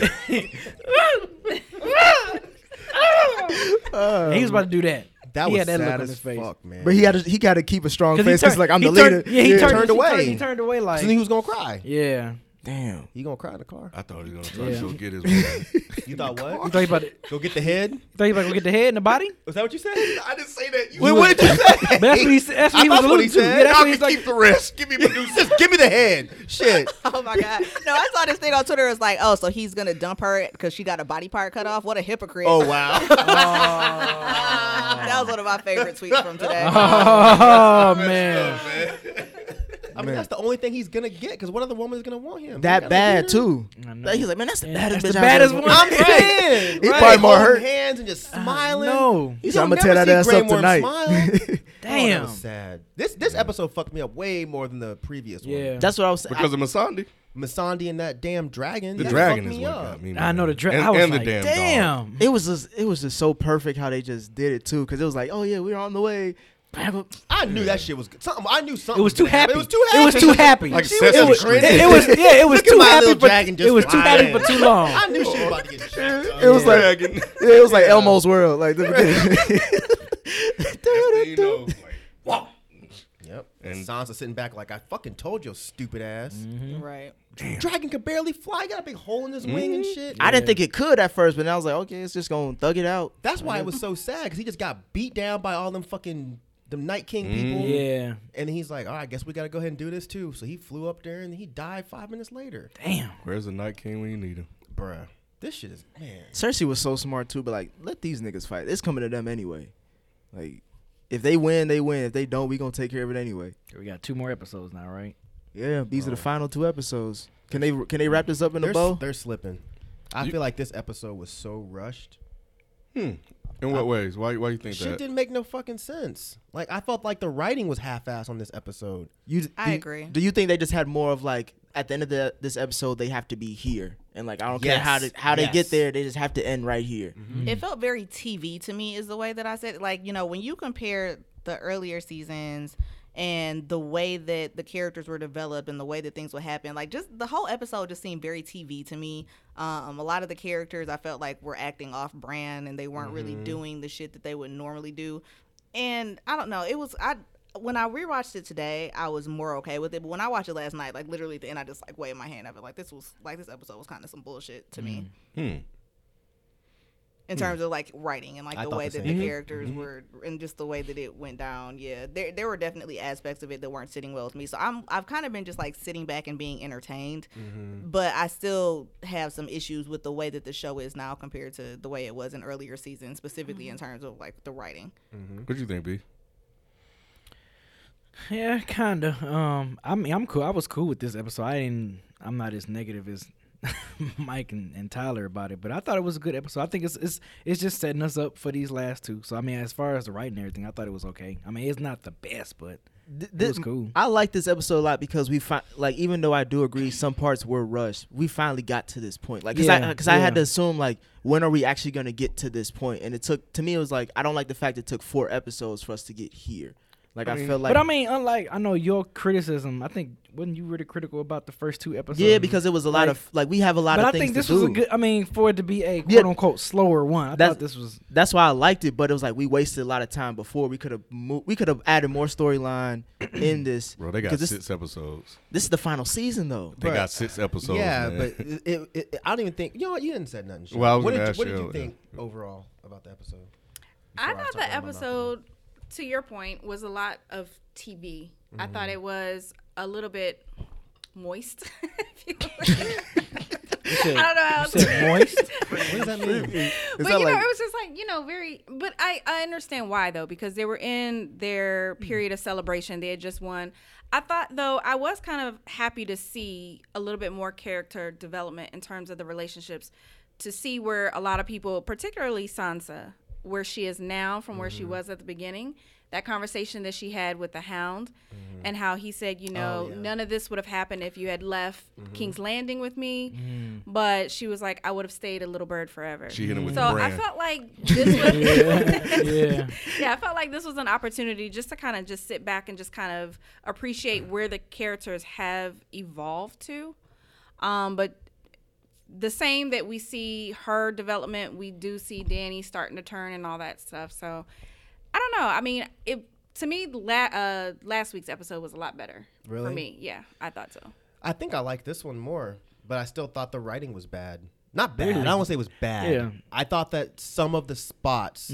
Speaker 4: he was about to do that.
Speaker 6: that
Speaker 4: he
Speaker 6: was
Speaker 4: had that
Speaker 6: sad
Speaker 4: look on
Speaker 6: as
Speaker 4: his face.
Speaker 6: fuck, man.
Speaker 2: But he got to, he got to keep a strong
Speaker 4: 'Cause
Speaker 2: face.
Speaker 4: he
Speaker 2: Cause like I'm the
Speaker 4: he turned,
Speaker 2: leader.
Speaker 4: Yeah, he turned, he
Speaker 6: Turned away.
Speaker 4: Turned, he turned away like.
Speaker 6: so he was gonna cry.
Speaker 4: yeah.
Speaker 2: Damn.
Speaker 6: He gonna cry in the car.
Speaker 1: I thought he was gonna try
Speaker 4: Yeah.
Speaker 1: to go get his. One.
Speaker 6: You thought
Speaker 4: You
Speaker 6: what?
Speaker 4: thought he about to, you
Speaker 6: Go get the head.
Speaker 4: thought he about to go get the head and the body?
Speaker 6: Was that what you said?
Speaker 1: I didn't say that. You
Speaker 6: Wait, what did you say?
Speaker 4: But that's what he said. That's what
Speaker 6: I
Speaker 4: he was
Speaker 6: thought what
Speaker 4: alluding
Speaker 6: he
Speaker 4: to.
Speaker 6: said.
Speaker 4: Yeah, that's
Speaker 1: Y'all
Speaker 4: what
Speaker 1: can
Speaker 4: he's like.
Speaker 1: keep the rest. Give me Medusa.
Speaker 6: Just give me the head. Shit.
Speaker 3: Oh my god! No, I saw this thing on Twitter. It's like, oh, so he's gonna dump her because she got a body part cut off. What a hypocrite!
Speaker 6: Oh wow.
Speaker 3: that was one of my favorite tweets from today.
Speaker 4: Oh man.
Speaker 6: I mean, that's the only thing he's gonna get because what other woman is gonna want him? He got
Speaker 2: That
Speaker 6: a
Speaker 2: bad
Speaker 6: leader.
Speaker 2: too.
Speaker 4: I know.
Speaker 2: Like, he's like, man, that's the
Speaker 4: Yeah,
Speaker 2: baddest
Speaker 4: that's
Speaker 2: bitch.
Speaker 4: the
Speaker 2: I've ever
Speaker 4: baddest
Speaker 2: seen."
Speaker 4: one.
Speaker 6: I'm saying.
Speaker 2: He
Speaker 6: right?
Speaker 2: probably more
Speaker 6: Holding
Speaker 2: hurt.
Speaker 6: Hands and just smiling.
Speaker 4: No.
Speaker 2: He's
Speaker 6: You'll
Speaker 2: like, "I'ma tear that
Speaker 6: never see
Speaker 2: ass
Speaker 6: Grey
Speaker 2: up
Speaker 6: Worm
Speaker 2: tonight."
Speaker 6: smile. Oh, that
Speaker 4: Damn.
Speaker 6: was sad. This this episode fucked me up way more than the previous
Speaker 4: Yeah.
Speaker 6: one.
Speaker 2: That's what I was saying.
Speaker 1: Because of Masandi,
Speaker 6: Masandi and that damn dragon.
Speaker 1: the
Speaker 6: that
Speaker 1: dragon
Speaker 6: fucked
Speaker 1: is
Speaker 6: me
Speaker 1: what
Speaker 6: up.
Speaker 1: got me.
Speaker 4: I know the
Speaker 1: man.
Speaker 4: dress.
Speaker 1: And,
Speaker 4: I was
Speaker 1: and
Speaker 4: like,
Speaker 1: the damn. dog.
Speaker 2: it
Speaker 4: damn.
Speaker 2: was just it was just so perfect how they just did it too. Because it was like, oh yeah, we're on the way.
Speaker 6: I knew that shit was something. I knew something.
Speaker 4: It was too
Speaker 6: gonna happen.
Speaker 4: happy.
Speaker 6: It was too happy.
Speaker 4: It was too happy.
Speaker 1: Like
Speaker 6: She was
Speaker 1: Sesame
Speaker 6: just
Speaker 1: Street.
Speaker 4: It, it was yeah. It was
Speaker 6: Look at
Speaker 4: too
Speaker 6: my
Speaker 4: happy,
Speaker 6: little
Speaker 4: but
Speaker 6: dragon just
Speaker 4: it was too
Speaker 6: flying.
Speaker 4: happy for too long.
Speaker 6: I knew she was about to get shit.
Speaker 2: It was like
Speaker 1: Dragon.
Speaker 2: yeah, it was like Elmo's world, like the beginning.
Speaker 1: That's, you know, like, wow.
Speaker 6: Yep.
Speaker 1: And-
Speaker 6: And Sansa sitting back like I fucking told your stupid ass.
Speaker 4: Mm-hmm.
Speaker 3: Right.
Speaker 6: Dragon could barely fly. He got a big hole in his wing
Speaker 4: Mm-hmm.
Speaker 6: and shit.
Speaker 2: I didn't think it could at first, but then I was like, okay, it's just gonna thug it out.
Speaker 6: That's why it was so sad because he just got beat down by all them fucking them Night King people.
Speaker 4: Yeah.
Speaker 6: And he's like, all right, I guess we got to go ahead and do this too. So he flew up there and he died five minutes later.
Speaker 4: Damn.
Speaker 1: Where's the Night King when you need him?
Speaker 6: Bruh. This shit is, man.
Speaker 2: Cersei was so smart too, but like, let these niggas fight. It's coming to them anyway. Like, if they win, they win. If they don't, we gonna take care of it anyway.
Speaker 4: We got two more episodes now, right?
Speaker 2: Yeah, these are the final two episodes. Can they can they wrap this up in a
Speaker 6: They're,
Speaker 2: bow?
Speaker 6: they're slipping. I feel like this episode was so rushed.
Speaker 1: In what ways? Why? Why you think
Speaker 6: Shit
Speaker 1: that?
Speaker 6: didn't make no fucking sense. Like, I felt like the writing was half assed on this episode.
Speaker 2: You, d-
Speaker 3: I
Speaker 2: do you-
Speaker 3: agree.
Speaker 2: Do you think they just had more of like at the end of the this episode they have to be here and like I don't care how
Speaker 6: Yes.
Speaker 2: to, how they
Speaker 6: Yes. Mm-hmm.
Speaker 2: get there they just have to end right here.
Speaker 3: It felt very TV to me, is the way that I said. it. Like you know, when you compare the earlier seasons and the way that the characters were developed and the way that things would happen, like just the whole episode just seemed very TV to me. Um, a lot of the characters I felt like were acting off brand and they weren't really doing the shit that they would normally do. And I don't know, it was I. When I rewatched it today, I was more okay with it. But when I watched it last night, like literally at the end, I just like waved my hand up and like this was like this episode was kind of some bullshit to me
Speaker 1: Hmm.
Speaker 3: in terms of like writing and like
Speaker 6: Hmm. I
Speaker 3: the
Speaker 6: thought
Speaker 3: way that
Speaker 6: the same
Speaker 3: the
Speaker 6: thing.
Speaker 3: characters were and just the way that it went down. Yeah, there there were definitely aspects of it that weren't sitting well with me. So I'm I've kind of been just like sitting back and being entertained,
Speaker 6: Mm-hmm.
Speaker 3: but I still have some issues with the way that the show is now compared to the way it was in earlier seasons, specifically in terms of like the writing.
Speaker 1: What you think, B?
Speaker 4: Yeah, kinda. Um, I mean, I'm cool. I was cool with this episode. I didn't. I'm not as negative as Mike and, and Tyler about it, but I thought it was a good episode. I think it's it's it's just setting us up for these last two. So I mean, as far as the writing and everything, I thought it was okay. I mean, it's not the best, but
Speaker 2: Th-
Speaker 4: It was
Speaker 2: this-
Speaker 4: cool.
Speaker 2: I like this episode a lot because we find like even though I do agree some parts were rushed, we finally got to this point. Like, cause I
Speaker 4: Yeah,
Speaker 2: because I had to
Speaker 4: yeah.
Speaker 2: assume like when are we actually gonna get to this point? And it took to me it was like I don't like the fact it took four episodes for us to get here. Like I, felt like,
Speaker 4: but I mean, unlike I know your criticism, I think wasn't you really critical about the first two episodes?
Speaker 2: yeah, because it was a lot
Speaker 4: like-
Speaker 2: of like we have a lot
Speaker 4: but
Speaker 2: of
Speaker 4: I
Speaker 2: things
Speaker 4: think this
Speaker 2: to
Speaker 4: was a
Speaker 2: do.
Speaker 4: good. I mean, for it to be a quote
Speaker 2: Yeah.
Speaker 4: unquote slower one, I
Speaker 2: That's-
Speaker 4: thought this was
Speaker 2: That's why I liked it, but it was like we wasted a lot of time before we could have moved. We could have added more storyline in this.
Speaker 1: Bro, they got
Speaker 2: 'Cause this,
Speaker 1: six episodes.
Speaker 2: this is the final season though.
Speaker 1: They
Speaker 6: Bruh.
Speaker 1: got six episodes.
Speaker 6: yeah,
Speaker 1: man.
Speaker 6: but it, it, it, I don't even think. You know what? You didn't say nothing. Shaq.
Speaker 1: Well, I was
Speaker 6: what
Speaker 1: gonna
Speaker 6: did,
Speaker 1: ask
Speaker 6: what did
Speaker 1: you,
Speaker 6: you
Speaker 1: yeah.
Speaker 6: think overall about the episode?
Speaker 5: I
Speaker 6: before I
Speaker 5: thought
Speaker 6: talk
Speaker 5: the
Speaker 6: about my opinion.
Speaker 5: episode, to your point, was a lot of TV. I thought it was a little bit moist. if you will. I don't know how else to
Speaker 4: moist.
Speaker 6: What does that mean?
Speaker 5: but you know, it was just like you know, very. But I I understand why though, because they were in their period of celebration. They had just won. I thought though, I was kind of happy to see a little bit more character development in terms of the relationships, to see where a lot of people, particularly Sansa, where she is now from where she was at the beginning. That conversation that she had with the Hound, and how he said, you know, none of this would have happened if you had left King's Landing with me. But she was like, I would have stayed a little bird forever.
Speaker 1: She hit him with
Speaker 5: So
Speaker 1: the
Speaker 5: I
Speaker 1: brand.
Speaker 5: felt like this was
Speaker 4: yeah.
Speaker 5: yeah, I felt like this was an opportunity just to kind of just sit back and just kind of appreciate where the characters have evolved to. Um, but the same that we see her development, we do see Danny starting to turn and all that stuff. So I don't know. I mean, it to me la- uh, last week's episode was a lot better for
Speaker 6: Really?
Speaker 5: me. Yeah, I thought so.
Speaker 6: I think I like this one more, but I still thought the writing was bad. Not bad. I don't want to say it was bad.
Speaker 4: Yeah.
Speaker 6: I thought that some of the spots.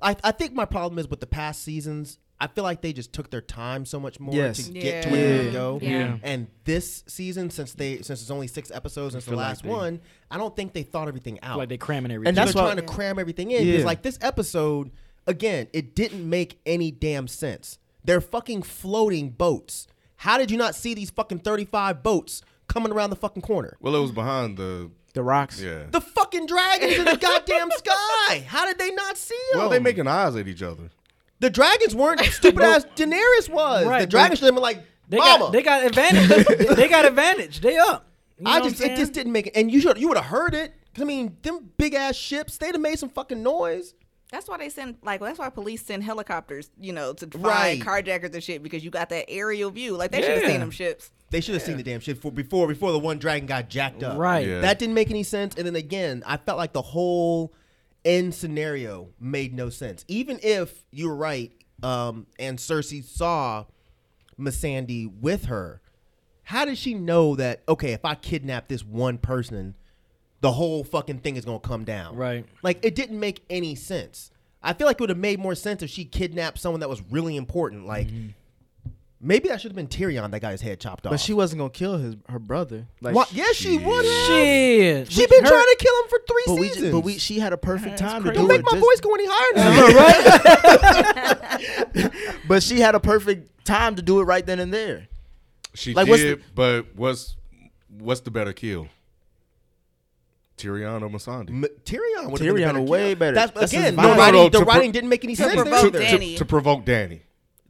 Speaker 6: I, I think my problem is with the past seasons. I feel like they just took their time so much more
Speaker 2: Yes.
Speaker 6: to get to where they
Speaker 2: Yeah.
Speaker 6: would go.
Speaker 5: Yeah.
Speaker 6: And this season, since they since it's only six episodes since the
Speaker 4: feel like
Speaker 6: last
Speaker 4: they-
Speaker 6: one, I don't think they thought everything out.
Speaker 4: like they cramming everything.
Speaker 2: And that's
Speaker 6: they're
Speaker 2: why-
Speaker 6: trying to cram everything in. Because
Speaker 2: Yeah.
Speaker 6: like this episode, again, it didn't make any damn sense. They're fucking floating boats. How did you not see these fucking thirty-five boats coming around the fucking corner?
Speaker 1: well, it was behind the
Speaker 2: The rocks.
Speaker 1: yeah.
Speaker 6: The fucking dragons in the goddamn sky. How did they not see them?
Speaker 1: well, they making eyes at each other.
Speaker 6: the dragons weren't stupid ass. Daenerys was.
Speaker 4: Right,
Speaker 6: the
Speaker 4: but-
Speaker 6: dragons should have been like,
Speaker 4: they
Speaker 6: Mama.
Speaker 4: got they got advantage. they got advantage. They up. You know
Speaker 6: I
Speaker 4: what
Speaker 6: just
Speaker 4: I'm
Speaker 6: it just
Speaker 4: saying?
Speaker 6: didn't make it. And you should you would have heard it. 'Cause, I mean, them big ass ships, they'd have made some fucking noise.
Speaker 3: That's why they send like that's why police send helicopters, you know, to find
Speaker 6: Right.
Speaker 3: carjackers and shit because you got that aerial view. Like they should
Speaker 4: Yeah.
Speaker 3: have seen them ships.
Speaker 6: They should have seen the damn shit for, before before the one dragon got jacked up.
Speaker 4: Right.
Speaker 1: Yeah.
Speaker 6: That didn't make any sense. And then again, I felt like the whole end scenario made no sense. Even if you were right, um, and Cersei saw Missandei with her, how did she know that? Okay, if I kidnap this one person, the whole fucking thing is gonna come down.
Speaker 4: Right.
Speaker 6: Like it didn't make any sense. I feel like it would have made more sense if she kidnapped someone that was really important. Like maybe that should have been Tyrion that got his head chopped off.
Speaker 2: Mm-hmm. But she wasn't gonna kill his her brother. Like
Speaker 6: Why- yeah, she would have.
Speaker 4: Shit.
Speaker 6: She been
Speaker 4: Her-
Speaker 6: trying to kill him for three
Speaker 2: But we,
Speaker 6: seasons.
Speaker 2: ju- but we, she had a perfect time to do
Speaker 6: don't
Speaker 2: it.
Speaker 6: make my
Speaker 2: just-
Speaker 6: voice go any higher now.
Speaker 2: But she had a perfect time to do it right then and there.
Speaker 1: She
Speaker 2: Like, what's
Speaker 1: did,
Speaker 2: the-
Speaker 1: but what's what's the better kill? Tyrion or Missandei?
Speaker 6: M- Tyrion would
Speaker 2: Tyrion
Speaker 6: have been a better
Speaker 2: way
Speaker 6: kill.
Speaker 2: better.
Speaker 6: That's,
Speaker 2: That's his
Speaker 6: again, the
Speaker 2: vibe. No,
Speaker 1: no,
Speaker 6: writing,
Speaker 1: no,
Speaker 6: the
Speaker 1: to pro-
Speaker 6: writing didn't make any sense.
Speaker 1: To-
Speaker 6: there
Speaker 3: provoke
Speaker 1: to,
Speaker 6: either.
Speaker 3: Danny.
Speaker 1: to provoke Danny.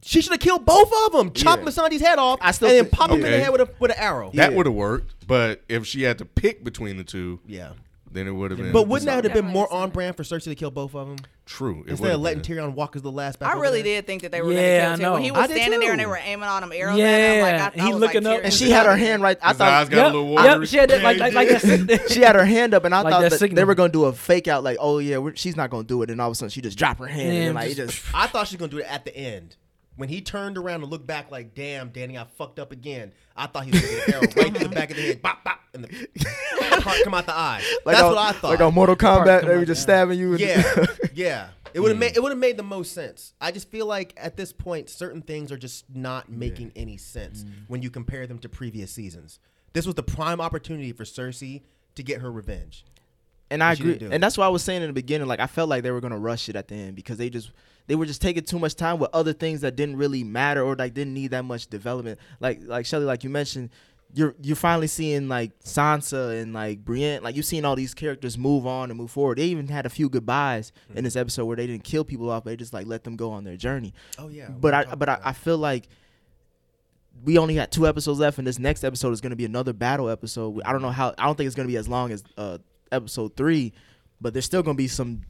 Speaker 6: She should have killed both of them, chopped
Speaker 2: Yeah.
Speaker 6: Missandei's head off,
Speaker 2: I still
Speaker 6: and then
Speaker 2: think-
Speaker 6: pop him in the
Speaker 1: Okay.
Speaker 6: head with a with an arrow.
Speaker 1: That would have worked, but if she had to pick between the two,
Speaker 6: Yeah.
Speaker 1: then it would have been.
Speaker 6: But wouldn't that have been
Speaker 5: Definitely
Speaker 6: more
Speaker 5: understand.
Speaker 6: on brand for Cersei to kill both of them
Speaker 1: true? It
Speaker 6: instead of
Speaker 1: would've
Speaker 6: letting
Speaker 1: been.
Speaker 6: Tyrion walk as the last? Back
Speaker 3: I
Speaker 6: over
Speaker 3: really
Speaker 6: there?
Speaker 3: did think that they were
Speaker 4: Yeah, I
Speaker 3: gonna kill
Speaker 4: know.
Speaker 3: him. When he
Speaker 6: I
Speaker 3: was
Speaker 6: did
Speaker 3: standing there and they
Speaker 6: too.
Speaker 3: were aiming on him arrows
Speaker 4: Yeah,
Speaker 3: at him, like, I,
Speaker 4: and
Speaker 3: I
Speaker 4: he
Speaker 3: was
Speaker 4: looking
Speaker 3: like,
Speaker 4: up,
Speaker 2: And
Speaker 3: Tyrion's
Speaker 2: she had her
Speaker 3: out.
Speaker 2: hand right. I
Speaker 1: His eyes
Speaker 2: thought
Speaker 1: got a little
Speaker 4: Yep,
Speaker 1: watery.
Speaker 4: yep, she had that like like, like that.
Speaker 2: she had her hand up, and I
Speaker 4: Like
Speaker 2: thought
Speaker 4: that
Speaker 2: that they
Speaker 4: signal.
Speaker 2: were gonna do a fake out, like, oh yeah, we're, she's not gonna do it. And all of a sudden, she just dropped her hand, and
Speaker 4: Yeah,
Speaker 2: then, like
Speaker 4: just-
Speaker 2: it just.
Speaker 6: I thought she was gonna do it at the end. When he turned around and looked back, like, "Damn, Danny, I fucked up again." I thought he was gonna get an arrow right to the back of the head, bop, bop, and the heart come out the eye.
Speaker 2: Like
Speaker 6: That's
Speaker 2: on-
Speaker 6: what I thought.
Speaker 2: Like on Mortal
Speaker 4: Part
Speaker 2: Kombat,
Speaker 4: come
Speaker 2: they were
Speaker 4: out,
Speaker 2: just
Speaker 4: yeah.
Speaker 2: stabbing you. in the-
Speaker 6: yeah, yeah. It would have made it would have made the most sense. I just feel like at this point, certain things are just not making any sense when you compare them to previous seasons. This was the prime opportunity for Cersei to get her revenge.
Speaker 2: and I
Speaker 6: But you
Speaker 2: agree.
Speaker 6: didn't do it.
Speaker 2: And that's why I was saying in the beginning, like I felt like they were gonna rush it at the end because they just they were just taking too much time with other things that didn't really matter or like didn't need that much development. Like like Shelly, like you mentioned, you're you're finally seeing like Sansa and like Brienne, like you're seeing all these characters move on and move forward. They even had a few goodbyes
Speaker 6: Mm-hmm.
Speaker 2: in this episode where they didn't kill people off, but they just like let them go on their journey.
Speaker 6: Oh yeah.
Speaker 2: but I but I, I feel like we only got two episodes left, and this next episode is going to be another battle episode. I don't know how. I don't think it's going to be as long as uh, episode three, but there's still going to be some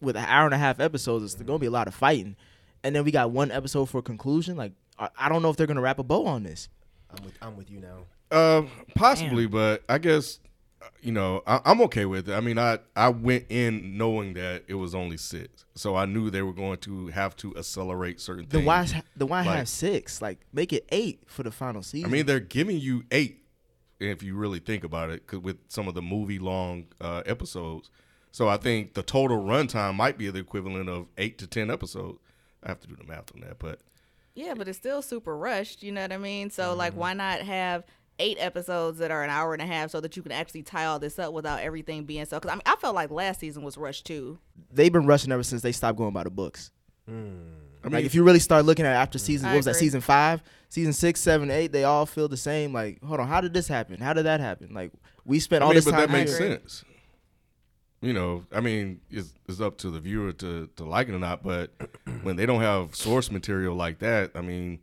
Speaker 2: with an hour and a half episodes. It's going to be a lot of fighting, and then we got one episode for conclusion. Like I, I don't know if they're going to wrap a bow on this.
Speaker 6: I'm with, I'm with you now.
Speaker 1: Uh, possibly, but I guess uh, you know I, I'm okay with it. I mean, I I went in knowing that it was only six, so I knew they were going to have to accelerate certain
Speaker 2: The
Speaker 1: things.
Speaker 2: why the why
Speaker 1: Like-
Speaker 2: have six? Like make it eight for the final
Speaker 1: I
Speaker 2: season.
Speaker 1: mean, they're giving you eight if you really think about it, 'cause with some of the movie long uh, episodes. So I think the total runtime might be the equivalent of eight to ten episodes. I have to do the math on that, but
Speaker 3: Yeah, but it's still super rushed. You know what I mean? So
Speaker 4: Mm-hmm.
Speaker 3: like, why not have eight episodes that are an hour and a half so that you can actually tie all this up without everything being so? Because I mean, I felt like last season was rushed too.
Speaker 2: they've been rushing ever since they stopped going by the books.
Speaker 1: Hmm. I mean,
Speaker 2: like if you really start looking at
Speaker 1: Hmm.
Speaker 2: after season,
Speaker 3: I
Speaker 2: what was that?
Speaker 3: agree.
Speaker 2: Season five, season six, seven, eight, they all feel the same. Like, hold on, how did this happen? How did that happen? Like, we spent
Speaker 1: I
Speaker 2: all
Speaker 1: mean,
Speaker 2: this
Speaker 1: but
Speaker 2: time.
Speaker 1: that makes
Speaker 2: here.
Speaker 1: sense. You know, I mean, it's, it's up to the viewer to to like it or not. But when they don't have source material like that, I mean,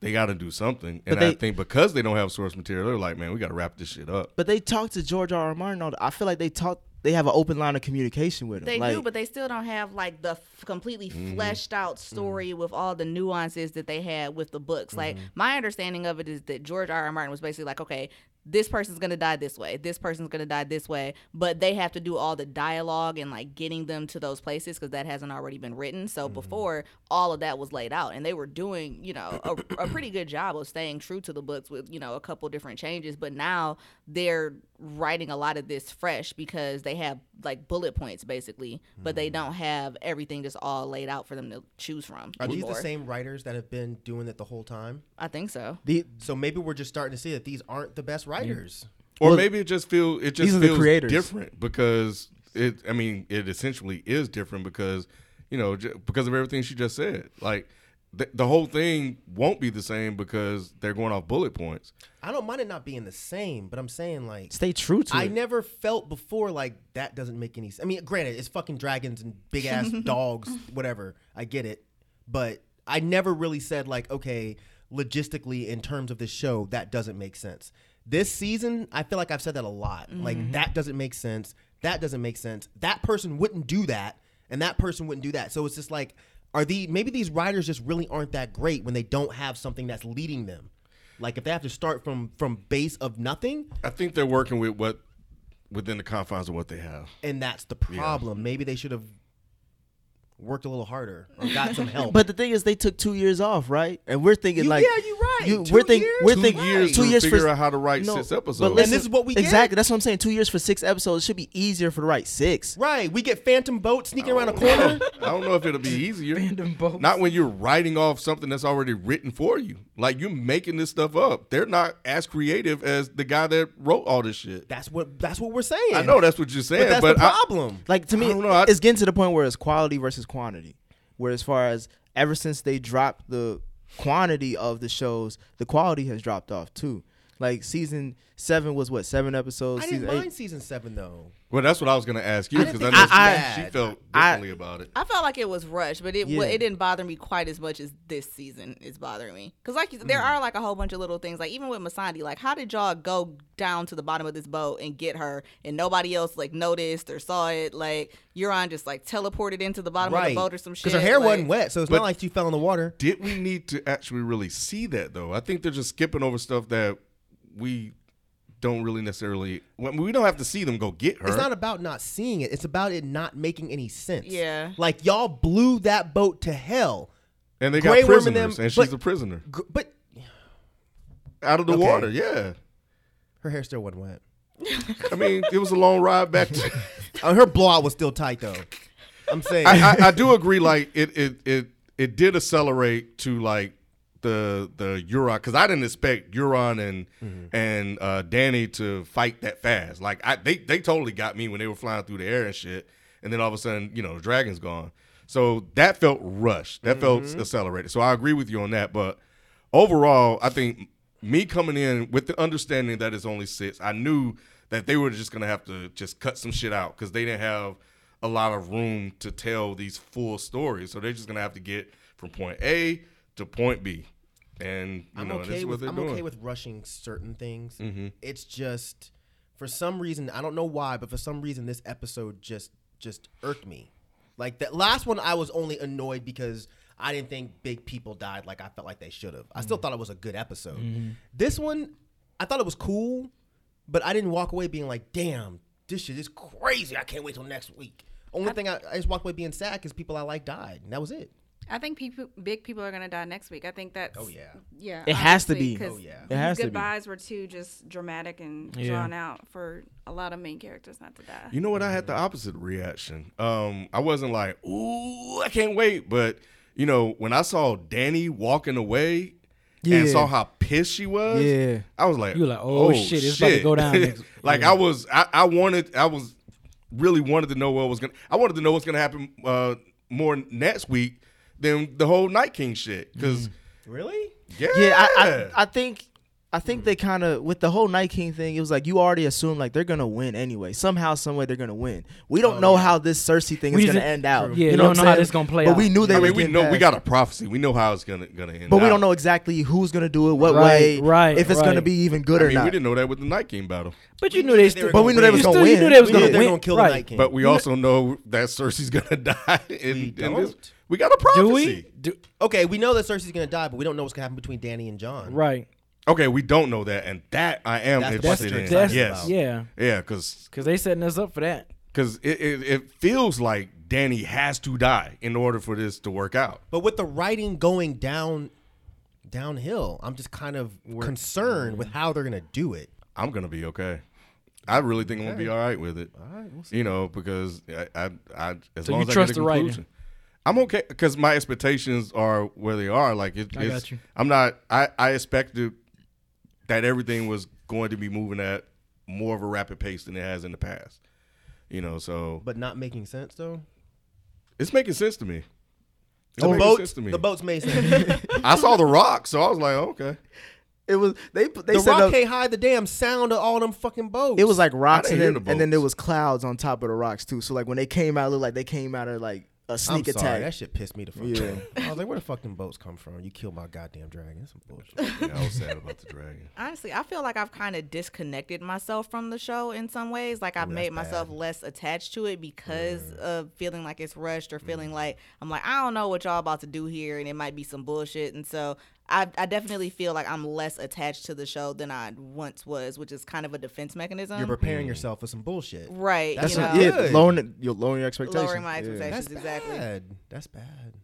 Speaker 1: they got to do something. And I
Speaker 2: they-
Speaker 1: think because they don't have source material, they're like, man, we got to wrap this shit up.
Speaker 2: But they talked to George R. R. Martin. All the, I feel like they talk. They have an open line of communication with him.
Speaker 3: They
Speaker 2: like,
Speaker 3: do, but they still don't have like the f- completely fleshed out story with all the nuances that they had with the books. Like my understanding of it is that George R. R. Martin was basically like, okay, this person's gonna die this way, this person's gonna die this way, but they have to do all the dialogue and like getting them to those places because that hasn't already been written. So
Speaker 6: Mm-hmm.
Speaker 3: before all of that was laid out, and they were doing, you know, a, a pretty good job of staying true to the books with you know a couple different changes. But now they're writing a lot of this fresh because they have like bullet points basically, but
Speaker 6: Mm-hmm.
Speaker 3: they don't have everything just all laid out for them to choose from.
Speaker 6: Are these the
Speaker 3: anymore.
Speaker 6: same writers that have been doing it the whole time?
Speaker 3: I think so.
Speaker 2: the,
Speaker 6: So maybe we're just starting to see that these aren't the best writers.
Speaker 1: Or
Speaker 2: Well,
Speaker 1: maybe it just feel it just
Speaker 2: these are the
Speaker 1: feels
Speaker 2: creators.
Speaker 1: different because it. I mean, it essentially is different because you know j- because of everything she just said. Like th- the whole thing won't be the same because they're going off bullet points.
Speaker 6: I don't mind it not being the same, but I'm saying like
Speaker 2: stay true to
Speaker 6: I
Speaker 2: it.
Speaker 6: never felt before like that doesn't make any sense. I mean, granted, it's fucking dragons and big ass dogs, whatever. I get it, but I never really said like, okay, logistically in terms of this show, that doesn't make sense. This season, I feel like I've said that a lot.
Speaker 2: Mm-hmm.
Speaker 6: Like that doesn't make sense. That doesn't make sense. That person wouldn't do that, and that person wouldn't do that. So it's just like, are the maybe these writers just really aren't that great when they don't have something that's leading them? Like if they have to start from from base of nothing,
Speaker 1: I think they're working with what within the confines of what they have.
Speaker 6: and that's the problem. Maybe they should have worked a little harder or got some help.
Speaker 2: But the thing is, they took two years off, right? And we're thinking
Speaker 6: You-
Speaker 2: like,
Speaker 6: yeah, you're right. Two
Speaker 2: we're thinking,
Speaker 6: years?
Speaker 2: we're
Speaker 6: Two
Speaker 2: thinking,
Speaker 1: years
Speaker 2: two
Speaker 1: to
Speaker 2: years
Speaker 1: figure
Speaker 2: for,
Speaker 1: out how to write six episodes. And
Speaker 6: this is what we get?
Speaker 2: exactly. That's what I'm saying. Two years for six episodes it should be easier for the right six.
Speaker 6: right, we get Phantom Boat sneaking around a
Speaker 1: I
Speaker 6: corner.
Speaker 1: don't- I don't know if it'll be easier.
Speaker 4: Random boats.
Speaker 1: Not when you're writing off something that's already written for you. Like you're making this stuff up. They're not as creative as the guy that wrote all this shit.
Speaker 6: That's what that's what we're saying.
Speaker 1: I know that's what you're saying,
Speaker 6: but
Speaker 1: but,
Speaker 6: that's the
Speaker 1: I-
Speaker 6: problem.
Speaker 2: Like to me,
Speaker 1: I don't know, I-
Speaker 2: it's getting to the point where it's quality versus quantity. Where as far as ever since they dropped the quantity of the shows, the quality has dropped off too. Like season seven was what seven episodes.
Speaker 6: I
Speaker 2: season
Speaker 6: didn't mind season seven though.
Speaker 1: well, that's what I was gonna ask you
Speaker 6: I didn't
Speaker 1: because I,
Speaker 6: think
Speaker 1: know
Speaker 6: it was
Speaker 1: she,
Speaker 6: bad.
Speaker 1: she felt
Speaker 2: I-
Speaker 1: differently about it.
Speaker 3: I felt like it was rushed, but it
Speaker 2: Yeah.
Speaker 3: wa it didn't bother me quite as much as this season is bothering me. Cause like you said, there
Speaker 6: Mm-hmm.
Speaker 3: are like a whole bunch of little things, like even with Masandi, like how did y'all go down to the bottom of this boat and get her, and nobody else like noticed or saw it? Like Euron just like teleported into the bottom of the
Speaker 6: Right,
Speaker 3: boat or some shit.
Speaker 6: her hair
Speaker 3: like-
Speaker 6: wasn't wet, so it's
Speaker 1: But-
Speaker 6: not like she fell in the water.
Speaker 1: Did we need to actually really see that though? I think they're just skipping over stuff that we don't really necessarily. well, We don't have to see them go get her.
Speaker 6: It's not about not seeing it. It's about it not making any sense.
Speaker 3: Yeah.
Speaker 6: like y'all blew that boat to hell.
Speaker 1: and they got
Speaker 6: Grey Worm and
Speaker 1: prisoners, and,
Speaker 6: them-
Speaker 1: she's
Speaker 6: but-
Speaker 1: a prisoner
Speaker 6: G- But
Speaker 1: out of the
Speaker 6: Okay.
Speaker 1: water. Yeah,
Speaker 6: her hair still wasn't wet.
Speaker 1: I mean, it was a long ride back. To,
Speaker 6: Uh, her blowout was still tight though. I'm saying
Speaker 1: I, I, I do agree. Like it, it, it, it did accelerate to like the the Euron because I didn't expect Euron and and uh, Danny to fight that fast. Like I, they they totally got me when they were flying through the air and shit, and then all of a sudden, you know, the dragon's gone. So that felt rushed. That felt accelerated. So I agree with you on that, but overall, I think me coming in with the understanding that it's only six, I knew that they were just gonna have to just cut some shit out because they didn't have a lot of room to tell these full stories. So they're just gonna have to get from point A to point B. And you
Speaker 6: I'm
Speaker 1: know, that's
Speaker 6: okay
Speaker 1: what
Speaker 6: with
Speaker 1: they're
Speaker 6: I'm
Speaker 1: doing. Mm-hmm.
Speaker 6: okay with rushing certain things. It's just for some reason I don't know why, but for some reason this episode just just irked me. Like that last one, I was only annoyed because I didn't think big people died like I felt like they should have. I
Speaker 1: Mm.
Speaker 6: still thought it was a good episode.
Speaker 1: Mm-hmm.
Speaker 6: This one, I thought it was cool, but I didn't walk away being like, "Damn, this shit is crazy! I can't wait till next week." Only thing I, I just walked away being sad because people I like died, and that was it.
Speaker 5: I think people, big people are gonna die next week. I think that's.
Speaker 6: Oh, yeah.
Speaker 5: Yeah.
Speaker 2: It has to
Speaker 5: honestly,
Speaker 2: be.
Speaker 5: 'cause
Speaker 6: Oh, yeah. It
Speaker 5: these
Speaker 2: has to be.
Speaker 5: goodbyes were too just dramatic and
Speaker 4: Yeah.
Speaker 5: drawn out for a lot of main characters not to die.
Speaker 1: You know what? I had the opposite reaction. Um, I wasn't like, "Ooh, I can't wait," but you know, when I saw Danny walking away
Speaker 2: Yeah.
Speaker 1: and saw how pissed she was,
Speaker 2: Yeah.
Speaker 1: I was like,
Speaker 4: You were like, "Oh, shit, it's about to go down next-
Speaker 1: like I was, I, I wanted, I was really wanted to know what was gonna. I wanted to know what's gonna happen uh, more next week than the whole Night King shit. Because
Speaker 6: Really?
Speaker 1: yeah,
Speaker 2: Mm. Yeah, I, I, I think I think they kind of with the whole Night King thing. It was like you already assumed like they're gonna win anyway. Somehow, some way, they're gonna win. We
Speaker 1: Oh,
Speaker 2: don't know how this Cersei thing
Speaker 4: We
Speaker 2: is
Speaker 4: just-
Speaker 2: gonna end out.
Speaker 4: True. Yeah,
Speaker 2: you
Speaker 4: we
Speaker 2: know
Speaker 4: don't
Speaker 2: what
Speaker 4: know
Speaker 2: I'm
Speaker 4: how
Speaker 2: saying?
Speaker 4: this gonna play
Speaker 2: But
Speaker 4: out.
Speaker 2: we knew they.
Speaker 1: I
Speaker 2: were
Speaker 1: mean, we
Speaker 2: getting
Speaker 1: know we
Speaker 2: past.
Speaker 1: got a prophecy. We know how it's gonna gonna end.
Speaker 2: But we
Speaker 1: out.
Speaker 2: don't know exactly who's gonna do it, what
Speaker 4: Right,
Speaker 2: way,
Speaker 4: right,
Speaker 2: if it's gonna
Speaker 4: right.
Speaker 2: be even good
Speaker 1: I
Speaker 2: or
Speaker 1: mean,
Speaker 2: not.
Speaker 1: we didn't know that with the Night King battle,
Speaker 4: But you knew they still.
Speaker 2: But we knew they was
Speaker 4: you
Speaker 2: gonna
Speaker 4: still- You
Speaker 2: win.
Speaker 4: knew they was
Speaker 6: We knew
Speaker 4: gonna
Speaker 6: they were gonna
Speaker 4: win.
Speaker 6: kill the Night
Speaker 4: Right.
Speaker 6: King.
Speaker 1: but we also know that Cersei's gonna die. In,
Speaker 6: We
Speaker 1: in this.
Speaker 6: don't.
Speaker 1: we got a prophecy.
Speaker 4: Do we? Do-
Speaker 6: Okay, we know that Cersei's gonna die, but we don't know what's gonna happen between Danny and John.
Speaker 4: Right.
Speaker 1: Okay, we don't know that, and that I am
Speaker 6: That's what
Speaker 1: interested
Speaker 6: you're
Speaker 1: in.
Speaker 6: excited
Speaker 1: yes,
Speaker 6: about.
Speaker 4: Yeah.
Speaker 1: yeah, because
Speaker 4: Because they setting us up for that.
Speaker 1: it, it it feels like Danny has to die in order for this to work out.
Speaker 6: But with the writing going down downhill, I'm just kind of concerned with how they're gonna do it.
Speaker 1: I'm gonna be okay. I really think I'm gonna be all right with it. All right, we'll see. You know, because I, I, I as
Speaker 4: So
Speaker 1: long
Speaker 4: you
Speaker 1: as
Speaker 4: trust
Speaker 1: I get a
Speaker 4: the writing?
Speaker 1: conclusion, I'm okay. Because my expectations are where they are. Like it,
Speaker 4: I
Speaker 1: it's,
Speaker 4: got you.
Speaker 1: I'm not. I I expected that everything was going to be moving at more of a rapid pace than it has in the past. You know, so
Speaker 6: But not making sense though.
Speaker 1: it's making sense to me. It's
Speaker 6: The
Speaker 1: making
Speaker 6: boats,
Speaker 1: sense to me.
Speaker 6: the boats made sense.
Speaker 1: I saw The Rock, so I was like, oh, okay.
Speaker 2: It was they. put- They
Speaker 6: the
Speaker 2: said
Speaker 6: rock
Speaker 2: up,
Speaker 6: can't hide the damn sound of all them fucking boats.
Speaker 2: it was like rocks,
Speaker 1: I didn't
Speaker 2: and
Speaker 1: hear
Speaker 2: then,
Speaker 1: the
Speaker 2: and then
Speaker 1: boats.
Speaker 2: there was clouds on top of the rocks too. So like when they came out, it looked like they came out of like a
Speaker 6: I'm
Speaker 2: sneak
Speaker 6: sorry,
Speaker 2: attack.
Speaker 6: that shit pissed me the fuck
Speaker 2: Yeah.
Speaker 6: off. I was like, where the fuck them boats come from? You killed my goddamn dragon. That's some bullshit.
Speaker 1: Yeah, I was sad about the dragon.
Speaker 3: Honestly, I feel like I've kind of disconnected myself from the show in some ways. Like I've made myself less attached to it because of feeling like it's rushed or feeling
Speaker 6: Mm-hmm.
Speaker 3: like I'm like I don't know what y'all about to do here, and it might be some bullshit. And so I, I definitely feel like I'm less attached to the show than I once was, which is kind of a defense mechanism,
Speaker 6: You're preparing yourself for some bullshit.
Speaker 3: right?
Speaker 6: That's
Speaker 3: you
Speaker 6: not
Speaker 3: know,
Speaker 6: good.
Speaker 2: yeah, lowering you're lowering your expectations.
Speaker 3: lowering my
Speaker 2: Yeah.
Speaker 3: expectations
Speaker 6: That's
Speaker 3: exactly.
Speaker 6: bad. That's bad.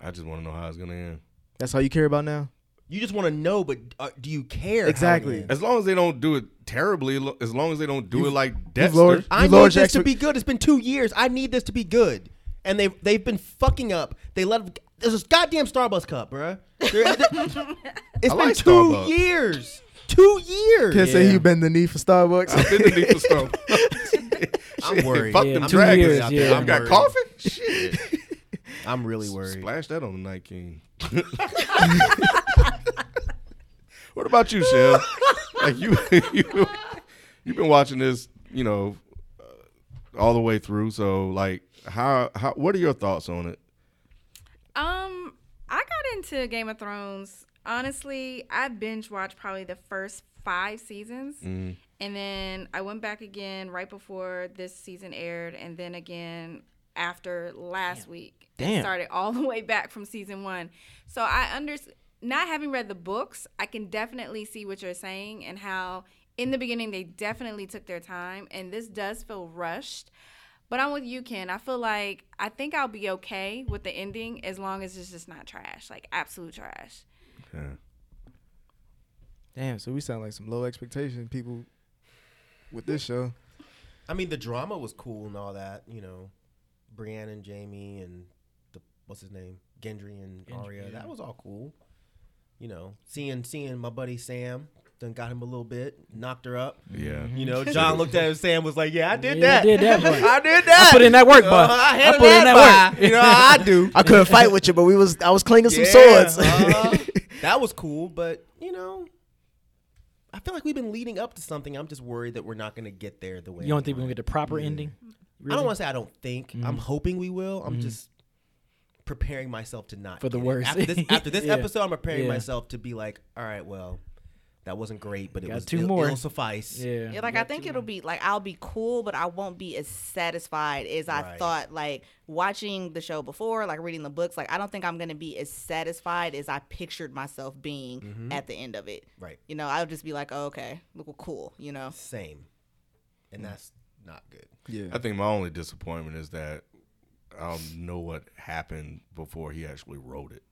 Speaker 1: I just want to know how it's gonna end.
Speaker 2: That's all you care about now.
Speaker 6: You just want to know, but uh, do you care? how it
Speaker 2: Exactly.
Speaker 6: ends?
Speaker 1: As long as they don't do it terribly, lo- as long as they don't do it like Dexter.
Speaker 2: lowered-
Speaker 6: I
Speaker 2: You
Speaker 6: need
Speaker 2: lowered
Speaker 6: this
Speaker 2: your
Speaker 6: to
Speaker 2: expect-
Speaker 6: be good. It's been two years. I need this to be good. And they've they've been fucking up. They let there's this goddamn Starbucks cup, bruh. There- it's
Speaker 1: I
Speaker 6: been
Speaker 1: like
Speaker 6: two
Speaker 1: Starbucks.
Speaker 6: years. Two years.
Speaker 2: Can't say he bend the knee for
Speaker 1: I've
Speaker 2: Starbucks.
Speaker 1: been to Lethal Stone.
Speaker 6: I'm worried.
Speaker 1: Fuck
Speaker 4: Yeah,
Speaker 1: them
Speaker 4: two
Speaker 1: dragons.
Speaker 4: years,
Speaker 1: out
Speaker 4: yeah.
Speaker 1: there.
Speaker 4: I'm
Speaker 1: You got
Speaker 6: worried.
Speaker 1: coffee? Shit.
Speaker 6: I'm really worried.
Speaker 1: Splash that on the Night King. what about you, Shell? Like you, you, you've been watching this, you know, uh, all the way through. So, like, how, how, what are your thoughts on it?
Speaker 5: Um, I got into Game of Thrones. Honestly, I binge watched probably the first five seasons, and then I went back again right before this season aired, and then again after last week. and
Speaker 4: Damn.
Speaker 5: started all the way back from season one. So I under not having read the books, I can definitely see what you're saying and how in the beginning they definitely took their time, and this does feel rushed. But I'm with you, Ken. I feel like I think I'll be okay with the ending as long as it's just not trash, like absolute trash.
Speaker 2: Damn, so we sound like some low expectation people with this show.
Speaker 6: I mean, the drama was cool and all that. You know, Brienne and Jamie and the what's his name, Gendry and Arya. That was all cool. You know, seeing seeing my buddy Sam done got him a little bit, knocked her up.
Speaker 1: Yeah.
Speaker 6: You know, John looked at him. Sam was like, "Yeah, I did
Speaker 4: Yeah, I
Speaker 6: that.
Speaker 4: did that, boy.
Speaker 6: I did that.
Speaker 4: put in that work, boy.
Speaker 6: Uh, I,
Speaker 4: I
Speaker 6: had
Speaker 4: put in that work.
Speaker 6: You know, I do.
Speaker 2: I couldn't fight with you, but we was I was cleaning some
Speaker 6: Yeah,
Speaker 2: swords.
Speaker 6: uh, that was cool, but you know, I feel like we've been leading up to something. I'm just worried that we're not going to get there the way.
Speaker 4: You don't
Speaker 6: we
Speaker 4: think we're gonna
Speaker 6: want.
Speaker 4: get the proper ending?
Speaker 6: I
Speaker 4: Really? Mm-hmm.
Speaker 6: don't want to say I don't think. I'm hoping we will. I'm just preparing myself to not
Speaker 4: For the
Speaker 6: get it.
Speaker 4: worst.
Speaker 6: After this, after this
Speaker 4: Yeah.
Speaker 6: episode, I'm preparing
Speaker 4: Yeah.
Speaker 6: myself to be like, all right, well, that wasn't great, but it
Speaker 4: Got
Speaker 6: was
Speaker 4: two
Speaker 6: it,
Speaker 4: more."
Speaker 6: It'll suffice.
Speaker 4: Yeah.
Speaker 3: Yeah, like I think it'll be like I'll be cool, but I won't be as satisfied as I
Speaker 6: Right.
Speaker 3: thought. Like watching the show before, like reading the books, like I don't think I'm gonna be as satisfied as I pictured myself being at the end of it.
Speaker 6: Right.
Speaker 3: You know, I'll just be like, oh, okay, look well, cool. You know,
Speaker 6: Same, and that's not good.
Speaker 2: Yeah.
Speaker 1: I think my only disappointment is that I don't know what happened before he actually wrote it.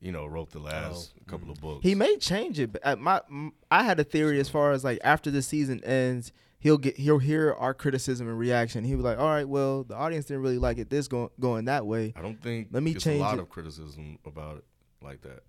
Speaker 1: You know, wrote the last
Speaker 6: Oh,
Speaker 1: couple
Speaker 6: mm.
Speaker 1: of books.
Speaker 2: He may change it. But uh, my, m- I had a theory as far as like after the season ends, he'll get he'll hear our criticism and reaction. He'll be like, all right, well, the audience didn't really like it. This going going that way.
Speaker 1: I don't think
Speaker 2: Let me
Speaker 1: it's
Speaker 2: change
Speaker 1: a lot
Speaker 2: it.
Speaker 1: of criticism about it like that.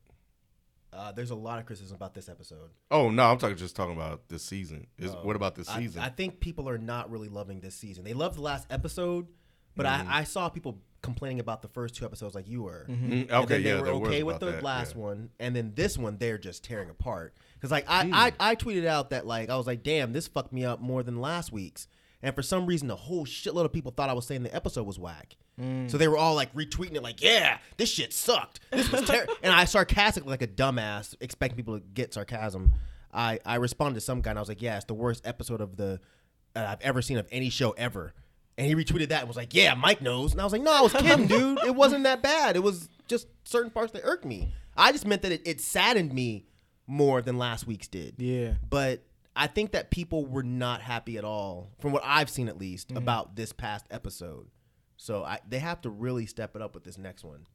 Speaker 6: Uh, there's a lot of criticism about this episode.
Speaker 1: Oh no, I'm talking just talking about this season. Is what about this
Speaker 6: Oh, I-
Speaker 1: season?
Speaker 6: I, think people are not really loving this season. They loved the last episode, but I, I saw people complaining about the first two episodes, like you were.
Speaker 1: Mm,
Speaker 6: And then
Speaker 1: okay,
Speaker 6: they
Speaker 1: yeah,
Speaker 6: were
Speaker 1: there was
Speaker 6: okay with
Speaker 1: about
Speaker 6: the
Speaker 1: that,
Speaker 6: last
Speaker 1: yeah.
Speaker 6: one, and then this one they're just tearing apart. Because like I, I I tweeted out that like I was like, damn, this fucked me up more than last week's. And for some reason, a whole shitload of people thought I was saying the episode was whack.
Speaker 1: Mm.
Speaker 6: So they were all like retweeting it, like, "Yeah, this shit sucked. This was terrible." and I sarcastically, like a dumbass, expecting people to get sarcasm. I I responded to some guy, and I was like, "Yeah, it's the worst episode of the uh, I've ever seen of any show ever." And he retweeted that and was like, "Yeah, Mike knows." And I was like, "No, I was kidding, dude. It wasn't that bad. It was just certain parts that irked me. I just meant that it, it saddened me more than last week's did."
Speaker 4: Yeah.
Speaker 6: But I think that people were not happy at all, from what I've seen at least,
Speaker 4: Mm-hmm.
Speaker 6: about this past episode. So I, they have to really step it up with this next one.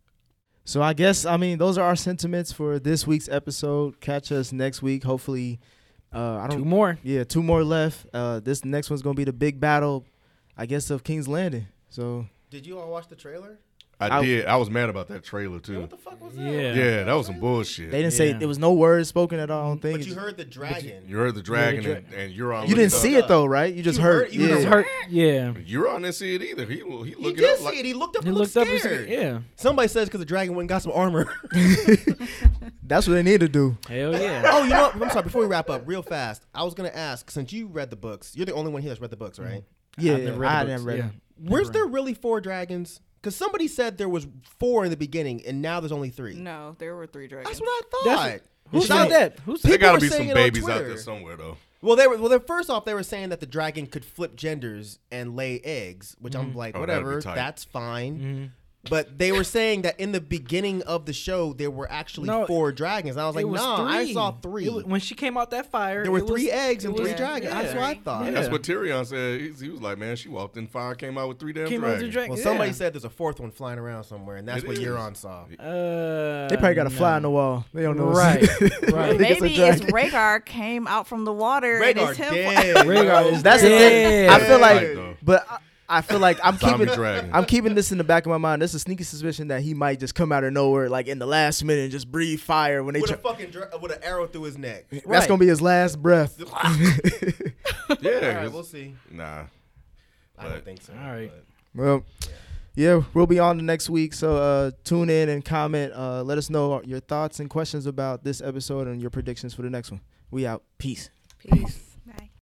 Speaker 2: So I guess I mean those are our sentiments for this week's episode. Catch us next week. Hopefully, uh, I don't.
Speaker 4: Two more.
Speaker 2: Yeah, two more left. Uh, this next one's gonna be the big battle, I guess, of King's Landing. So
Speaker 6: Did you all watch the trailer?
Speaker 1: I,
Speaker 2: I-
Speaker 1: did. I was mad about that trailer too.
Speaker 6: the fuck was
Speaker 4: Yeah.
Speaker 1: Yeah, that was some bullshit.
Speaker 2: they didn't say
Speaker 4: Yeah.
Speaker 2: there was no words spoken at all. I don't think
Speaker 6: But you
Speaker 2: it's-
Speaker 6: heard the dragon.
Speaker 1: you heard the dragon
Speaker 4: dra-
Speaker 1: and, and you're on.
Speaker 2: You didn't see it though, right? You just
Speaker 6: You
Speaker 2: heard.
Speaker 6: heard- you
Speaker 2: yeah.
Speaker 6: heard-
Speaker 4: Hurt. Yeah.
Speaker 1: You're on didn't see it either. He he
Speaker 6: he
Speaker 1: looked it
Speaker 6: did
Speaker 1: up
Speaker 6: see
Speaker 1: like
Speaker 6: it. He looked up.
Speaker 4: He
Speaker 6: And
Speaker 4: looked
Speaker 6: looked,
Speaker 4: up. and
Speaker 6: scared.
Speaker 4: said- Yeah.
Speaker 6: Somebody says because the dragon went and got some armor.
Speaker 2: That's what they need to do.
Speaker 4: Hell yeah.
Speaker 6: oh, you know. what? I'm sorry. Before we wrap up, real fast, I was gonna ask since you read the books, you're the only one here that's read the books, right?
Speaker 4: Mm-hmm.
Speaker 2: Yeah,
Speaker 4: never read the
Speaker 2: I
Speaker 4: books,
Speaker 2: haven't read
Speaker 4: yeah.
Speaker 2: it.
Speaker 6: Was there really four dragons? Because somebody said there was four in the beginning, and now there's only three.
Speaker 3: no, there were three dragons.
Speaker 6: That's what I
Speaker 4: That's-
Speaker 6: thought.
Speaker 4: Who
Speaker 6: Shout
Speaker 4: said
Speaker 6: out-
Speaker 4: that? Who
Speaker 1: there
Speaker 4: said
Speaker 6: got-
Speaker 1: got to
Speaker 6: were
Speaker 1: be some
Speaker 6: saying it on
Speaker 1: babies out there
Speaker 6: Twitter.
Speaker 1: somewhere though.
Speaker 6: Well, they were. Well, they, first off, they were saying that the dragon could flip genders and lay eggs, which
Speaker 4: Mm.
Speaker 6: I'm like,
Speaker 1: Oh, that'd be
Speaker 6: whatever,
Speaker 1: tight.
Speaker 6: that's fine.
Speaker 4: Mm-hmm.
Speaker 6: But they were saying that in the beginning of the show, there were actually
Speaker 4: No,
Speaker 6: four dragons. And I was like,
Speaker 4: It was
Speaker 6: nah, I
Speaker 4: three.
Speaker 6: saw three.
Speaker 4: It wa- when she came out that fire,
Speaker 6: there were
Speaker 4: it was-
Speaker 6: three eggs and
Speaker 4: it was-
Speaker 6: three dragons.
Speaker 4: yeah.
Speaker 6: That's what I thought.
Speaker 4: Yeah.
Speaker 1: That's what Tyrion said. He, he was like, "Man, she walked in fire, came out with three damn
Speaker 4: Came out
Speaker 1: dragons."
Speaker 4: the dragon.
Speaker 6: Well,
Speaker 4: yeah.
Speaker 6: somebody said there's a fofourth one flying around somewhere, and that's
Speaker 1: It
Speaker 6: what
Speaker 1: is.
Speaker 6: Euron saw.
Speaker 4: Uh,
Speaker 2: They probably got a
Speaker 4: no.
Speaker 2: fly on the wall. They don't know. what's- I
Speaker 4: Right. right.
Speaker 2: think it's a
Speaker 3: Maybe it's,
Speaker 2: dragon.
Speaker 3: Rhaegar came out from the water and
Speaker 6: Rhaegar
Speaker 3: it's him.
Speaker 6: dead.
Speaker 4: Rhaegar is
Speaker 2: That's the thing. I
Speaker 4: Yeah. uh,
Speaker 2: feel
Speaker 1: Right,
Speaker 2: like,
Speaker 1: though.
Speaker 2: but I, I feel like I'm
Speaker 1: Zombie
Speaker 2: keeping.
Speaker 1: dragon.
Speaker 2: I'm keeping this in the back of my mind. This is a sneaky suspicion that he might just come out of nowhere, like in the last minute, and just breathe fire when they.
Speaker 6: with
Speaker 2: Try,
Speaker 6: a fucking dra- with an arrow through his neck. All
Speaker 2: That's gonna be his last breath.
Speaker 1: yeah.
Speaker 6: right,
Speaker 1: 'cause-
Speaker 6: we'll see.
Speaker 1: nah.
Speaker 6: I don't
Speaker 1: But-
Speaker 6: think so.
Speaker 4: All right.
Speaker 6: but-
Speaker 2: well, yeah, we'll be on the next week. So uh, tune in and comment. Uh, let us know your thoughts and questions about this episode and your predictions for the next one. We out. Peace.
Speaker 3: Peace.